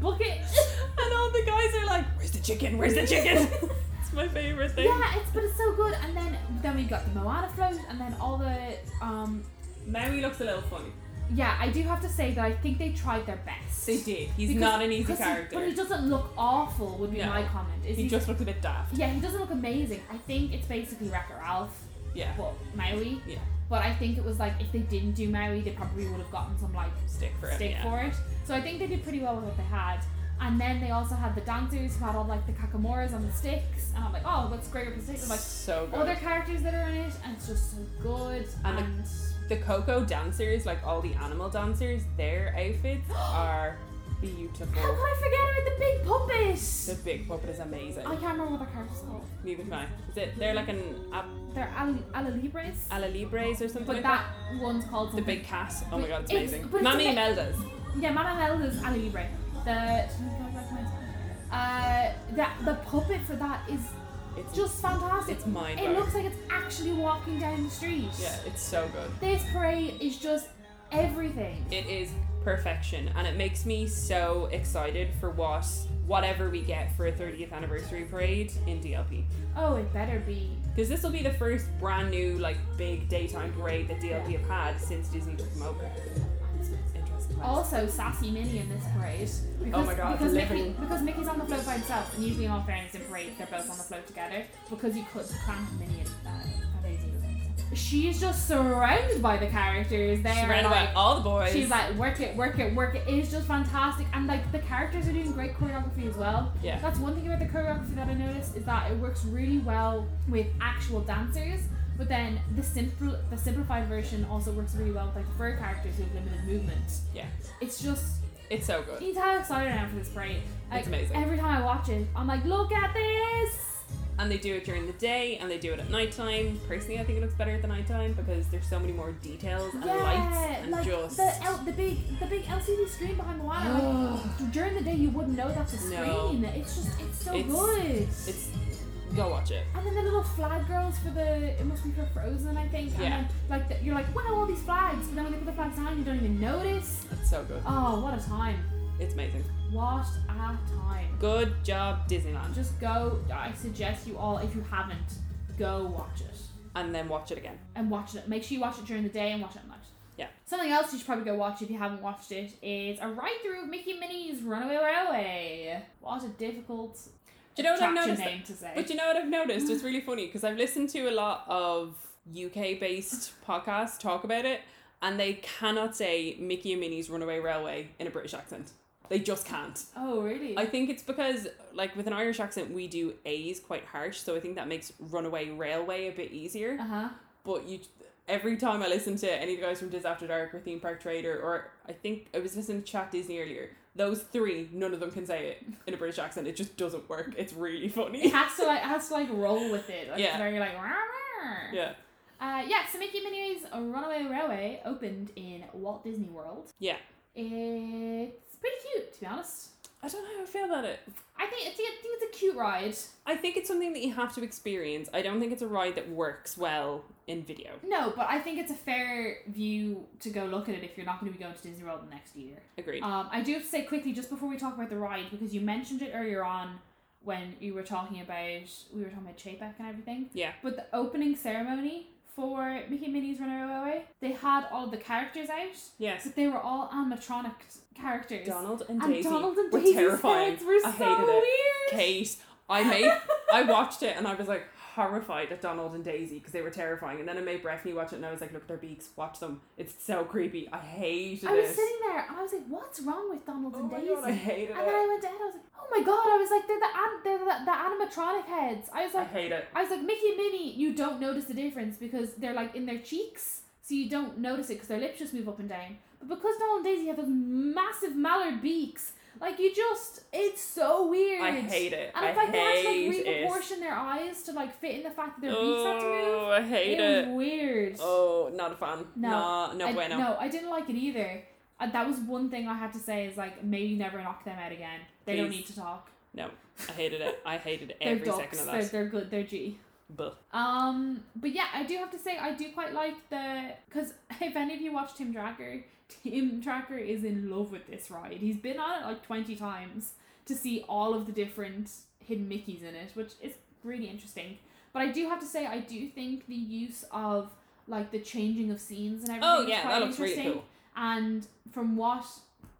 Speaker 2: bucket
Speaker 1: And all the guys are like, "Where's the chicken? Where's the chicken?" it's my favorite thing.
Speaker 2: yeah it's but it's so good and then then we got the moana float and then all the um
Speaker 1: Maui looks a little funny.
Speaker 2: yeah i do have to say that i think they tried their best
Speaker 1: They did. He's
Speaker 2: Because-
Speaker 1: not an easy
Speaker 2: because he-
Speaker 1: character.
Speaker 2: but he doesn't look awful would be
Speaker 1: No.
Speaker 2: my comment is
Speaker 1: he just looks a bit daft.
Speaker 2: yeah he doesn't look amazing i think it's basically wreck ralph
Speaker 1: Yeah.
Speaker 2: but maui
Speaker 1: Yeah.
Speaker 2: But I think it was like if they didn't do Maui, they probably would have gotten some like
Speaker 1: Stick for E it.
Speaker 2: stick
Speaker 1: yeah.
Speaker 2: for it. So I think they did pretty well with what they had. And then they also had the dancers who had all like the kakamoras on the sticks, and I'm like, oh, that's great representation. Like
Speaker 1: so good.
Speaker 2: other characters that are in it, and it's just so good.
Speaker 1: And
Speaker 2: And,
Speaker 1: the- the Coco dancers, like all the animal dancers, their outfits are
Speaker 2: how could
Speaker 1: beautiful.
Speaker 2: I forget about the big
Speaker 1: The
Speaker 2: puppet?
Speaker 1: big puppet is amazing.
Speaker 2: I can't remember what that character's called.
Speaker 1: Neither can I. Is it? They're like an a-
Speaker 2: They're al- Alalibres,
Speaker 1: Alalibres or something.
Speaker 2: but
Speaker 1: like
Speaker 2: that one's called
Speaker 1: The
Speaker 2: something.
Speaker 1: big cat. Oh my god, it's
Speaker 2: It's-
Speaker 1: amazing.
Speaker 2: but it's
Speaker 1: Mammy
Speaker 2: ama-
Speaker 1: Imelda's.
Speaker 2: Yeah, Mama Hell is Ali Libre. The oh uh, that the puppet for that is
Speaker 1: It's
Speaker 2: just fantastic.
Speaker 1: It's mind
Speaker 2: It looks like it's actually walking down the street.
Speaker 1: Yeah, it's so good.
Speaker 2: This parade is just everything.
Speaker 1: It is perfection, and it makes me so excited for what whatever we get for a 30th anniversary parade in DLP.
Speaker 2: oh, it better be.
Speaker 1: Because this will be the first brand new like big daytime parade that DLP have had since Disney took them over. Interesting. times.
Speaker 2: Also, sassy Minnie in this parade. Because,
Speaker 1: Oh my God,
Speaker 2: Because, Mickey,
Speaker 1: living.
Speaker 2: because Mickey's on the float by himself, and usually in all fairness in parades they're both on the float together. Because you could cramp Minnie in that. She's just surrounded by the characters. They
Speaker 1: She's
Speaker 2: are
Speaker 1: surrounded
Speaker 2: like,
Speaker 1: by all the boys.
Speaker 2: She's like, work it, work it, work it. It's just fantastic. And like the characters are doing great choreography as well.
Speaker 1: Yeah.
Speaker 2: That's one thing about the choreography that I noticed is that it works really well with actual dancers. But then the simple, the simplified version also works really well with like the fur characters who have limited movement.
Speaker 1: yeah,
Speaker 2: It's just,
Speaker 1: it's so good.
Speaker 2: you how excited I am for this parade. Like,
Speaker 1: It's amazing.
Speaker 2: Every time I watch it, I'm like, look at this.
Speaker 1: And they do it during the day and they do it at nighttime. Personally, I think it looks better at the nighttime because there's so many more details and lights and
Speaker 2: like
Speaker 1: just.
Speaker 2: the L- the big the big LCD screen behind the wall. Like, during the day, you wouldn't know that's a
Speaker 1: No.
Speaker 2: screen. It's just it's so
Speaker 1: It's-
Speaker 2: good.
Speaker 1: it's go watch it.
Speaker 2: and then the little flag girls for the it must be for Frozen, I think.
Speaker 1: Yeah.
Speaker 2: And then, like the, you're like, wow, all these flags. But then when they put the flags down, you don't even notice.
Speaker 1: It's so good.
Speaker 2: Oh, what a time!
Speaker 1: It's amazing.
Speaker 2: What a time!
Speaker 1: Good job, Disneyland.
Speaker 2: Just go. I suggest you all, if you haven't, go watch it.
Speaker 1: And then watch it again.
Speaker 2: and watch it. Make sure you watch it during the day and watch it at night.
Speaker 1: Yeah.
Speaker 2: Something else you should probably go watch if you haven't watched it is a ride through of Mickey and Minnie's Runaway Railway. What a difficult
Speaker 1: Do you know what I've
Speaker 2: attraction
Speaker 1: noticed?
Speaker 2: name to say.
Speaker 1: But you know what I've noticed? It's really funny because I've listened to a lot of UK based podcasts talk about it and they cannot say Mickey and Minnie's Runaway Railway in a British accent. They just can't.
Speaker 2: oh really?
Speaker 1: I think it's because, like, with an Irish accent, we do A's quite harsh, so I think that makes Runaway Railway a bit easier.
Speaker 2: uh huh.
Speaker 1: But you, every time I listen to any of the guys from Diz After Dark or Theme Park Trader, or I think I was listening to Chat Disney earlier, those three, none of them can say it in a British accent. It just doesn't work. It's really funny.
Speaker 2: It has to like it has to like roll with it. Like,
Speaker 1: Yeah.
Speaker 2: It's very like. "Rawr."
Speaker 1: yeah.
Speaker 2: Uh, yeah. So Mickey and Minnie's Runaway Railway opened in Walt Disney World.
Speaker 1: Yeah.
Speaker 2: It's pretty cute, to be honest.
Speaker 1: I don't know how I feel about it.
Speaker 2: I think I think I think it's a cute ride.
Speaker 1: I think it's something that you have to experience. I don't think it's a ride that works well in video.
Speaker 2: No, but I think it's a fair view to go look at it if you're not going to be going to Disney World next year.
Speaker 1: Agreed.
Speaker 2: Um, I do have to say quickly, just before we talk about the ride, because you mentioned it earlier on when you were talking about we were talking about Chapek and everything.
Speaker 1: Yeah.
Speaker 2: But the opening ceremony for Mickey and Minnie's Runaway Away, they had all the characters out,
Speaker 1: Yes.
Speaker 2: but they were all animatronic characters.
Speaker 1: Donald and,
Speaker 2: and
Speaker 1: Daisy
Speaker 2: Donald and
Speaker 1: were
Speaker 2: Daisy's
Speaker 1: terrifying.
Speaker 2: heads were
Speaker 1: I
Speaker 2: so
Speaker 1: hated it.
Speaker 2: weird.
Speaker 1: Kate, I made, I watched it and I was like horrified at Donald and Daisy because they were terrifying. And then I made Breffney watch it and I was like, look at their beaks, watch them. It's so creepy. I hated
Speaker 2: I was
Speaker 1: it.
Speaker 2: sitting there and I was like, "What's wrong with Donald
Speaker 1: oh
Speaker 2: and
Speaker 1: my
Speaker 2: Daisy?"
Speaker 1: god, I hated
Speaker 2: and then
Speaker 1: it.
Speaker 2: I went to Ed. I was like, "Oh my god!" I was like, "They're the an- they're the, the animatronic heads." I was
Speaker 1: I
Speaker 2: like,
Speaker 1: hate it.
Speaker 2: I was like, Mickey and Minnie, you don't notice the difference because they're like in their cheeks, so you don't notice it because their lips just move up and down. But because Donald and Daisy have those massive mallard beaks, like you just, it's so weird.
Speaker 1: I hate it.
Speaker 2: And
Speaker 1: I
Speaker 2: in fact, they
Speaker 1: hate
Speaker 2: had to like
Speaker 1: it.
Speaker 2: reproportion their eyes to like fit in the fact that their beaks had to move.
Speaker 1: Oh, I hate
Speaker 2: it
Speaker 1: it.
Speaker 2: was weird.
Speaker 1: Oh, not a fan.
Speaker 2: No.
Speaker 1: Nah, no
Speaker 2: I,
Speaker 1: bueno.
Speaker 2: No, I didn't like it either. Uh, that was one thing I had to say is like maybe never knock them out again. They don't
Speaker 1: Please.
Speaker 2: need to talk.
Speaker 1: No, I hated it. I hated
Speaker 2: They're
Speaker 1: every second
Speaker 2: ducks.
Speaker 1: of
Speaker 2: They're,
Speaker 1: that.
Speaker 2: they're good. They're G.
Speaker 1: Blech.
Speaker 2: Um, but yeah, I do have to say I do quite like the because if any of you watch Tim Tracker, Tim Tracker is in love with this ride. He's been on it like twenty times to see all of the different hidden Mickey's in it, which is really interesting. But I do have to say I do think the use of like the changing of scenes and everything.
Speaker 1: Oh
Speaker 2: is
Speaker 1: yeah,
Speaker 2: quite
Speaker 1: that looks really
Speaker 2: interesting.
Speaker 1: cool.
Speaker 2: And from what,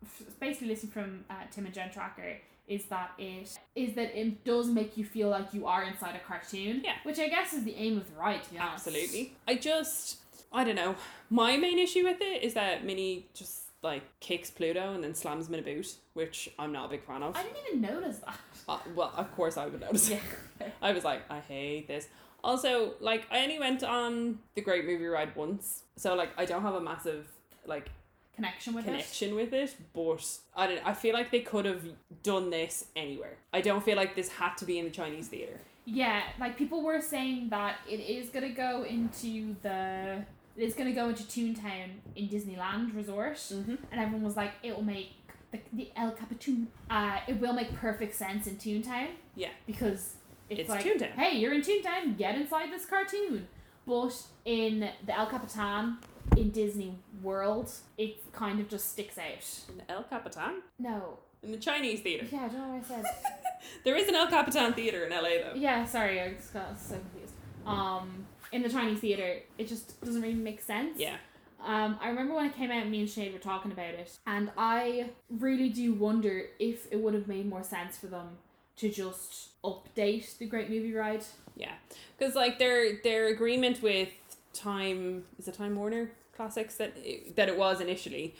Speaker 2: f- basically listening from uh, Tim and Jen Tracker, is that it is that it does make you feel like you are inside a cartoon.
Speaker 1: Yeah.
Speaker 2: Which I guess is the aim of the ride, to be honest.
Speaker 1: Absolutely. I just, I don't know. My main issue with it is that Minnie just like kicks Pluto and then slams him in a boot, which I'm not a big fan of.
Speaker 2: I didn't even notice that.
Speaker 1: Uh, well, of course I would notice.
Speaker 2: yeah.
Speaker 1: I was like, I hate this. Also, like, I only went on the Great Movie Ride once, so like, I don't have a massive like
Speaker 2: Connection with it.
Speaker 1: connection with it. But I don't. I feel like they could have done this anywhere. I don't feel like this had to be in the Chinese theater.
Speaker 2: Yeah, like people were saying that it is gonna go into the it's gonna go into Toontown in Disneyland Resort,
Speaker 1: Mhm.
Speaker 2: and everyone was like, it will make the, the El Capitan. Uh, it will make perfect sense in Toontown.
Speaker 1: Yeah.
Speaker 2: because it's,
Speaker 1: It's
Speaker 2: like,
Speaker 1: Toontown.
Speaker 2: hey, you're in Toontown, get inside this cartoon. But in the El Capitan in Disney World, it kind of just sticks out.
Speaker 1: In the El Capitan
Speaker 2: No,
Speaker 1: in the Chinese theater.
Speaker 2: yeah, I don't know what I said.
Speaker 1: There is an El Capitan theater in LA though.
Speaker 2: Yeah, sorry, I just got so confused. Um, in the Chinese theater, it just doesn't really make sense.
Speaker 1: Yeah.
Speaker 2: Um, I remember when it came out, me and Sinead were talking about it, and I really do wonder if it would have made more sense for them to just update the Great Movie Ride.
Speaker 1: Yeah, because like their their agreement with Time is it Time Warner Classics that it, that it was initially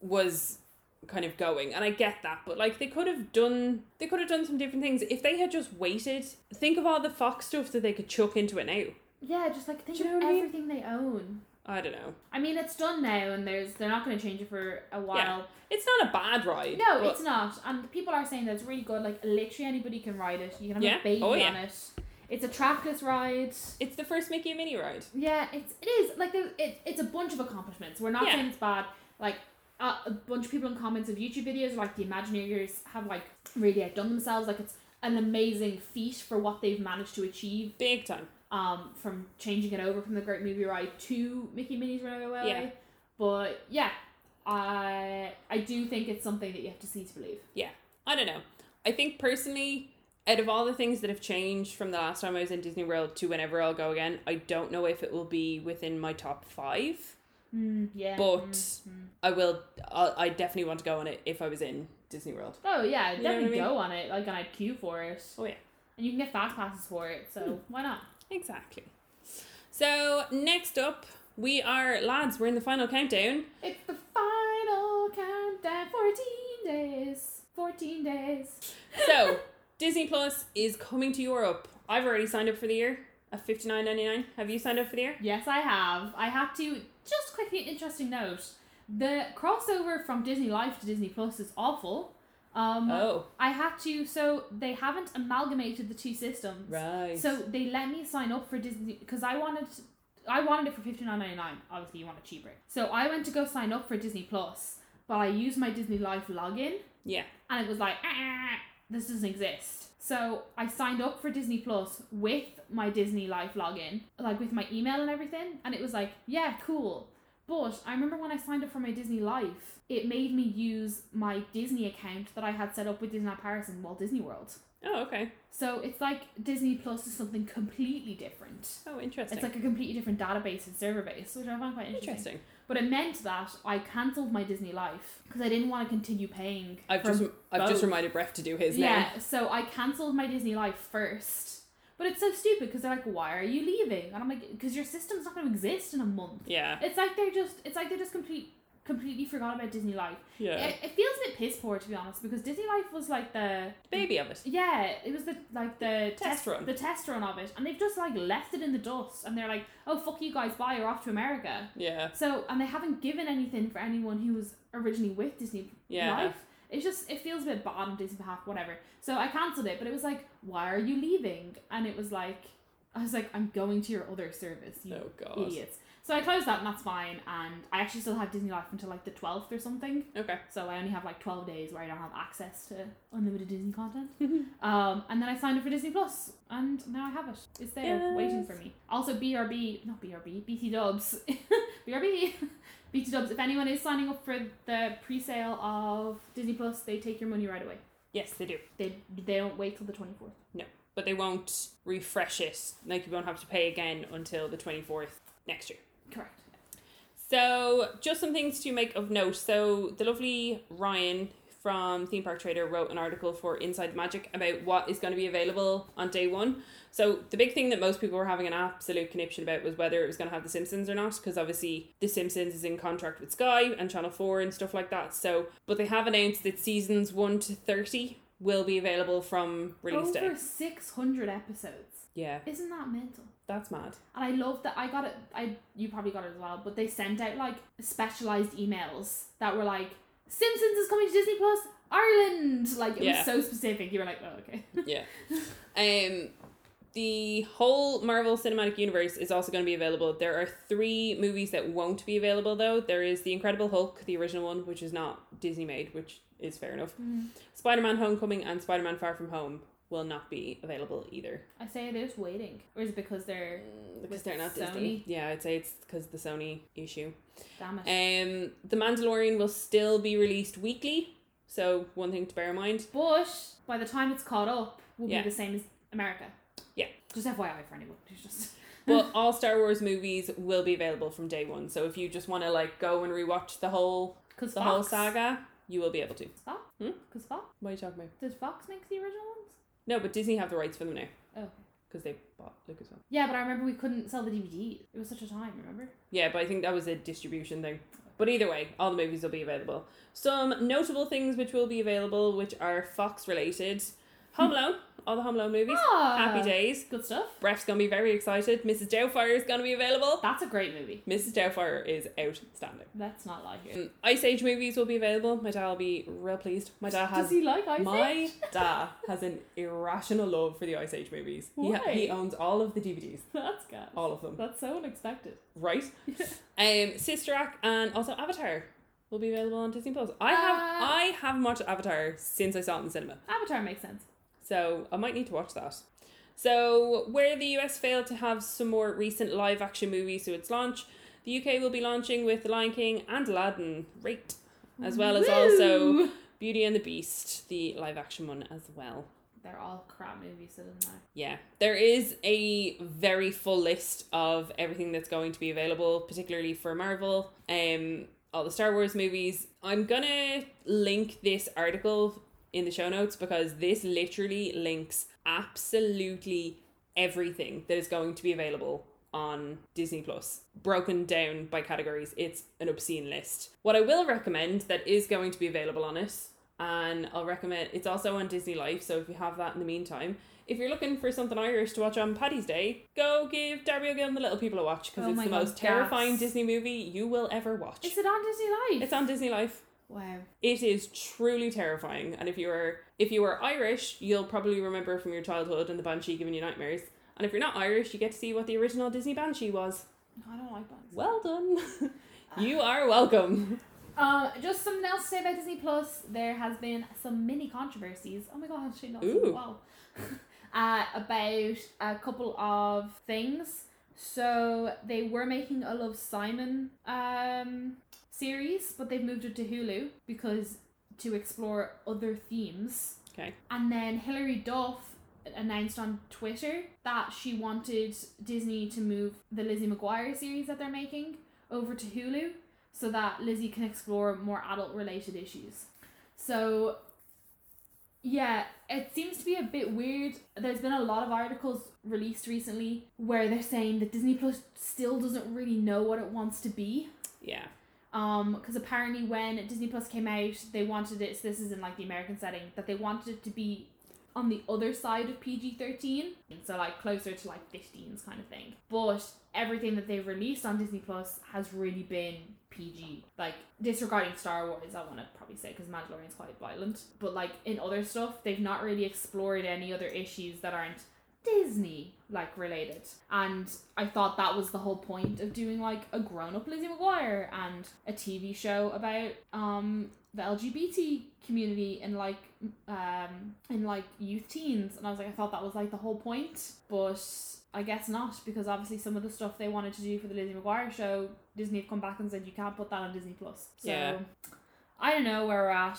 Speaker 1: was kind of going, and I get that, but like they could have done they could have done some different things if they had just waited. Think of all the Fox stuff that they could chuck into it now.
Speaker 2: Yeah, just like think
Speaker 1: Do you know
Speaker 2: of
Speaker 1: what I mean?
Speaker 2: everything they own.
Speaker 1: I don't know.
Speaker 2: I mean, it's done now, and there's they're not going to change it for a while.
Speaker 1: It's not a bad ride.
Speaker 2: No,
Speaker 1: but
Speaker 2: it's not. And people are saying that it's really good. Like literally anybody can ride it. You can have
Speaker 1: Yeah.
Speaker 2: a baby
Speaker 1: Oh, yeah.
Speaker 2: on it. It's a trackless ride.
Speaker 1: it's the first Mickey and Minnie ride.
Speaker 2: Yeah, it's it is like there, it, it's a bunch of accomplishments. We're not
Speaker 1: Yeah.
Speaker 2: saying it's bad. Like uh, a bunch of people in comments of YouTube videos, like the Imagineers have like really outdone themselves. Like it's an amazing feat for what they've managed to achieve.
Speaker 1: Big time.
Speaker 2: Um, from changing it over from the Great Movie Ride to Mickey and Minnie's Runaway Away.
Speaker 1: Yeah.
Speaker 2: But yeah, I I do think it's something that you have to see to believe.
Speaker 1: Yeah, I don't know. I think personally, out of all the things that have changed from the last time I was in Disney World to whenever I'll go again, I don't know if it will be within my top five,
Speaker 2: Mm, yeah.
Speaker 1: but
Speaker 2: mm.
Speaker 1: I will. I'll, I definitely want to go on it if I was in Disney World.
Speaker 2: Oh yeah, I'd
Speaker 1: You know what I
Speaker 2: definitely
Speaker 1: mean?
Speaker 2: go on it. Like, and I'd queue for it.
Speaker 1: Oh yeah,
Speaker 2: And you can get fast passes for it, so
Speaker 1: Hmm.
Speaker 2: why not?
Speaker 1: exactly. So next up, we are lads. We're in the final countdown.
Speaker 2: It's the final countdown. 14 days. 14 days.
Speaker 1: So Disney Plus is coming to Europe. I've already signed up for the year at fifty nine ninety nine. Have you signed up for the year?
Speaker 2: Yes, I have. I have to. Just quickly, an interesting note. The crossover from Disney Life to Disney Plus is awful. Um,
Speaker 1: Oh
Speaker 2: I had to. So they haven't amalgamated the two systems.
Speaker 1: right.
Speaker 2: So they let me sign up for Disney because I wanted I wanted it for fifty nine ninety nine. Obviously, you want it cheaper. So I went to go sign up for Disney Plus, but I used my Disney Life login.
Speaker 1: Yeah.
Speaker 2: And it was like, ah, this doesn't exist. So I signed up for Disney Plus with my Disney Life login, like with my email and everything, and it was like, yeah, cool. But I remember when I signed up for my Disney Life, it made me use my Disney account that I had set up with Disneyland Paris and Walt Disney World.
Speaker 1: Oh, okay.
Speaker 2: So it's like Disney Plus is something completely different.
Speaker 1: Oh, interesting.
Speaker 2: It's like a completely different database and server base, which I find quite interesting.
Speaker 1: interesting.
Speaker 2: But it meant that I cancelled my Disney Life because I didn't want to continue paying.
Speaker 1: I've
Speaker 2: for
Speaker 1: just I've
Speaker 2: both.
Speaker 1: just reminded Brett to do his
Speaker 2: yeah,
Speaker 1: now.
Speaker 2: so I cancelled my Disney Life first. But it's so stupid because they're like, "Why are you leaving?" And I'm like, "Because your system's not going to exist in a month."
Speaker 1: Yeah.
Speaker 2: It's like they're just. It's like they just complete completely forgot about Disney Life.
Speaker 1: Yeah.
Speaker 2: It, it feels a bit piss poor to be honest because Disney Life was like the
Speaker 1: Baby of it.
Speaker 2: yeah, it was the like the
Speaker 1: Test run.
Speaker 2: the test run of it, and they've just like left it in the dust, and they're like, "Oh fuck you guys, bye, you're off to America."
Speaker 1: Yeah.
Speaker 2: So, and they haven't given anything for anyone who was originally with Disney
Speaker 1: Yeah.
Speaker 2: Life. It's just it feels a bit bad on Disney behalf, whatever. So I cancelled it, but it was like, "Why are you leaving?" And it was like, I was like, "I'm going to your other service, you
Speaker 1: Oh god.
Speaker 2: idiots." So I closed that, and that's fine. And I actually still have Disney Life until like the twelfth or something.
Speaker 1: Okay.
Speaker 2: So I only have like 12 days where I don't have access to unlimited Disney content. um, and then I signed up for Disney Plus, and now I have it. It's there waiting
Speaker 1: Yes.
Speaker 2: for me. Also, BRB, not BRB, BT Dubs. BRB, BT Dubs. If anyone is signing up for the pre sale of Disney Plus, they take your money right away.
Speaker 1: Yes, they do.
Speaker 2: They, they don't wait till the 24th.
Speaker 1: No, but they won't refresh it. Like you won't have to pay again until the twenty fourth next year.
Speaker 2: Correct.
Speaker 1: So, just some things to make of note. So, the lovely Ryan from Theme Park Trader wrote an article for Inside Magic about what is going to be available on day one. So, the big thing that most people were having an absolute conniption about was whether it was going to have The Simpsons or not, because obviously The Simpsons is in contract with Sky and Channel 4 and stuff like that. So, but they have announced that seasons 1 to 30 will be available from release
Speaker 2: Over
Speaker 1: day.
Speaker 2: 600 episodes.
Speaker 1: Yeah,
Speaker 2: Isn't that mental?
Speaker 1: that's mad.
Speaker 2: And I love that I got it. I you probably got it as well, but they sent out like specialized emails that were like Simpsons is coming to Disney Plus Ireland. Like it
Speaker 1: Yeah.
Speaker 2: was so specific. You were like, oh okay.
Speaker 1: yeah. Um, the whole Marvel Cinematic Universe is also going to be available. There are three movies that won't be available though. There is The Incredible Hulk, the original one, which is not Disney made, which is fair enough. Spider Man Homecoming and Spider Man Far From Home will not be available either
Speaker 2: I say they're just waiting, or is it because they're
Speaker 1: because
Speaker 2: with
Speaker 1: they're not Disney. Yeah, I'd say it's because the Sony issue.
Speaker 2: Damn it.
Speaker 1: Um, The Mandalorian will still be released weekly, so one thing to bear in mind.
Speaker 2: but by the time it's caught up, will
Speaker 1: Yeah.
Speaker 2: be the same as America.
Speaker 1: Yeah.
Speaker 2: Just FYI for anyone who's just.
Speaker 1: But all Star Wars movies will be available from day one. So if you just want to like go and rewatch the whole
Speaker 2: Because
Speaker 1: the whole saga, you will be able to.
Speaker 2: Fox.
Speaker 1: Hmm?
Speaker 2: Because Fox.
Speaker 1: What are you talking about?
Speaker 2: Did Fox make the original ones?
Speaker 1: No, but Disney have the rights for them now
Speaker 2: Oh. okay.
Speaker 1: because they bought Lucasfilm.
Speaker 2: Yeah, but I remember we couldn't sell the DVD. It was such a time. Remember.
Speaker 1: Yeah, but I think that was a distribution thing. But either way, all the movies will be available. Some notable things which will be available, which are Fox related, Home Alone, all the Home Alone movies,
Speaker 2: Ah.
Speaker 1: Happy Days.
Speaker 2: Good stuff.
Speaker 1: Brett's gonna be very excited. Mrs. Doubtfire is gonna be available.
Speaker 2: That's a great movie.
Speaker 1: Mrs. Doubtfire is outstanding.
Speaker 2: Let's not lie here.
Speaker 1: Um, Ice Age movies will be available. My dad will be real pleased. My dad has
Speaker 2: Does he like Ice
Speaker 1: my
Speaker 2: Age?
Speaker 1: dad has an irrational love for the Ice Age movies.
Speaker 2: Why?
Speaker 1: He, he owns all of the DVDs,
Speaker 2: That's gas.
Speaker 1: all of them,
Speaker 2: That's so unexpected.
Speaker 1: right? um, Sister Act and also Avatar will be available on Disney Plus. I have
Speaker 2: Uh,
Speaker 1: I haven't watched Avatar since I saw it in the cinema,
Speaker 2: Avatar makes sense.
Speaker 1: so I might need to watch that. So where the US failed to have some more recent live action movies to its launch, the UK will be launching with The Lion King and Aladdin, rate, as well as
Speaker 2: Woo!
Speaker 1: also Beauty and the Beast, the live action one as well.
Speaker 2: They're all crap movies, so doesn't matter.
Speaker 1: Yeah, there is a very full list of everything that's going to be available, particularly for Marvel. Um, all the Star Wars movies. I'm gonna link this article in the show notes because this literally links absolutely everything that is going to be available on Disney Plus, broken down by categories. It's an obscene list. What I will recommend that is going to be available on it, and I'll recommend it's also on Disney Life, so if you have that in the meantime, if you're looking for something Irish to watch on Paddy's Day, go give Darby O'Gill and the Little People a watch because
Speaker 2: Oh
Speaker 1: it's
Speaker 2: my
Speaker 1: the
Speaker 2: God,
Speaker 1: most terrifying
Speaker 2: gas.
Speaker 1: Disney movie you will ever watch.
Speaker 2: Is it on Disney Life?
Speaker 1: It's on Disney Life.
Speaker 2: Wow.
Speaker 1: It is truly terrifying, and if you are if you are Irish, you'll probably remember from your childhood and the Banshee giving you nightmares. And if you're not Irish, you get to see what the original Disney Banshee was.
Speaker 2: No, I don't like that.
Speaker 1: Well done. you
Speaker 2: Ah.
Speaker 1: are welcome.
Speaker 2: Um, just something else to say about Disney Plus. There has been some mini controversies. Oh my god, she knocked
Speaker 1: Ooh.
Speaker 2: wow. uh, about a couple of things. So they were making a Love Simon um series, but they've moved it to Hulu because to explore other themes.
Speaker 1: Okay.
Speaker 2: And then Hilary Duff announced on Twitter that she wanted Disney to move the Lizzie McGuire series that they're making over to Hulu so that Lizzie can explore more adult related issues. So, yeah, it seems to be a bit weird. There's been a lot of articles released recently where they're saying that Disney Plus still doesn't really know what it wants to be
Speaker 1: Yeah.
Speaker 2: um because apparently when disney plus came out they wanted it so this is in like the american setting that they wanted it to be on the other side of pg-13 and so like closer to like 15s kind of thing but everything that they've released on disney plus has really been pg like disregarding star wars i want to probably say because mandalorian's quite violent but like in other stuff they've not really explored any other issues that aren't Disney like related. And I thought that was the whole point of doing like a grown up Lizzie McGuire and a TV show about um the LGBT community and like um in like youth teens. And I was like, I thought that was like the whole point, but I guess not because obviously some of the stuff they wanted to do for the Lizzie McGuire show, Disney have come back and said you can't put that on Disney Plus. So
Speaker 1: Yeah.
Speaker 2: I don't know where we're at.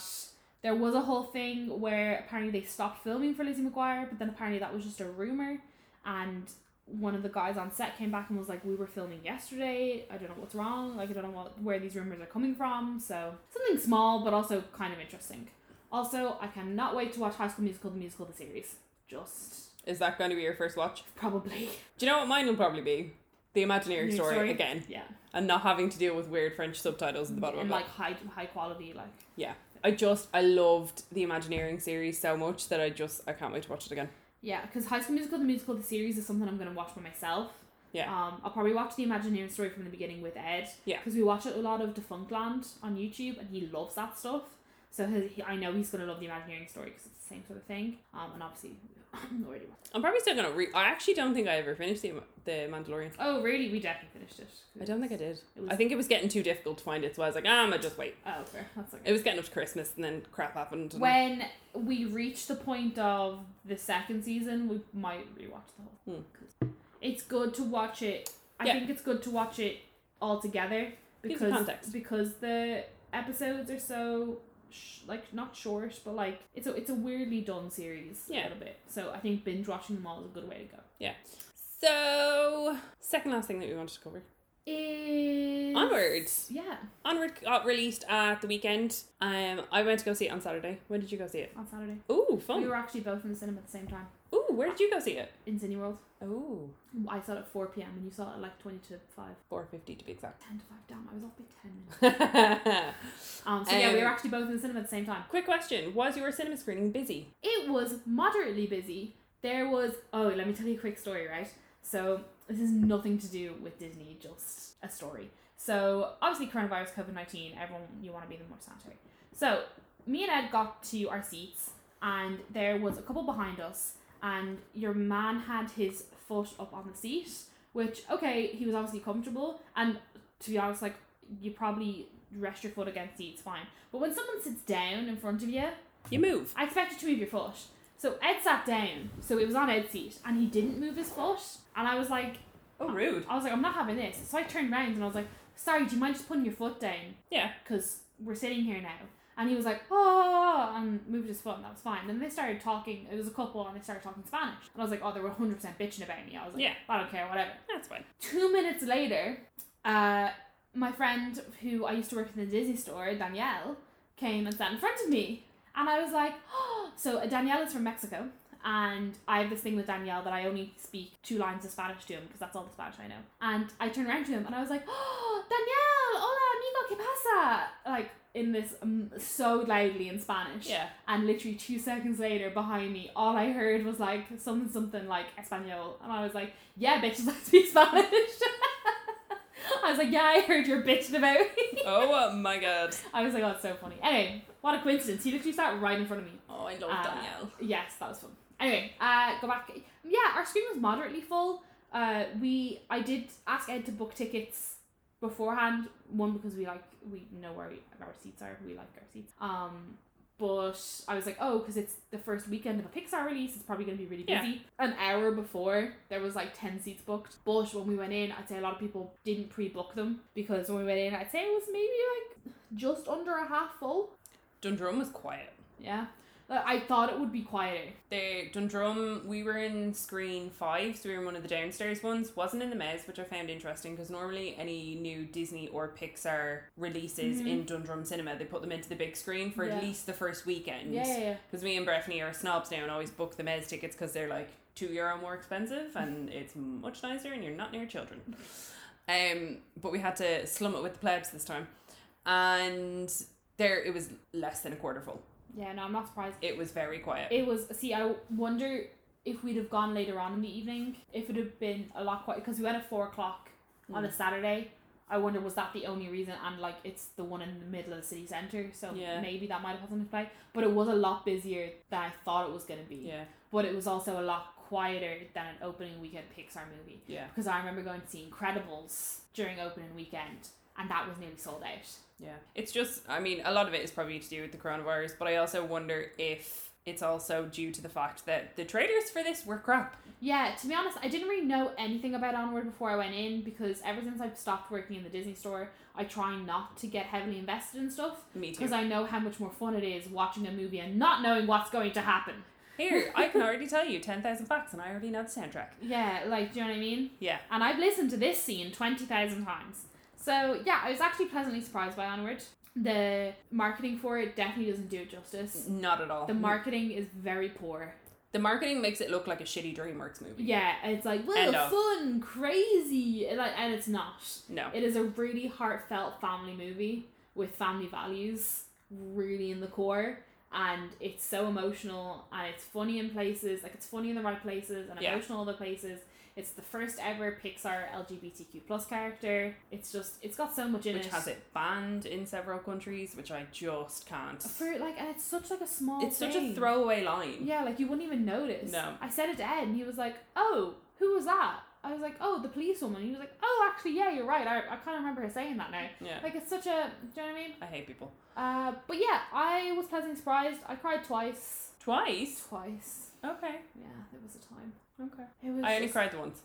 Speaker 2: There was a whole thing where apparently they stopped filming for Lizzie McGuire, but then apparently that was just a rumor. And one of the guys on set came back and was like, "We were filming yesterday. I don't know what's wrong. Like I don't know what, where these rumors are coming from." So something small, but also kind of interesting. Also, I cannot wait to watch High School Musical: The Musical: The Series. Just
Speaker 1: Is that going to be your first watch?
Speaker 2: probably
Speaker 1: Do you know what mine will probably be? The Imagineering
Speaker 2: Your
Speaker 1: story, again,
Speaker 2: Yeah,
Speaker 1: and not having to deal with weird French subtitles at the bottom
Speaker 2: Mm, and
Speaker 1: of it.
Speaker 2: like high high quality like.
Speaker 1: Yeah. I just I loved the Imagineering series so much that I just I can't wait to watch it again.
Speaker 2: Yeah, because High School Musical, the musical, the series is something I'm going to watch by myself.
Speaker 1: Yeah.
Speaker 2: Um, I'll probably watch the Imagineering story from the beginning with Ed.
Speaker 1: Yeah.
Speaker 2: Because we watch a lot of Defunctland on YouTube, and he loves that stuff. So his, he, I know he's going to love the Imagineering story because it's the same sort of thing. Um, and obviously, already. watched-
Speaker 1: I'm probably still gonna re. I actually don't think I ever finished the Im- the Mandalorian.
Speaker 2: Oh, really? We definitely finished it.
Speaker 1: I don't think I did.
Speaker 2: It was-
Speaker 1: I think it was getting too difficult to find it, so I was like, ah, I'm gonna just wait.
Speaker 2: Oh, fair. That's okay.
Speaker 1: It was getting up to Christmas, and then crap happened. and-
Speaker 2: when we reach the point of the second season, we might rewatch the whole thing. 'cause It's good to watch it. I
Speaker 1: Hmm. Yeah.
Speaker 2: think it's good to watch it all together
Speaker 1: Gives
Speaker 2: because
Speaker 1: context.
Speaker 2: because the episodes are so sh- like not short, but like it's a it's a weirdly done series a
Speaker 1: Yeah.
Speaker 2: little bit. So I think binge watching them all is a good way to go.
Speaker 1: yeah. So second last thing that we wanted to cover.
Speaker 2: Is
Speaker 1: Onwards.
Speaker 2: Yeah,
Speaker 1: Onward got released at the weekend. Um, I went to go see it on Saturday. When did you go see it?
Speaker 2: on Saturday
Speaker 1: Ooh,
Speaker 2: we
Speaker 1: fun.
Speaker 2: were actually both in the cinema at the same time
Speaker 1: Ooh, where did you go see it?
Speaker 2: in Cineworld.
Speaker 1: Ooh,
Speaker 2: I saw it at four p.m. and you saw it at like twenty to five.
Speaker 1: four fifty to be exact.
Speaker 2: 10 to 5 damn I was off by 10 minutes
Speaker 1: Quick
Speaker 2: um so yeah we were
Speaker 1: Um,
Speaker 2: actually both in the cinema at the same time
Speaker 1: question: Was your cinema screening busy?
Speaker 2: it was moderately busy there was oh let me tell you a quick story right so this is nothing to do with Disney just a story so obviously coronavirus COVID-19 everyone you want to be the more sanitary so me and Ed got to our seats and there was a couple behind us and your man had his foot up on the seat which okay he was obviously comfortable and to be honest like you probably rest your foot against seats fine but when someone sits down in front of you
Speaker 1: You move.
Speaker 2: I expected to move your foot. So Ed sat down, so it was on Ed's seat, and he didn't move his foot. And I was like,
Speaker 1: Oh, rude.
Speaker 2: I was like, I'm not having this. So I turned around and I was like, sorry, do you mind just putting your foot down?
Speaker 1: Yeah.
Speaker 2: Because we're sitting here now. And he was like, oh, and moved his foot, and that was fine. Then they started talking, it was a couple, and they started talking Spanish. And I was like, oh, they were 100% bitching about me. I was like,
Speaker 1: Yeah.
Speaker 2: I don't care, whatever
Speaker 1: That's fine.
Speaker 2: two minutes later, uh, my friend who I used to work in the Disney store, Danielle, came and sat in front of me. And I was like, oh. so Danielle is from Mexico. And I have this thing with Danielle that I only speak two lines of Spanish to him because that's all the Spanish I know. And I turned around to him and I was like, oh, Danielle, hola amigo, ¿qué pasa? Like in this um, so loudly in Spanish.
Speaker 1: Yeah.
Speaker 2: And literally two seconds later, behind me, all I heard was like something, something like Espanol. And I was like, yeah, bitches, I speak Spanish. I was like, yeah, I heard you're bitching about me.
Speaker 1: oh my god.
Speaker 2: I was like, oh, that's so funny. Anyway, what a coincidence. He literally sat right in front of me.
Speaker 1: Oh, I love
Speaker 2: Uh, Yes, that was fun. Anyway, uh, go back. Yeah, our screen was moderately full. Uh, we I did ask Ed to book tickets beforehand. One because we like we know where our seats are. We like our seats. Um, but I was like, oh, because it's the first weekend of a Pixar release. It's probably gonna be really
Speaker 1: Yeah.
Speaker 2: busy. An hour before, there was like ten seats booked. But when we went in, I'd say a lot of people didn't pre-book them because when we went in, I'd say it was maybe like just under a half full.
Speaker 1: Dundrum was quiet.
Speaker 2: Yeah. Like, I thought it would be quieter.
Speaker 1: The Dundrum, we were in screen five, so we were in one of the downstairs ones. Wasn't in the mez, which I found interesting because normally any new Disney or Pixar releases
Speaker 2: Mhm.
Speaker 1: in Dundrum Cinema, they put them into the big screen for
Speaker 2: Yeah.
Speaker 1: at least the first weekend.
Speaker 2: Yeah, yeah, yeah.
Speaker 1: Because me and Breffni are snobs now and always book the Mez tickets because they're like two euro more expensive and it's much nicer and you're not near children. Um, but we had to slum it with the plebs this time, and there it was less than a quarter full.
Speaker 2: Yeah, no, I'm not surprised.
Speaker 1: It was very quiet.
Speaker 2: It was. See, I wonder if we'd have gone later on in the evening if it had been a lot quieter because we went at four o'clock
Speaker 1: Mm.
Speaker 2: on a Saturday. I wonder was that the only reason? And like, it's the one in the middle of the city center, so
Speaker 1: Yeah.
Speaker 2: maybe that might have had something to play. But it was a lot busier than I thought it was gonna be.
Speaker 1: yeah,
Speaker 2: But it was also a lot quieter than an opening weekend Pixar movie.
Speaker 1: yeah,
Speaker 2: Because I remember going to see Incredibles during opening weekend, and that was nearly sold out.
Speaker 1: yeah. It's just, I mean, a lot of it is probably to do with the coronavirus, but I also wonder if it's also due to the fact that the trailers for this were crap.
Speaker 2: Yeah, to be honest, I didn't really know anything about Onward before I went in because ever since I've stopped working in the Disney store, I try not to get heavily invested in stuff
Speaker 1: Me too.
Speaker 2: because I know how much more fun it is watching a movie and not knowing what's going to happen.
Speaker 1: Here, I can already tell you ten thousand facts, and I already know the soundtrack.
Speaker 2: Yeah, like, do you know what I mean?
Speaker 1: Yeah.
Speaker 2: And I've listened to this scene 20,000 times. So, yeah, I was actually pleasantly surprised by Onward. The marketing for it definitely doesn't do it justice.
Speaker 1: Not at all.
Speaker 2: The marketing is very poor.
Speaker 1: The marketing makes it look like a shitty DreamWorks movie.
Speaker 2: Yeah, it's like,
Speaker 1: End
Speaker 2: well,
Speaker 1: of.
Speaker 2: fun, crazy, and like, and it's not.
Speaker 1: No.
Speaker 2: It is a really heartfelt family movie with family values really in the core. And it's so emotional and it's funny in places. Like it's funny in the right places and
Speaker 1: Yeah.
Speaker 2: emotional in other places. It's the first ever Pixar LGBTQ plus character. It's just it's got so much in
Speaker 1: which
Speaker 2: it.
Speaker 1: has it banned in several countries, which I just can't.
Speaker 2: For like and it's such like a small
Speaker 1: It's such a
Speaker 2: thing.
Speaker 1: throwaway line.
Speaker 2: Yeah, like you wouldn't even notice.
Speaker 1: No.
Speaker 2: I said it to Ed and he was like, Oh, who was that? I was like, Oh, the police woman. He was like, Oh actually yeah, you're right. I, I can't remember her saying that now.
Speaker 1: Yeah.
Speaker 2: Like it's such a do you know what I mean?
Speaker 1: I hate people.
Speaker 2: Uh, but yeah, I was pleasantly surprised. I cried twice.
Speaker 1: Twice.
Speaker 2: Twice.
Speaker 1: Okay.
Speaker 2: Yeah, there was a time.
Speaker 1: Okay.
Speaker 2: It was.
Speaker 1: I only
Speaker 2: just-
Speaker 1: cried the once.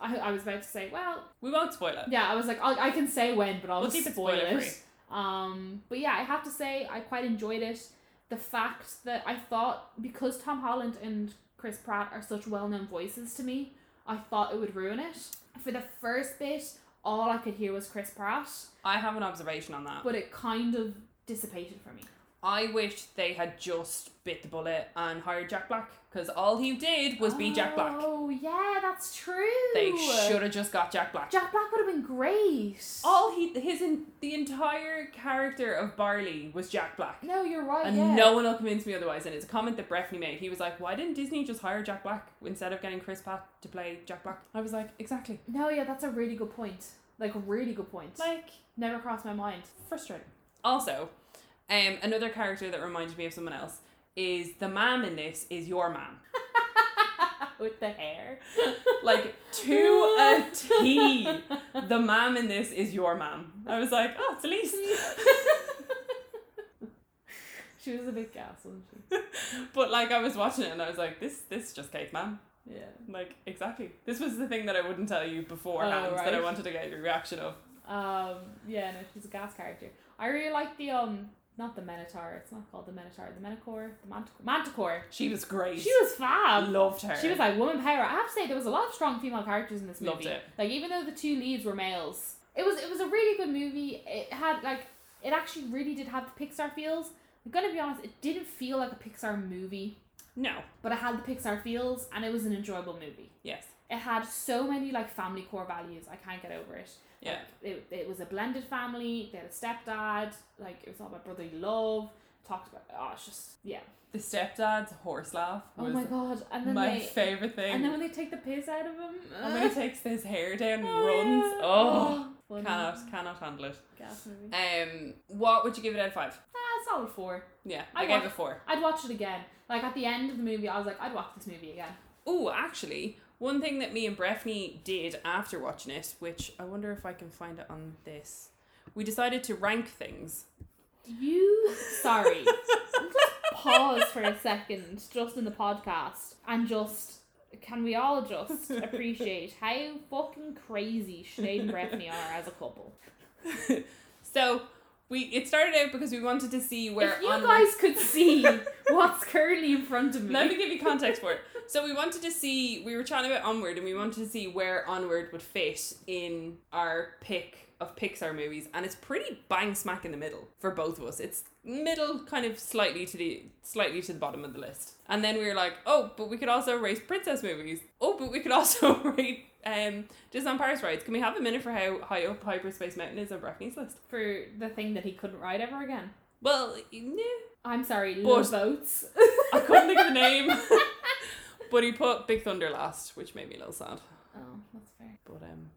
Speaker 2: I, I was about to say, well,
Speaker 1: We won't spoil it.
Speaker 2: yeah, I was like, I'll, I can say when, but I'll
Speaker 1: We'll
Speaker 2: just
Speaker 1: keep it
Speaker 2: spoil it.
Speaker 1: spoiler-free.
Speaker 2: Um, but yeah, I have to say, I quite enjoyed it. The fact that I thought because Tom Holland and Chris Pratt are such well-known voices to me, I thought it would ruin it. For the first bit, all I could hear was Chris Pratt,
Speaker 1: I have an observation on that.
Speaker 2: but it kind of dissipated for me.
Speaker 1: I wish they had just bit the bullet and hired Jack Black because all he did was be Jack Black.
Speaker 2: Oh yeah, that's true.
Speaker 1: They should have just got Jack Black.
Speaker 2: Jack Black would have been great.
Speaker 1: all he his in, the entire character of Barley was Jack Black.
Speaker 2: no, you're right.
Speaker 1: And
Speaker 2: yeah.
Speaker 1: no one will convince me otherwise. And it's a comment that Breffney made. He was like, "Why didn't Disney just hire Jack Black instead of getting Chris Pratt to play Jack Black?" I was like, "Exactly."
Speaker 2: no, yeah, that's a really good point. Like a really good point.
Speaker 1: Like,
Speaker 2: Never crossed my mind.
Speaker 1: frustrating. Also, um, another character that reminded me of someone else is the mom in this is your mom.
Speaker 2: With the hair.
Speaker 1: Like to a T, the mom in this is your mom. I was like, "Oh, it's Elise."
Speaker 2: she was a big gal, wasn't she?
Speaker 1: but like, I was watching it and I was like, "This, this just cake, mom."
Speaker 2: Yeah.
Speaker 1: Like exactly. This was the thing that I wouldn't tell you beforehand
Speaker 2: Oh,
Speaker 1: that I
Speaker 2: right.
Speaker 1: wanted to get your reaction of.
Speaker 2: Um. Yeah. No, she's a gas character. I really like the um. Not the Minotaur. It's not called the Minotaur. The Minotaur. The Manticore. Manticore.
Speaker 1: She was great.
Speaker 2: She was
Speaker 1: I
Speaker 2: fab.
Speaker 1: loved her.
Speaker 2: She was like woman power. I have to say there was a lot of strong female characters in this movie.
Speaker 1: Loved it.
Speaker 2: Like even though the two leads were males, it was it was a really good movie. It had like it actually really did have the Pixar feels. I'm gonna be honest, it didn't feel like a Pixar movie,
Speaker 1: no.
Speaker 2: but it had the Pixar feels and it was an enjoyable movie.
Speaker 1: Yes.
Speaker 2: It had so many like family core values. I can't get over it.
Speaker 1: Yeah.
Speaker 2: Like, it, it was a blended family. They had a stepdad. Like it was all about brotherly love. Talked about oh, it's just yeah.
Speaker 1: The stepdad's horse laugh
Speaker 2: Oh
Speaker 1: was
Speaker 2: my god! And then
Speaker 1: my
Speaker 2: they,
Speaker 1: favorite thing. Oh
Speaker 2: and then when they take the piss out of him,
Speaker 1: And when he takes his hair down and runs.
Speaker 2: yeah.
Speaker 1: Oh,
Speaker 2: Funny.
Speaker 1: cannot cannot handle it.
Speaker 2: Gas movie.
Speaker 1: Um, what would you give it out of five?
Speaker 2: Ah, solid four.
Speaker 1: Yeah, I,
Speaker 2: I
Speaker 1: gave
Speaker 2: wa-
Speaker 1: it four.
Speaker 2: I'd watch it again. Like at the end of the movie, I was like, I'd watch this movie again.
Speaker 1: Oh, actually, one thing that me and Breffni did after watching it, which I wonder if I can find it on this, we decided to rank things.
Speaker 2: You sorry? just pause for a second, just in the podcast, and just can we all just appreciate how fucking crazy Sinead and Breffni are as a couple?
Speaker 1: So We it started out because we wanted to see where
Speaker 2: if you
Speaker 1: on-
Speaker 2: guys could see what's currently in front of me.
Speaker 1: Let me give you context for it. So we wanted to see we were chatting about Onward and we wanted to see where Onward would fit in our pick of Pixar movies and it's pretty bang smack in the middle for both of us. It's middle kind of slightly to the slightly to the bottom of the list. And then we were like, "Oh, but we could also rate princess movies. Oh, but we could also rate um just on Paris rides. Can we have a minute for how high up Hyperspace Mountain is on Brackeney's list?"
Speaker 2: for the thing that he couldn't ride ever again.
Speaker 1: Well, no.
Speaker 2: I'm sorry,
Speaker 1: But-
Speaker 2: love boats.
Speaker 1: I couldn't think of the name. but he put Big Thunder last, which made me a little sad.
Speaker 2: Oh, that's fair.
Speaker 1: But um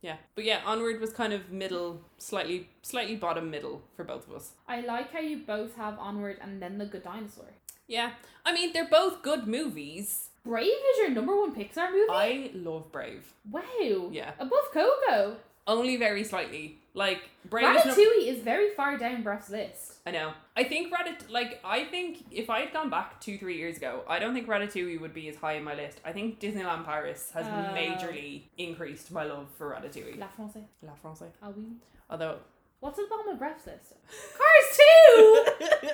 Speaker 1: yeah. But yeah, Onward was kind of middle, slightly slightly bottom middle for both of us.
Speaker 2: I like how you both have Onward and then The Good Dinosaur.
Speaker 1: Yeah. I mean they're both good movies.
Speaker 2: Brave is your number one Pixar movie?
Speaker 1: I love Brave.
Speaker 2: wow.
Speaker 1: Yeah.
Speaker 2: Above Coco.
Speaker 1: Only very slightly. Like Brave is
Speaker 2: Ratatouille
Speaker 1: no-
Speaker 2: is very far down Breath's list.
Speaker 1: I know. I think Ratat like I think if I had gone back two, three years ago, I don't think Ratatouille would be as high in my list. I think Disneyland Paris has
Speaker 2: Oh.
Speaker 1: majorly increased my love for Ratatouille.
Speaker 2: La Francais.
Speaker 1: La France.
Speaker 2: Are we?
Speaker 1: Although
Speaker 2: What's at the bottom of Breath's list? Cars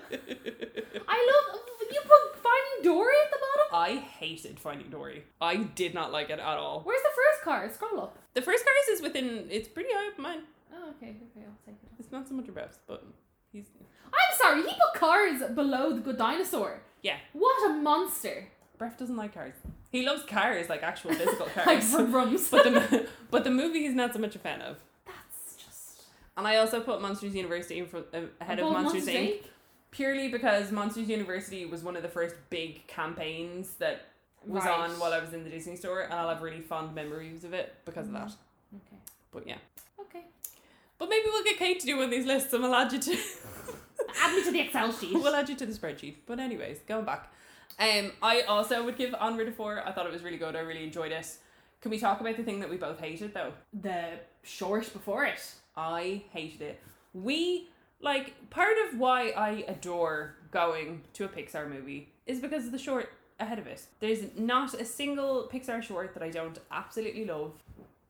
Speaker 2: 2! I love. You put Finding Dory at the bottom?
Speaker 1: I hated Finding Dory. I did not like it at all.
Speaker 2: Where's the first car? Scroll up.
Speaker 1: The first Cars is within. It's pretty high up mine.
Speaker 2: Oh, okay, okay, I'll take it. off.
Speaker 1: It's not so much about but he's
Speaker 2: I'm sorry, he put cars below the good dinosaur.
Speaker 1: yeah.
Speaker 2: What a monster!
Speaker 1: Bref doesn't like cars. He loves cars, like actual physical
Speaker 2: Like
Speaker 1: cars.
Speaker 2: vroom vrooms.
Speaker 1: but the mo- but the movie he's not so much a fan of.
Speaker 2: That's just
Speaker 1: And I also put Monsters University in front, uh, ahead of
Speaker 2: Above
Speaker 1: Monsters Inc. purely because Monsters University was one of the first big campaigns that was
Speaker 2: Right.
Speaker 1: on while I was in the Disney store, and I'll have really fond memories of it because of that.
Speaker 2: Okay.
Speaker 1: But yeah.
Speaker 2: Okay.
Speaker 1: But maybe we'll get Kate to do one of these lists and we'll add you to
Speaker 2: Add me to the Excel sheet.
Speaker 1: we'll add you to the spreadsheet. But anyways, going back. Um I also would give Onward a four. I thought it was really good. I really enjoyed it. Can we talk about the thing that we both hated though?
Speaker 2: the short before it.
Speaker 1: I hated it. We like part of why I adore going to a Pixar movie is because of the short ahead of it. There's not a single Pixar short that I don't absolutely love.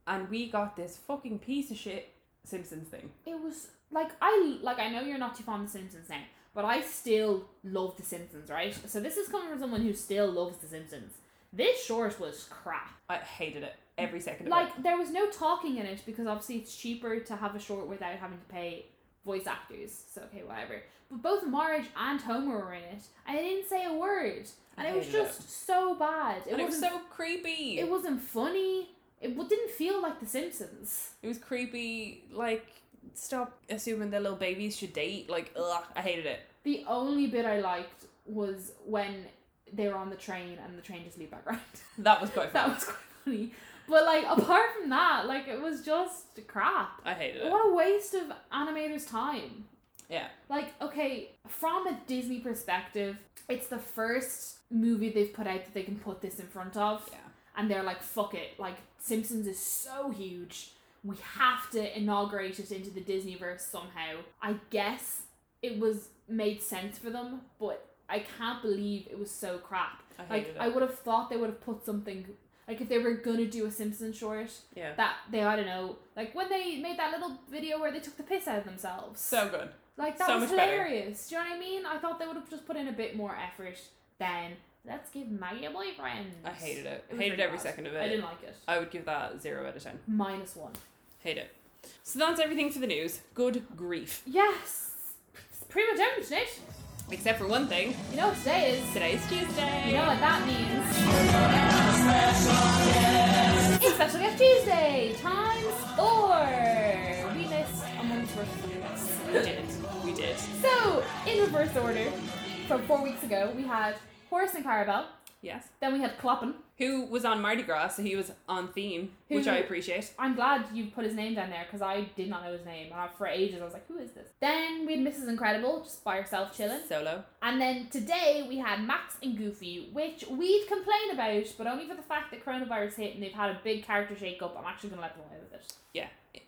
Speaker 1: And we got this fucking piece of shit Simpsons thing.
Speaker 2: It was like I like I know you're not too fond of The Simpsons now, but I still love The Simpsons, right? So this is coming from someone who still loves The Simpsons. This short was crap.
Speaker 1: I hated it every second of it.
Speaker 2: Like there was no talking in it because obviously it's cheaper to have a short without having to pay voice actors. So okay, whatever. But both Marge and Homer were in it, and they didn't say a word, and
Speaker 1: I
Speaker 2: it was
Speaker 1: hated
Speaker 2: just so bad. It
Speaker 1: and it was
Speaker 2: wasn't.
Speaker 1: so creepy.
Speaker 2: It wasn't funny. It w- didn't feel like The Simpsons.
Speaker 1: It was creepy. Like, stop assuming that little babies should date. Like, ugh, I hated it.
Speaker 2: The only bit I liked was when they were on the train and the train just leave background.
Speaker 1: That was quite
Speaker 2: that
Speaker 1: fun.
Speaker 2: was quite funny. But like apart from that, like it was just crap.
Speaker 1: I hated it.
Speaker 2: What a waste of animators' time.
Speaker 1: Yeah.
Speaker 2: Like, okay, from a Disney perspective, it's the first movie they've put out that they can put this in front of.
Speaker 1: Yeah.
Speaker 2: And they're like, fuck it. Like, Simpsons is so huge. We have to inaugurate it into the Disneyverse somehow. I guess it was made sense for them, but I can't believe it was so crap.
Speaker 1: I hated
Speaker 2: Like,
Speaker 1: it.
Speaker 2: I would have thought they would have put something. Like, if they were gonna do a Simpsons short,
Speaker 1: yeah.
Speaker 2: that they I don't know, like when they made that little video where they took the piss out of themselves.
Speaker 1: so good.
Speaker 2: like that
Speaker 1: so
Speaker 2: was
Speaker 1: much better.
Speaker 2: hilarious. Do you know what I mean? I thought they would have just put in a bit more effort than let's give Maggie a boyfriend.
Speaker 1: I hated it.
Speaker 2: was
Speaker 1: Hated
Speaker 2: really
Speaker 1: every
Speaker 2: bad.
Speaker 1: second of it.
Speaker 2: I didn't like it.
Speaker 1: I would give that zero out of ten.
Speaker 2: Minus one.
Speaker 1: Hate it. So that's everything for the news. Good grief.
Speaker 2: Yes. It's pretty much everything. Sinead.
Speaker 1: Except for one thing.
Speaker 2: You know what today is.
Speaker 1: Today's Tuesday.
Speaker 2: You know what that means. It's Special Guest Tuesday, times four. We missed a month's worth of news.
Speaker 1: We did. We did.
Speaker 2: So, in reverse order, from four weeks ago, we had Horace and Clarabelle.
Speaker 1: Yes.
Speaker 2: Then we had Kloppen.
Speaker 1: Who was on Mardi Gras? So he was on theme,
Speaker 2: Who-
Speaker 1: which I appreciate.
Speaker 2: I'm glad you put his name down there because I did not know his name. And I- for ages, I was like, who is this? Then we had Mrs. Incredible, just by herself chilling.
Speaker 1: Solo.
Speaker 2: And then today we had Max and Goofy, which we'd complain about, but only for the fact that coronavirus hit and they've had a big character shake up. I'm actually going to let them away with it.
Speaker 1: Yeah.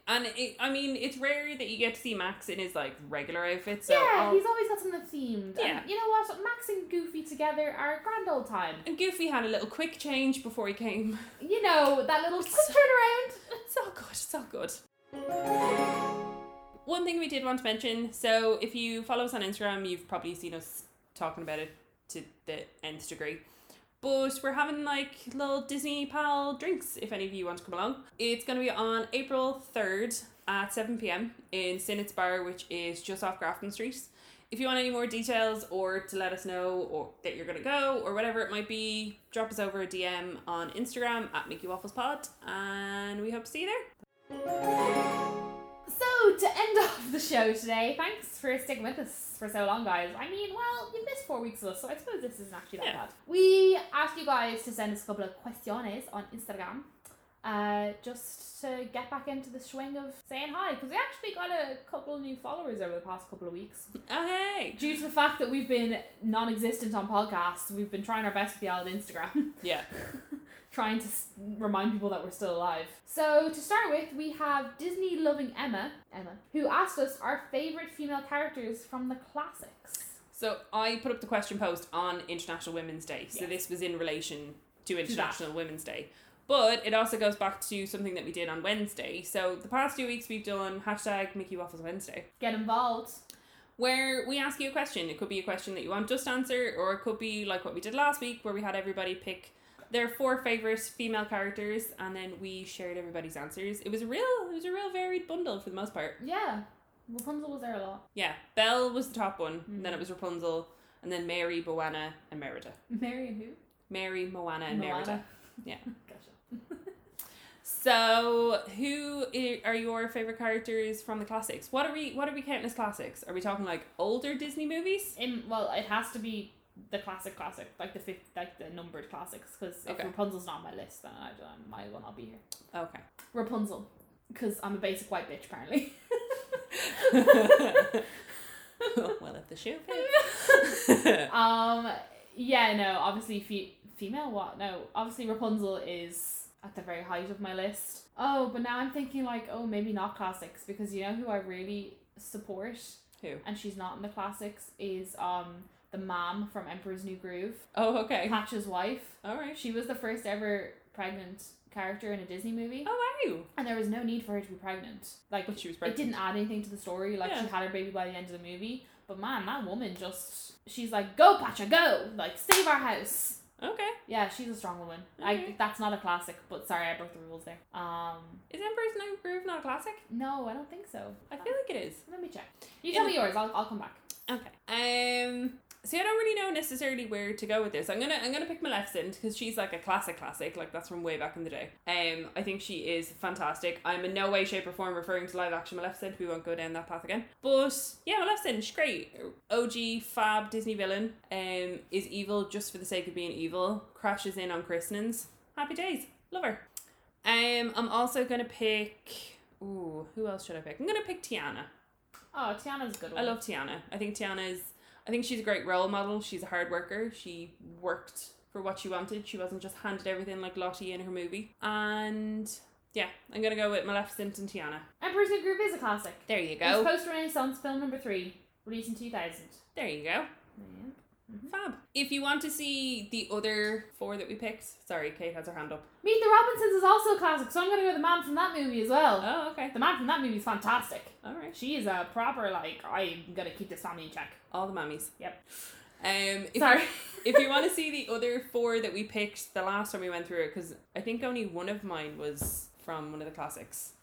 Speaker 1: And it, I mean, it's rare that you get to see Max in his like regular outfit. So
Speaker 2: yeah,
Speaker 1: I'll-
Speaker 2: he's always got something themed.
Speaker 1: Yeah.
Speaker 2: And you know what? Max and Goofy together are a grand old time.
Speaker 1: and Goofy had a little quick change before he came.
Speaker 2: You know, that little quick turnaround.
Speaker 1: It's all good. It's all good. One thing we did want to mention so if you follow us on Instagram, you've probably seen us talking about it to the nth degree. But we're having like little Disney Pal drinks if any of you want to come along. It's going to be on April 3rd at 7 pm in Sinnett's Bar, which is just off Grafton Street. If you want any more details or to let us know or that you're going to go or whatever it might be, drop us over a DM on Instagram at Mickey Waffles Pod and we hope to see you there.
Speaker 2: So, to end off the show today, thanks for sticking with us for so long, guys. I mean, well, you missed four weeks of us, so I suppose this isn't actually that
Speaker 1: Yeah.
Speaker 2: bad. We asked you guys to send us a couple of questiones on Instagram uh, just to get back into the swing of saying hi, because we actually got a couple new followers over the past couple of weeks.
Speaker 1: Oh, hey!
Speaker 2: Due to the fact that we've been non existent on podcasts, we've been trying our best with the old Instagram.
Speaker 1: Yeah.
Speaker 2: trying to s- remind people that we're still alive. So to start with, we have Disney loving Emma, Emma, who asked us our favorite female characters from the classics.
Speaker 1: So I put up the question post on International Women's Day. So
Speaker 2: Yes.
Speaker 1: this was in relation to International Women's Day. But it also goes back to something that we did on Wednesday. So the past two weeks we've done hashtag Mickey Waffles Wednesday,
Speaker 2: Get involved.
Speaker 1: where we ask you a question. It could be a question that you want just answer, or it could be like what we did last week, where we had everybody pick their four favorite female characters, and then we shared everybody's answers. It was a real, it was a real varied bundle for the most part.
Speaker 2: Yeah, Rapunzel was there a lot.
Speaker 1: Yeah, Belle was the top one, and then it was Rapunzel, and then Mary, Boanna, and Merida.
Speaker 2: Mary and who?
Speaker 1: Mary, Moana, and Merida. Yeah.
Speaker 2: Gotcha.
Speaker 1: So, who i- are your favorite characters from the classics? What are we? What are we counting as classics? Are we talking like older Disney movies?
Speaker 2: In, well, it has to be the classic classic, like the fifth, like the numbered classics, because if
Speaker 1: Okay.
Speaker 2: Rapunzel's not on my list, then I, don't- I might as well not be here.
Speaker 1: Okay.
Speaker 2: Rapunzel, because I'm a basic white bitch apparently.
Speaker 1: Oh, well, if the shoe fits.
Speaker 2: Um. Yeah. No. Obviously, fe- female. What? No. Obviously, Rapunzel is at the very height of my list. Oh, but now I'm thinking like, oh, maybe not classics because you know who I really support,
Speaker 1: who?
Speaker 2: and she's not in the classics is um the mom from Emperor's New Groove,
Speaker 1: Oh, okay.
Speaker 2: Patch's wife.
Speaker 1: All right.
Speaker 2: She was the first ever pregnant character in a Disney movie.
Speaker 1: Oh wow.
Speaker 2: And there was no need for her to be pregnant. Like
Speaker 1: But she was
Speaker 2: It
Speaker 1: pregnant.
Speaker 2: didn't add anything to the story. Like she
Speaker 1: Yeah.
Speaker 2: had her baby by the end of the movie. But man, that woman just she's like, Go Pacha, go! Like save our house.
Speaker 1: Okay.
Speaker 2: Yeah, she's a strong woman. I
Speaker 1: Okay.
Speaker 2: that's not a classic, but sorry I broke the rules there. Um
Speaker 1: Is Emperor's New Groove not a classic?
Speaker 2: no, I don't think so. Um,
Speaker 1: I feel like it is.
Speaker 2: let me check. You tell
Speaker 1: In-
Speaker 2: me yours, I'll, I'll come back.
Speaker 1: Okay. Um. See, I don't really know necessarily where to go with this. I'm gonna I'm gonna pick Maleficent because she's like a classic classic, like that's from way back in the day. Um, I think she is fantastic. I'm in no way, shape, or form referring to live action Maleficent. We won't go down that path again. But yeah, Maleficent, she's great. OG fab Disney villain. Um, is evil just for the sake of being evil. Crashes in on christenings. Happy days. Love her. Um, I'm also gonna pick. Ooh, who else should I pick? I'm gonna pick Tiana.
Speaker 2: Oh, Tiana's a good one.
Speaker 1: I love Tiana. I think Tiana is. I think she's a great role model. She's a hard worker. She worked for what she wanted. She wasn't just handed everything like Lottie in her movie. And yeah, I'm gonna go with Maleficent and Tiana.
Speaker 2: Emperor's New Groove is a classic.
Speaker 1: There you
Speaker 2: It's
Speaker 1: go.
Speaker 2: post Renaissance film number three, released in two thousand.
Speaker 1: There you go. Fab. If you want to see the other four that we picked, sorry, Kate has her hand up.
Speaker 2: Meet the Robinsons is also a classic, so I'm gonna go with the man from that movie as well.
Speaker 1: Oh, okay.
Speaker 2: The man from that movie is fantastic.
Speaker 1: All right.
Speaker 2: She is a proper like I'm gonna keep this family in check.
Speaker 1: All the mummies.
Speaker 2: Yep.
Speaker 1: Um. If
Speaker 2: Sorry.
Speaker 1: if you want to see the other four that we picked the last time we went through it, because I think only one of mine was from one of the classics,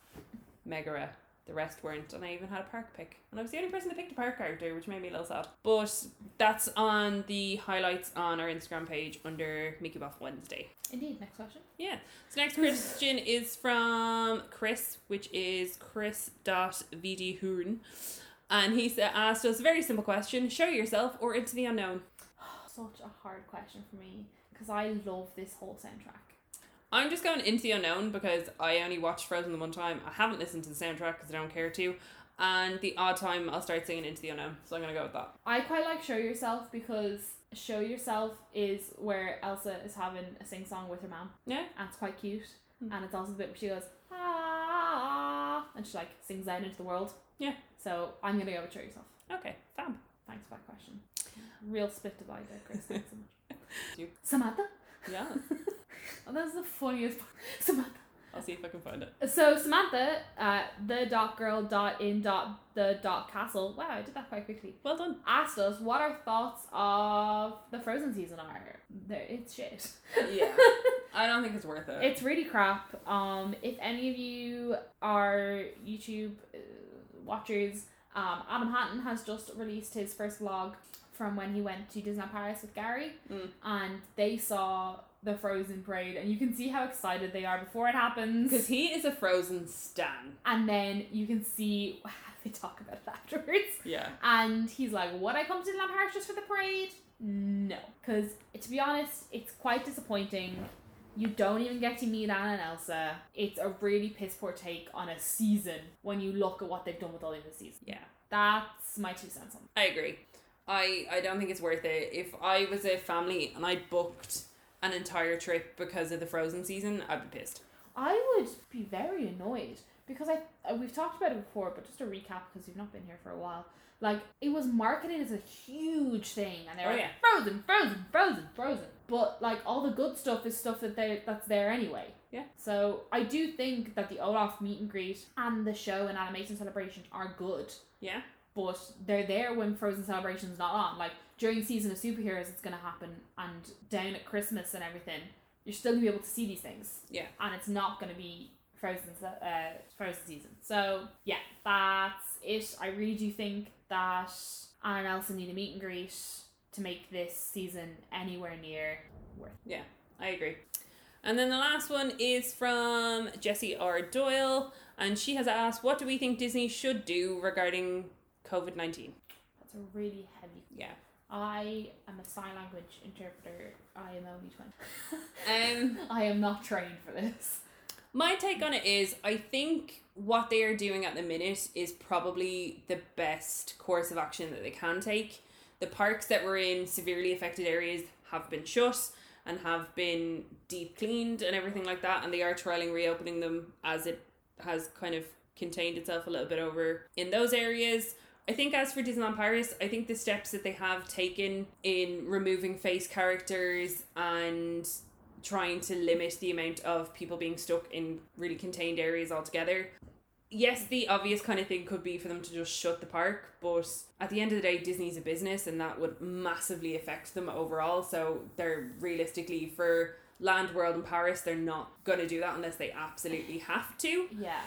Speaker 1: Megara. The rest weren't, and I even had a park pick. And I was the only person that picked a park character, which made me a little sad. But that's on the highlights on our Instagram page under Mickey Buff Wednesday.
Speaker 2: Indeed. Next question.
Speaker 1: Yeah. So next question is from Chris, which is chris.vdhoorn. And he sa- asked us a very simple question show yourself or into the unknown.
Speaker 2: Such a hard question for me because I love this whole soundtrack.
Speaker 1: I'm just going into the unknown because I only watched Frozen the one time. I haven't listened to the soundtrack because I don't care to. And the odd time I'll start singing Into the Unknown. So I'm going to go with that.
Speaker 2: I quite like Show Yourself because Show Yourself is where Elsa is having a sing song with her mom.
Speaker 1: Yeah.
Speaker 2: And it's quite cute. And it's also the bit where she goes, ah, and she like sings out into the world.
Speaker 1: Yeah.
Speaker 2: So I'm going to go with Show Yourself.
Speaker 1: Okay, fab.
Speaker 2: Thanks for that question. Real split divide there, Chris. Thanks so much.
Speaker 1: You-
Speaker 2: Samantha?
Speaker 1: Yeah.
Speaker 2: Oh, that's the funniest part. Samantha.
Speaker 1: I'll see if I can find it.
Speaker 2: So Samantha, uh, the dot girl dot in dot the dot castle. Wow, I did that quite quickly.
Speaker 1: Well done.
Speaker 2: Asked us what our thoughts of the Frozen season are. There, it's shit.
Speaker 1: Yeah. I don't think it's worth it.
Speaker 2: It's really crap. Um, if any of you are YouTube uh, watchers, um, Adam Hatton has just released his first vlog from when he went to Disneyland Paris with Gary,
Speaker 1: Mm.
Speaker 2: and they saw the Frozen parade, and you can see how excited they are before it
Speaker 1: Because
Speaker 2: happens,
Speaker 1: he is a frozen stan.
Speaker 2: and then you can see how they talk about it afterwards.
Speaker 1: Yeah.
Speaker 2: And he's like, "Would I come to Disneyland Paris just for the parade? No, because to be honest, it's quite disappointing. You don't even get to meet Anna and Elsa. It's a really piss poor take on a season when you look at what they've done with all the other seasons.
Speaker 1: Yeah.
Speaker 2: That's my two cents on. it.
Speaker 1: I agree. I, I don't think it's worth it. If I was a family and I booked an entire trip because of the frozen season, I'd be pissed.
Speaker 2: I would be very annoyed because I uh, we've talked about it before, but just to recap because you've not been here for a while. Like it was marketed as a huge thing, and they were
Speaker 1: Oh,
Speaker 2: like,
Speaker 1: yeah.
Speaker 2: frozen, frozen, frozen, frozen. But like all the good stuff is stuff that they that's there anyway.
Speaker 1: Yeah.
Speaker 2: So I do think that the Olaf meet and greet and the show and animation celebration are good,
Speaker 1: Yeah.
Speaker 2: but they're there when Frozen celebration's not on. Like during season of superheroes, it's gonna happen, and down at Christmas and everything, you're still gonna be able to see these things
Speaker 1: Yeah.
Speaker 2: and it's not going to be frozen se- uh, frozen season. So yeah, that's it. I really do think that Anna and Elsa need a meet and greet to make this season anywhere near worth.
Speaker 1: I agree. And then the last one is from Jessie R. Doyle, and she has asked, "What do we think Disney should do regarding COVID nineteen?
Speaker 2: That's a really heavy.
Speaker 1: Yeah.
Speaker 2: I am a sign language interpreter. I am only twenty.
Speaker 1: Um,
Speaker 2: I am not trained for this.
Speaker 1: my take on it is, I think what they are doing at the minute is probably the best course of action that they can take. The parks that were in severely affected areas have been shut and have been deep cleaned and everything like that, and they are trialing reopening them as it has kind of contained itself a little bit over in those areas. I think as for Disneyland Paris, I think the steps that they have taken in removing face characters and trying to limit the amount of people being stuck in really contained areas altogether. Yes, the obvious kind of thing could be for them to just shut the park, but at the end of the day, Disney's a business and that would massively affect them overall. So they're realistically for Land World and Paris, they're not going to do that unless they absolutely have to.
Speaker 2: Yeah.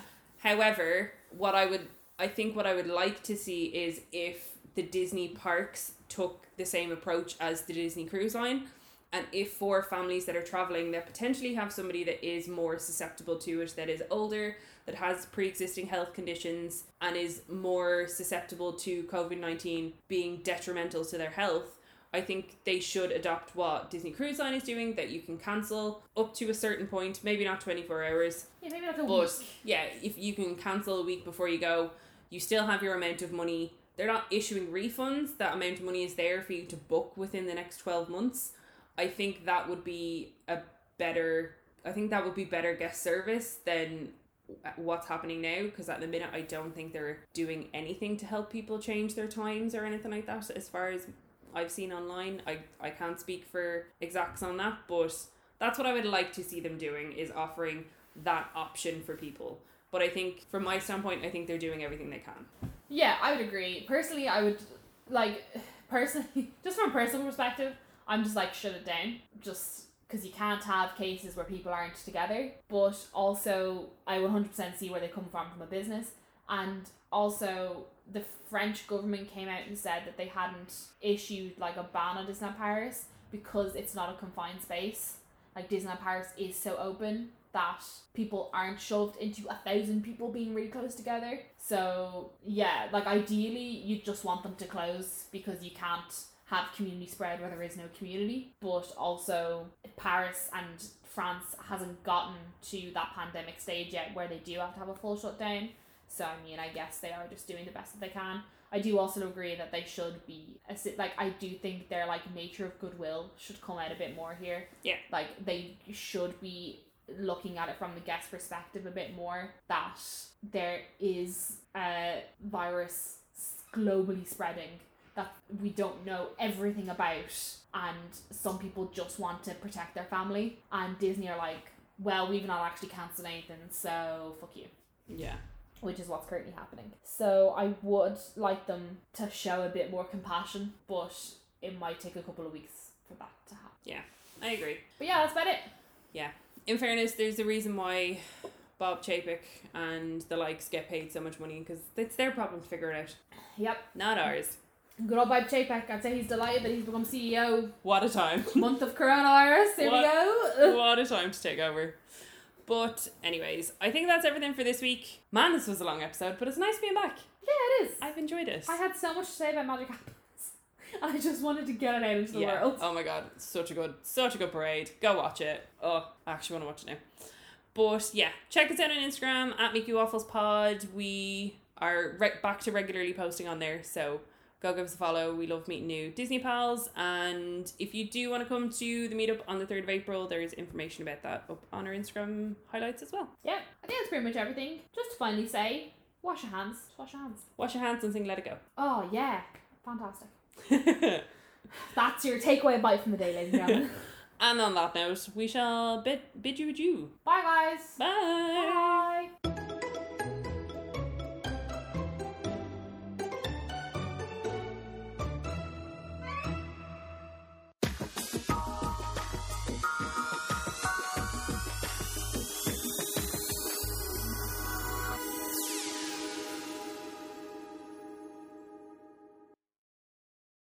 Speaker 1: However, what I would I think what I would like to see is if the Disney parks took the same approach as the Disney cruise line and if for families that are traveling that potentially have somebody that is more susceptible to it that is older that has pre-existing health conditions and is more susceptible to COVID-19 being detrimental to their health I think they should adopt what Disney Cruise Line is doing that you can cancel up to a certain point maybe not 24 hours
Speaker 2: Yeah, maybe like a
Speaker 1: but
Speaker 2: week.
Speaker 1: yeah, if you can cancel a week before you go, you still have your amount of money. They're not issuing refunds. That amount of money is there for you to book within the next 12 months. I think that would be a better I think that would be better guest service than what's happening now because at the minute I don't think they're doing anything to help people change their times or anything like that as far as I've seen online. I I can't speak for exacts on that, but that's what I would like to see them doing is offering that option for people. But I think from my standpoint, I think they're doing everything they can.
Speaker 2: Yeah, I would agree. Personally, I would like personally, just from a personal perspective, I'm just like shut it down, just because you can't have cases where people aren't together. But also, I 100% see where they come from from a business, and also the French government came out and said that they hadn't issued like a ban on Disneyland Paris because it's not a confined space. Like Disneyland Paris is so open that people aren't shoved into a thousand people being really close together. So yeah, like ideally you just want them to close because you can't have community spread where there is no community. But also Paris and France hasn't gotten to that pandemic stage yet where they do have to have a full shutdown. So I mean, I guess they are just doing the best that they can. I do also agree that they should be a si- like I do think their like nature of goodwill should come out a bit more here.
Speaker 1: Yeah.
Speaker 2: Like they should be looking at it from the guest perspective a bit more that there is a virus s- globally spreading that we don't know everything about and some people just want to protect their family and Disney are like well, we've not actually cancelled anything, so fuck you
Speaker 1: Yeah.
Speaker 2: which is what's currently happening. So I would like them to show a bit more compassion, but it might take a couple of weeks for that to happen.
Speaker 1: Yeah. I agree.
Speaker 2: But yeah, that's about it.
Speaker 1: Yeah. In fairness, there's a reason why Bob Chapek and the likes get paid so much money because it's their problem to figure it out,
Speaker 2: Yep.
Speaker 1: not ours.
Speaker 2: Good old Bob Chapek. I'd say he's delighted that he's become CEO.
Speaker 1: What a time.
Speaker 2: Month of coronavirus. Here
Speaker 1: What?
Speaker 2: we go.
Speaker 1: what a time to take over. But, anyways, I think that's everything for this week. Man, this was a long episode, but it's nice being back.
Speaker 2: Yeah, it is. I,
Speaker 1: I've enjoyed it.
Speaker 2: had so much to say about Magic Happens. I just wanted to get it out into the
Speaker 1: yeah.
Speaker 2: world.
Speaker 1: Oh my god, such a good, such a good parade. Go watch it. Oh, I actually want to watch it now. But yeah, check us out on Instagram at Mickey Waffles Pod. We are re- back to regularly posting on there, so go give us a follow. We love meeting new Disney pals, and if you do want to come to the meetup on the third of April, there is information about that up on our Instagram highlights as well.
Speaker 2: Yeah, I think that's pretty much everything. Just to finally say, wash your hands. Just wash your hands.
Speaker 1: Wash your hands and sing "Let It
Speaker 2: Oh yeah, fantastic.
Speaker 1: Go."
Speaker 2: That's your takeaway bite from the day, ladies and gentlemen.
Speaker 1: and on that note, we shall bid bid you adieu.
Speaker 2: Bye guys.
Speaker 1: Bye.
Speaker 2: Bye.